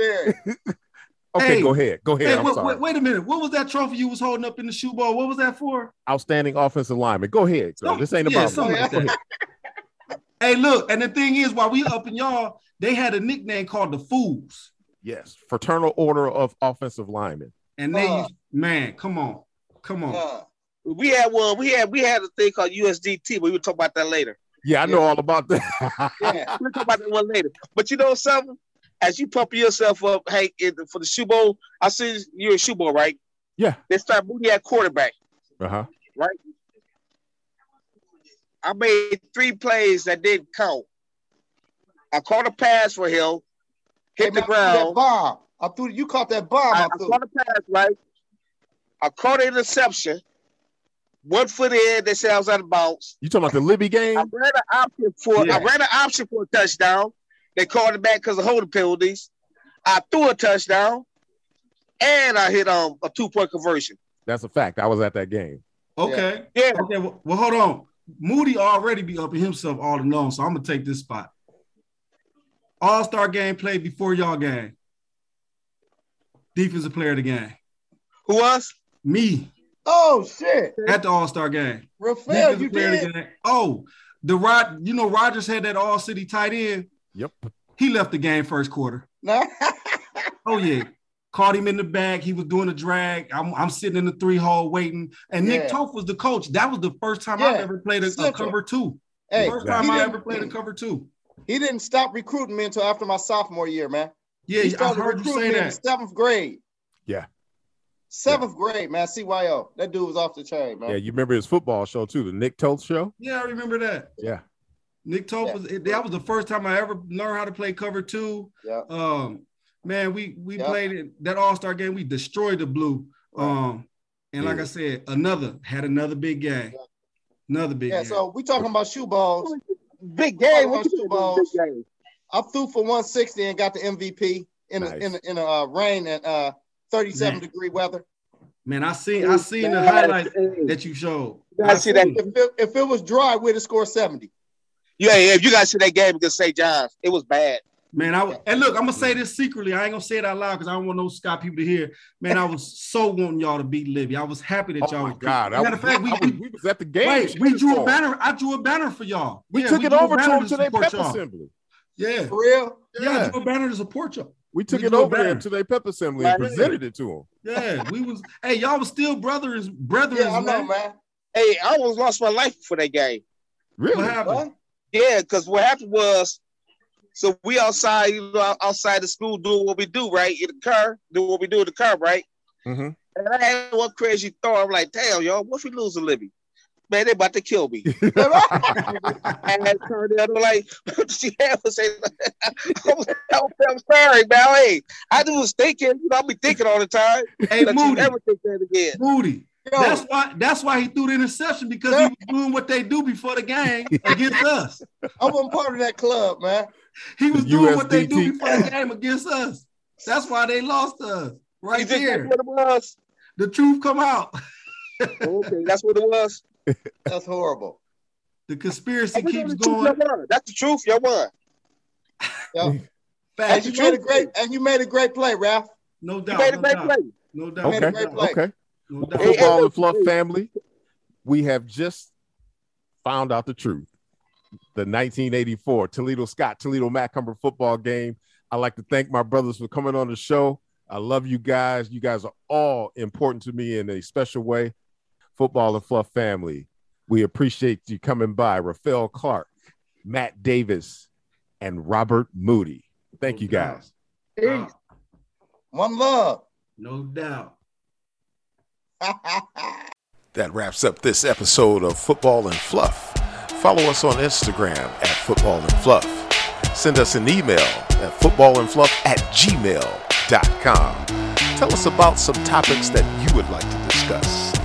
[SPEAKER 1] Okay,
[SPEAKER 3] Hey.
[SPEAKER 1] go ahead. Go ahead.
[SPEAKER 3] Hey,
[SPEAKER 1] I'm
[SPEAKER 3] wait,
[SPEAKER 1] sorry.
[SPEAKER 3] wait, wait a minute. What was that trophy you was holding up in the shoe ball? What was that for?
[SPEAKER 1] Outstanding offensive lineman. Go ahead. Joe.
[SPEAKER 3] Some-
[SPEAKER 1] This ain't
[SPEAKER 3] yeah,
[SPEAKER 1] about
[SPEAKER 3] something
[SPEAKER 1] me.
[SPEAKER 3] like
[SPEAKER 1] Go
[SPEAKER 3] that.
[SPEAKER 1] ahead.
[SPEAKER 3] Hey, look, and the thing is, while we up in y'all, they had a nickname called the Fools.
[SPEAKER 1] Yes, fraternal order of offensive linemen.
[SPEAKER 3] And they
[SPEAKER 4] Uh.
[SPEAKER 3] used, man, come on. Come on.
[SPEAKER 5] We had one. We had we had a thing called USDT, but we will talk about that later.
[SPEAKER 1] Yeah, I know
[SPEAKER 4] Yeah.
[SPEAKER 1] all about that.
[SPEAKER 4] yeah.
[SPEAKER 5] We'll talk about that one later. But you know something? As you pump yourself up, hey, in, for the shoe bowl, I see you're a shoe bowl, right?
[SPEAKER 1] yeah.
[SPEAKER 5] They start booty at quarterback.
[SPEAKER 1] Uh huh.
[SPEAKER 5] I made three plays that didn't count. I caught a pass for him, hit the
[SPEAKER 4] That
[SPEAKER 5] ground.
[SPEAKER 4] bomb. I threw you caught that bomb.
[SPEAKER 5] I,
[SPEAKER 4] I,
[SPEAKER 5] I
[SPEAKER 4] threw.
[SPEAKER 5] caught a pass, right? I caught an interception. One foot in, they said I was out of bounds.
[SPEAKER 1] You talking about the Libby
[SPEAKER 5] I
[SPEAKER 1] game?
[SPEAKER 5] ran an option for
[SPEAKER 1] Yeah.
[SPEAKER 5] I ran an option for a touchdown. They called it back because of holding penalties. I threw a touchdown, and I hit um a two point conversion.
[SPEAKER 1] That's a fact. I was at that game.
[SPEAKER 3] Okay.
[SPEAKER 5] Yeah,
[SPEAKER 3] Okay. Well, well, hold on. Moody already be upping himself all alone, so I'm gonna take this spot. All star game play before y'all game. Defensive player of the game.
[SPEAKER 5] who else?
[SPEAKER 3] Me
[SPEAKER 4] Oh shit,
[SPEAKER 3] at the all star game.
[SPEAKER 4] Rafael, you
[SPEAKER 3] Defensive player of the
[SPEAKER 4] did.
[SPEAKER 3] game. Oh, the Rod. You know Rogers had that all city tight end.
[SPEAKER 1] Yep.
[SPEAKER 3] He left the game first quarter.
[SPEAKER 4] Nah.
[SPEAKER 3] Oh yeah. Caught him in the back. He was doing a drag. I'm, I'm sitting in the three hole waiting. And Nick
[SPEAKER 4] Yeah.
[SPEAKER 3] Toth was the coach. That was the first time I've
[SPEAKER 4] Yeah.
[SPEAKER 3] ever played a, a
[SPEAKER 4] Central.
[SPEAKER 3] cover two.
[SPEAKER 4] hey,
[SPEAKER 3] first
[SPEAKER 1] exactly.
[SPEAKER 3] time
[SPEAKER 4] he
[SPEAKER 3] I
[SPEAKER 4] didn't-
[SPEAKER 3] ever played a cover two.
[SPEAKER 4] he didn't stop recruiting me until after my sophomore year, man.
[SPEAKER 3] Yeah,
[SPEAKER 4] he
[SPEAKER 3] I
[SPEAKER 4] started
[SPEAKER 3] heard you
[SPEAKER 4] recruiting
[SPEAKER 3] say
[SPEAKER 4] me in
[SPEAKER 3] that.
[SPEAKER 4] the seventh grade.
[SPEAKER 1] Yeah.
[SPEAKER 4] Seventh grade, man. CYO. That dude was off the chain, man.
[SPEAKER 1] Yeah, you remember his football show too, the Nick Toth show?
[SPEAKER 3] Yeah, I remember that.
[SPEAKER 1] Yeah.
[SPEAKER 3] Nick Toth was that was the first time I ever learned how to play cover two.
[SPEAKER 4] Yeah.
[SPEAKER 3] Um, man, we we
[SPEAKER 4] Yeah.
[SPEAKER 3] played it, that All Star game. We destroyed the blue. Um, and like
[SPEAKER 1] Yeah.
[SPEAKER 3] I said, another had another big game, another big
[SPEAKER 4] Yeah,
[SPEAKER 3] game.
[SPEAKER 4] so we talking about shoe balls.
[SPEAKER 5] Big game. What you
[SPEAKER 4] Two
[SPEAKER 5] doing about
[SPEAKER 4] balls.
[SPEAKER 5] big game?
[SPEAKER 4] I threw for 160 and got the MVP in a,
[SPEAKER 1] Nice. Mm.
[SPEAKER 4] in a, in a uh, rain and uh, 37
[SPEAKER 3] Man.
[SPEAKER 4] degree weather.
[SPEAKER 3] Man, I seen I seen the highlights that you showed.
[SPEAKER 5] I see that.
[SPEAKER 3] seen it.
[SPEAKER 4] If it, if it was dry, we'd have scored 70.
[SPEAKER 5] Yeah, yeah. If you guys see that game against St. John's, it was bad.
[SPEAKER 3] Man, I w- and look, I'm gonna say this secretly. I ain't gonna say it out loud because I don't want no Scott people to hear. Man, I was so wanting y'all to beat Libby. I was happy that
[SPEAKER 1] Oh
[SPEAKER 3] y'all.
[SPEAKER 1] my
[SPEAKER 3] was
[SPEAKER 1] God. I
[SPEAKER 3] Matter of
[SPEAKER 1] was-
[SPEAKER 3] fact, we,
[SPEAKER 1] I was-
[SPEAKER 3] we
[SPEAKER 1] we was at the game.
[SPEAKER 3] Wait, we
[SPEAKER 1] Shit,
[SPEAKER 3] drew
[SPEAKER 1] boy.
[SPEAKER 3] a banner. I drew a banner for y'all.
[SPEAKER 1] We
[SPEAKER 3] Yeah,
[SPEAKER 1] took it
[SPEAKER 3] drew a
[SPEAKER 1] over to
[SPEAKER 3] banner
[SPEAKER 1] him to their
[SPEAKER 3] support
[SPEAKER 1] pep
[SPEAKER 3] y'all.
[SPEAKER 1] assembly.
[SPEAKER 3] Yeah.
[SPEAKER 4] For real?
[SPEAKER 3] yeah, I
[SPEAKER 1] Yeah.
[SPEAKER 3] drew a banner to support y'all.
[SPEAKER 1] We took
[SPEAKER 3] We
[SPEAKER 1] it
[SPEAKER 3] drew a
[SPEAKER 1] over there
[SPEAKER 3] banner.
[SPEAKER 1] to their pep assembly
[SPEAKER 5] Right.
[SPEAKER 1] and presented it to him.
[SPEAKER 3] Yeah, we was. hey, y'all was still brothers, brothers.
[SPEAKER 4] Yeah, I know, man.
[SPEAKER 5] Hey, I almost lost my life for that game.
[SPEAKER 1] Really?
[SPEAKER 3] What happened?
[SPEAKER 4] What?
[SPEAKER 5] Yeah, because what happened was, so we outside, you know, outside the school doing what we do, right? In the car, doing what we do in the car, right?
[SPEAKER 1] Mhm.
[SPEAKER 5] And I had one crazy thought. I'm like, damn, y'all, what if we lose a Libby? Man, they about to kill me. I had turned the other like, she had was saying, I'm sorry, now. Hey, I just was thinking, you know, I be thinking all the time.
[SPEAKER 3] hey,
[SPEAKER 5] that you
[SPEAKER 3] Moody,
[SPEAKER 5] never think that again.
[SPEAKER 3] Moody.
[SPEAKER 4] Yo,
[SPEAKER 3] That's why. That's why he threw the interception because he was doing what they do before the game against us.
[SPEAKER 4] I wasn't part of that club, man.
[SPEAKER 3] He was
[SPEAKER 1] The
[SPEAKER 3] doing what they do
[SPEAKER 1] USDT.
[SPEAKER 3] before the game against us. That's why they lost to us
[SPEAKER 5] You
[SPEAKER 3] right
[SPEAKER 5] think that's
[SPEAKER 3] there.
[SPEAKER 5] what it was?
[SPEAKER 3] The truth come out.
[SPEAKER 5] Okay, that's what it was.
[SPEAKER 4] That's horrible.
[SPEAKER 3] The conspiracy
[SPEAKER 5] We know
[SPEAKER 3] keeps
[SPEAKER 5] the truth,
[SPEAKER 3] going.
[SPEAKER 5] y'all won. That's the truth. Y'all won.
[SPEAKER 4] Yo, and
[SPEAKER 3] Facts,
[SPEAKER 4] you made a great and you made a great play, Ralph.
[SPEAKER 3] no
[SPEAKER 5] You
[SPEAKER 3] doubt.
[SPEAKER 5] made a
[SPEAKER 3] no
[SPEAKER 5] great
[SPEAKER 3] doubt,
[SPEAKER 5] play.
[SPEAKER 3] No doubt.
[SPEAKER 1] Okay.
[SPEAKER 3] no doubt,
[SPEAKER 4] play.
[SPEAKER 1] Okay.
[SPEAKER 3] No doubt.
[SPEAKER 5] Hey, hey,
[SPEAKER 1] Football
[SPEAKER 5] look,
[SPEAKER 1] and Fluff
[SPEAKER 5] hey.
[SPEAKER 1] family, we have just found out the truth. The 1984 Toledo Scott Toledo Matt Cumber football game. I'd like to thank my brothers for coming on the show. I love you guys. You guys are all important to me in a special way. Football and Fluff family, we appreciate you coming by. Rafael Clark, Matt Davis, and Robert Moody.
[SPEAKER 3] Oh,
[SPEAKER 1] Thank you guys.
[SPEAKER 3] No doubt.
[SPEAKER 4] One love.
[SPEAKER 3] No doubt.
[SPEAKER 1] That wraps up this episode of Football and Fluff. Follow us on Instagram at Football and Fluff. Send us an email at footballandfluff at gmail.com. Tell us about some topics that you would like to discuss.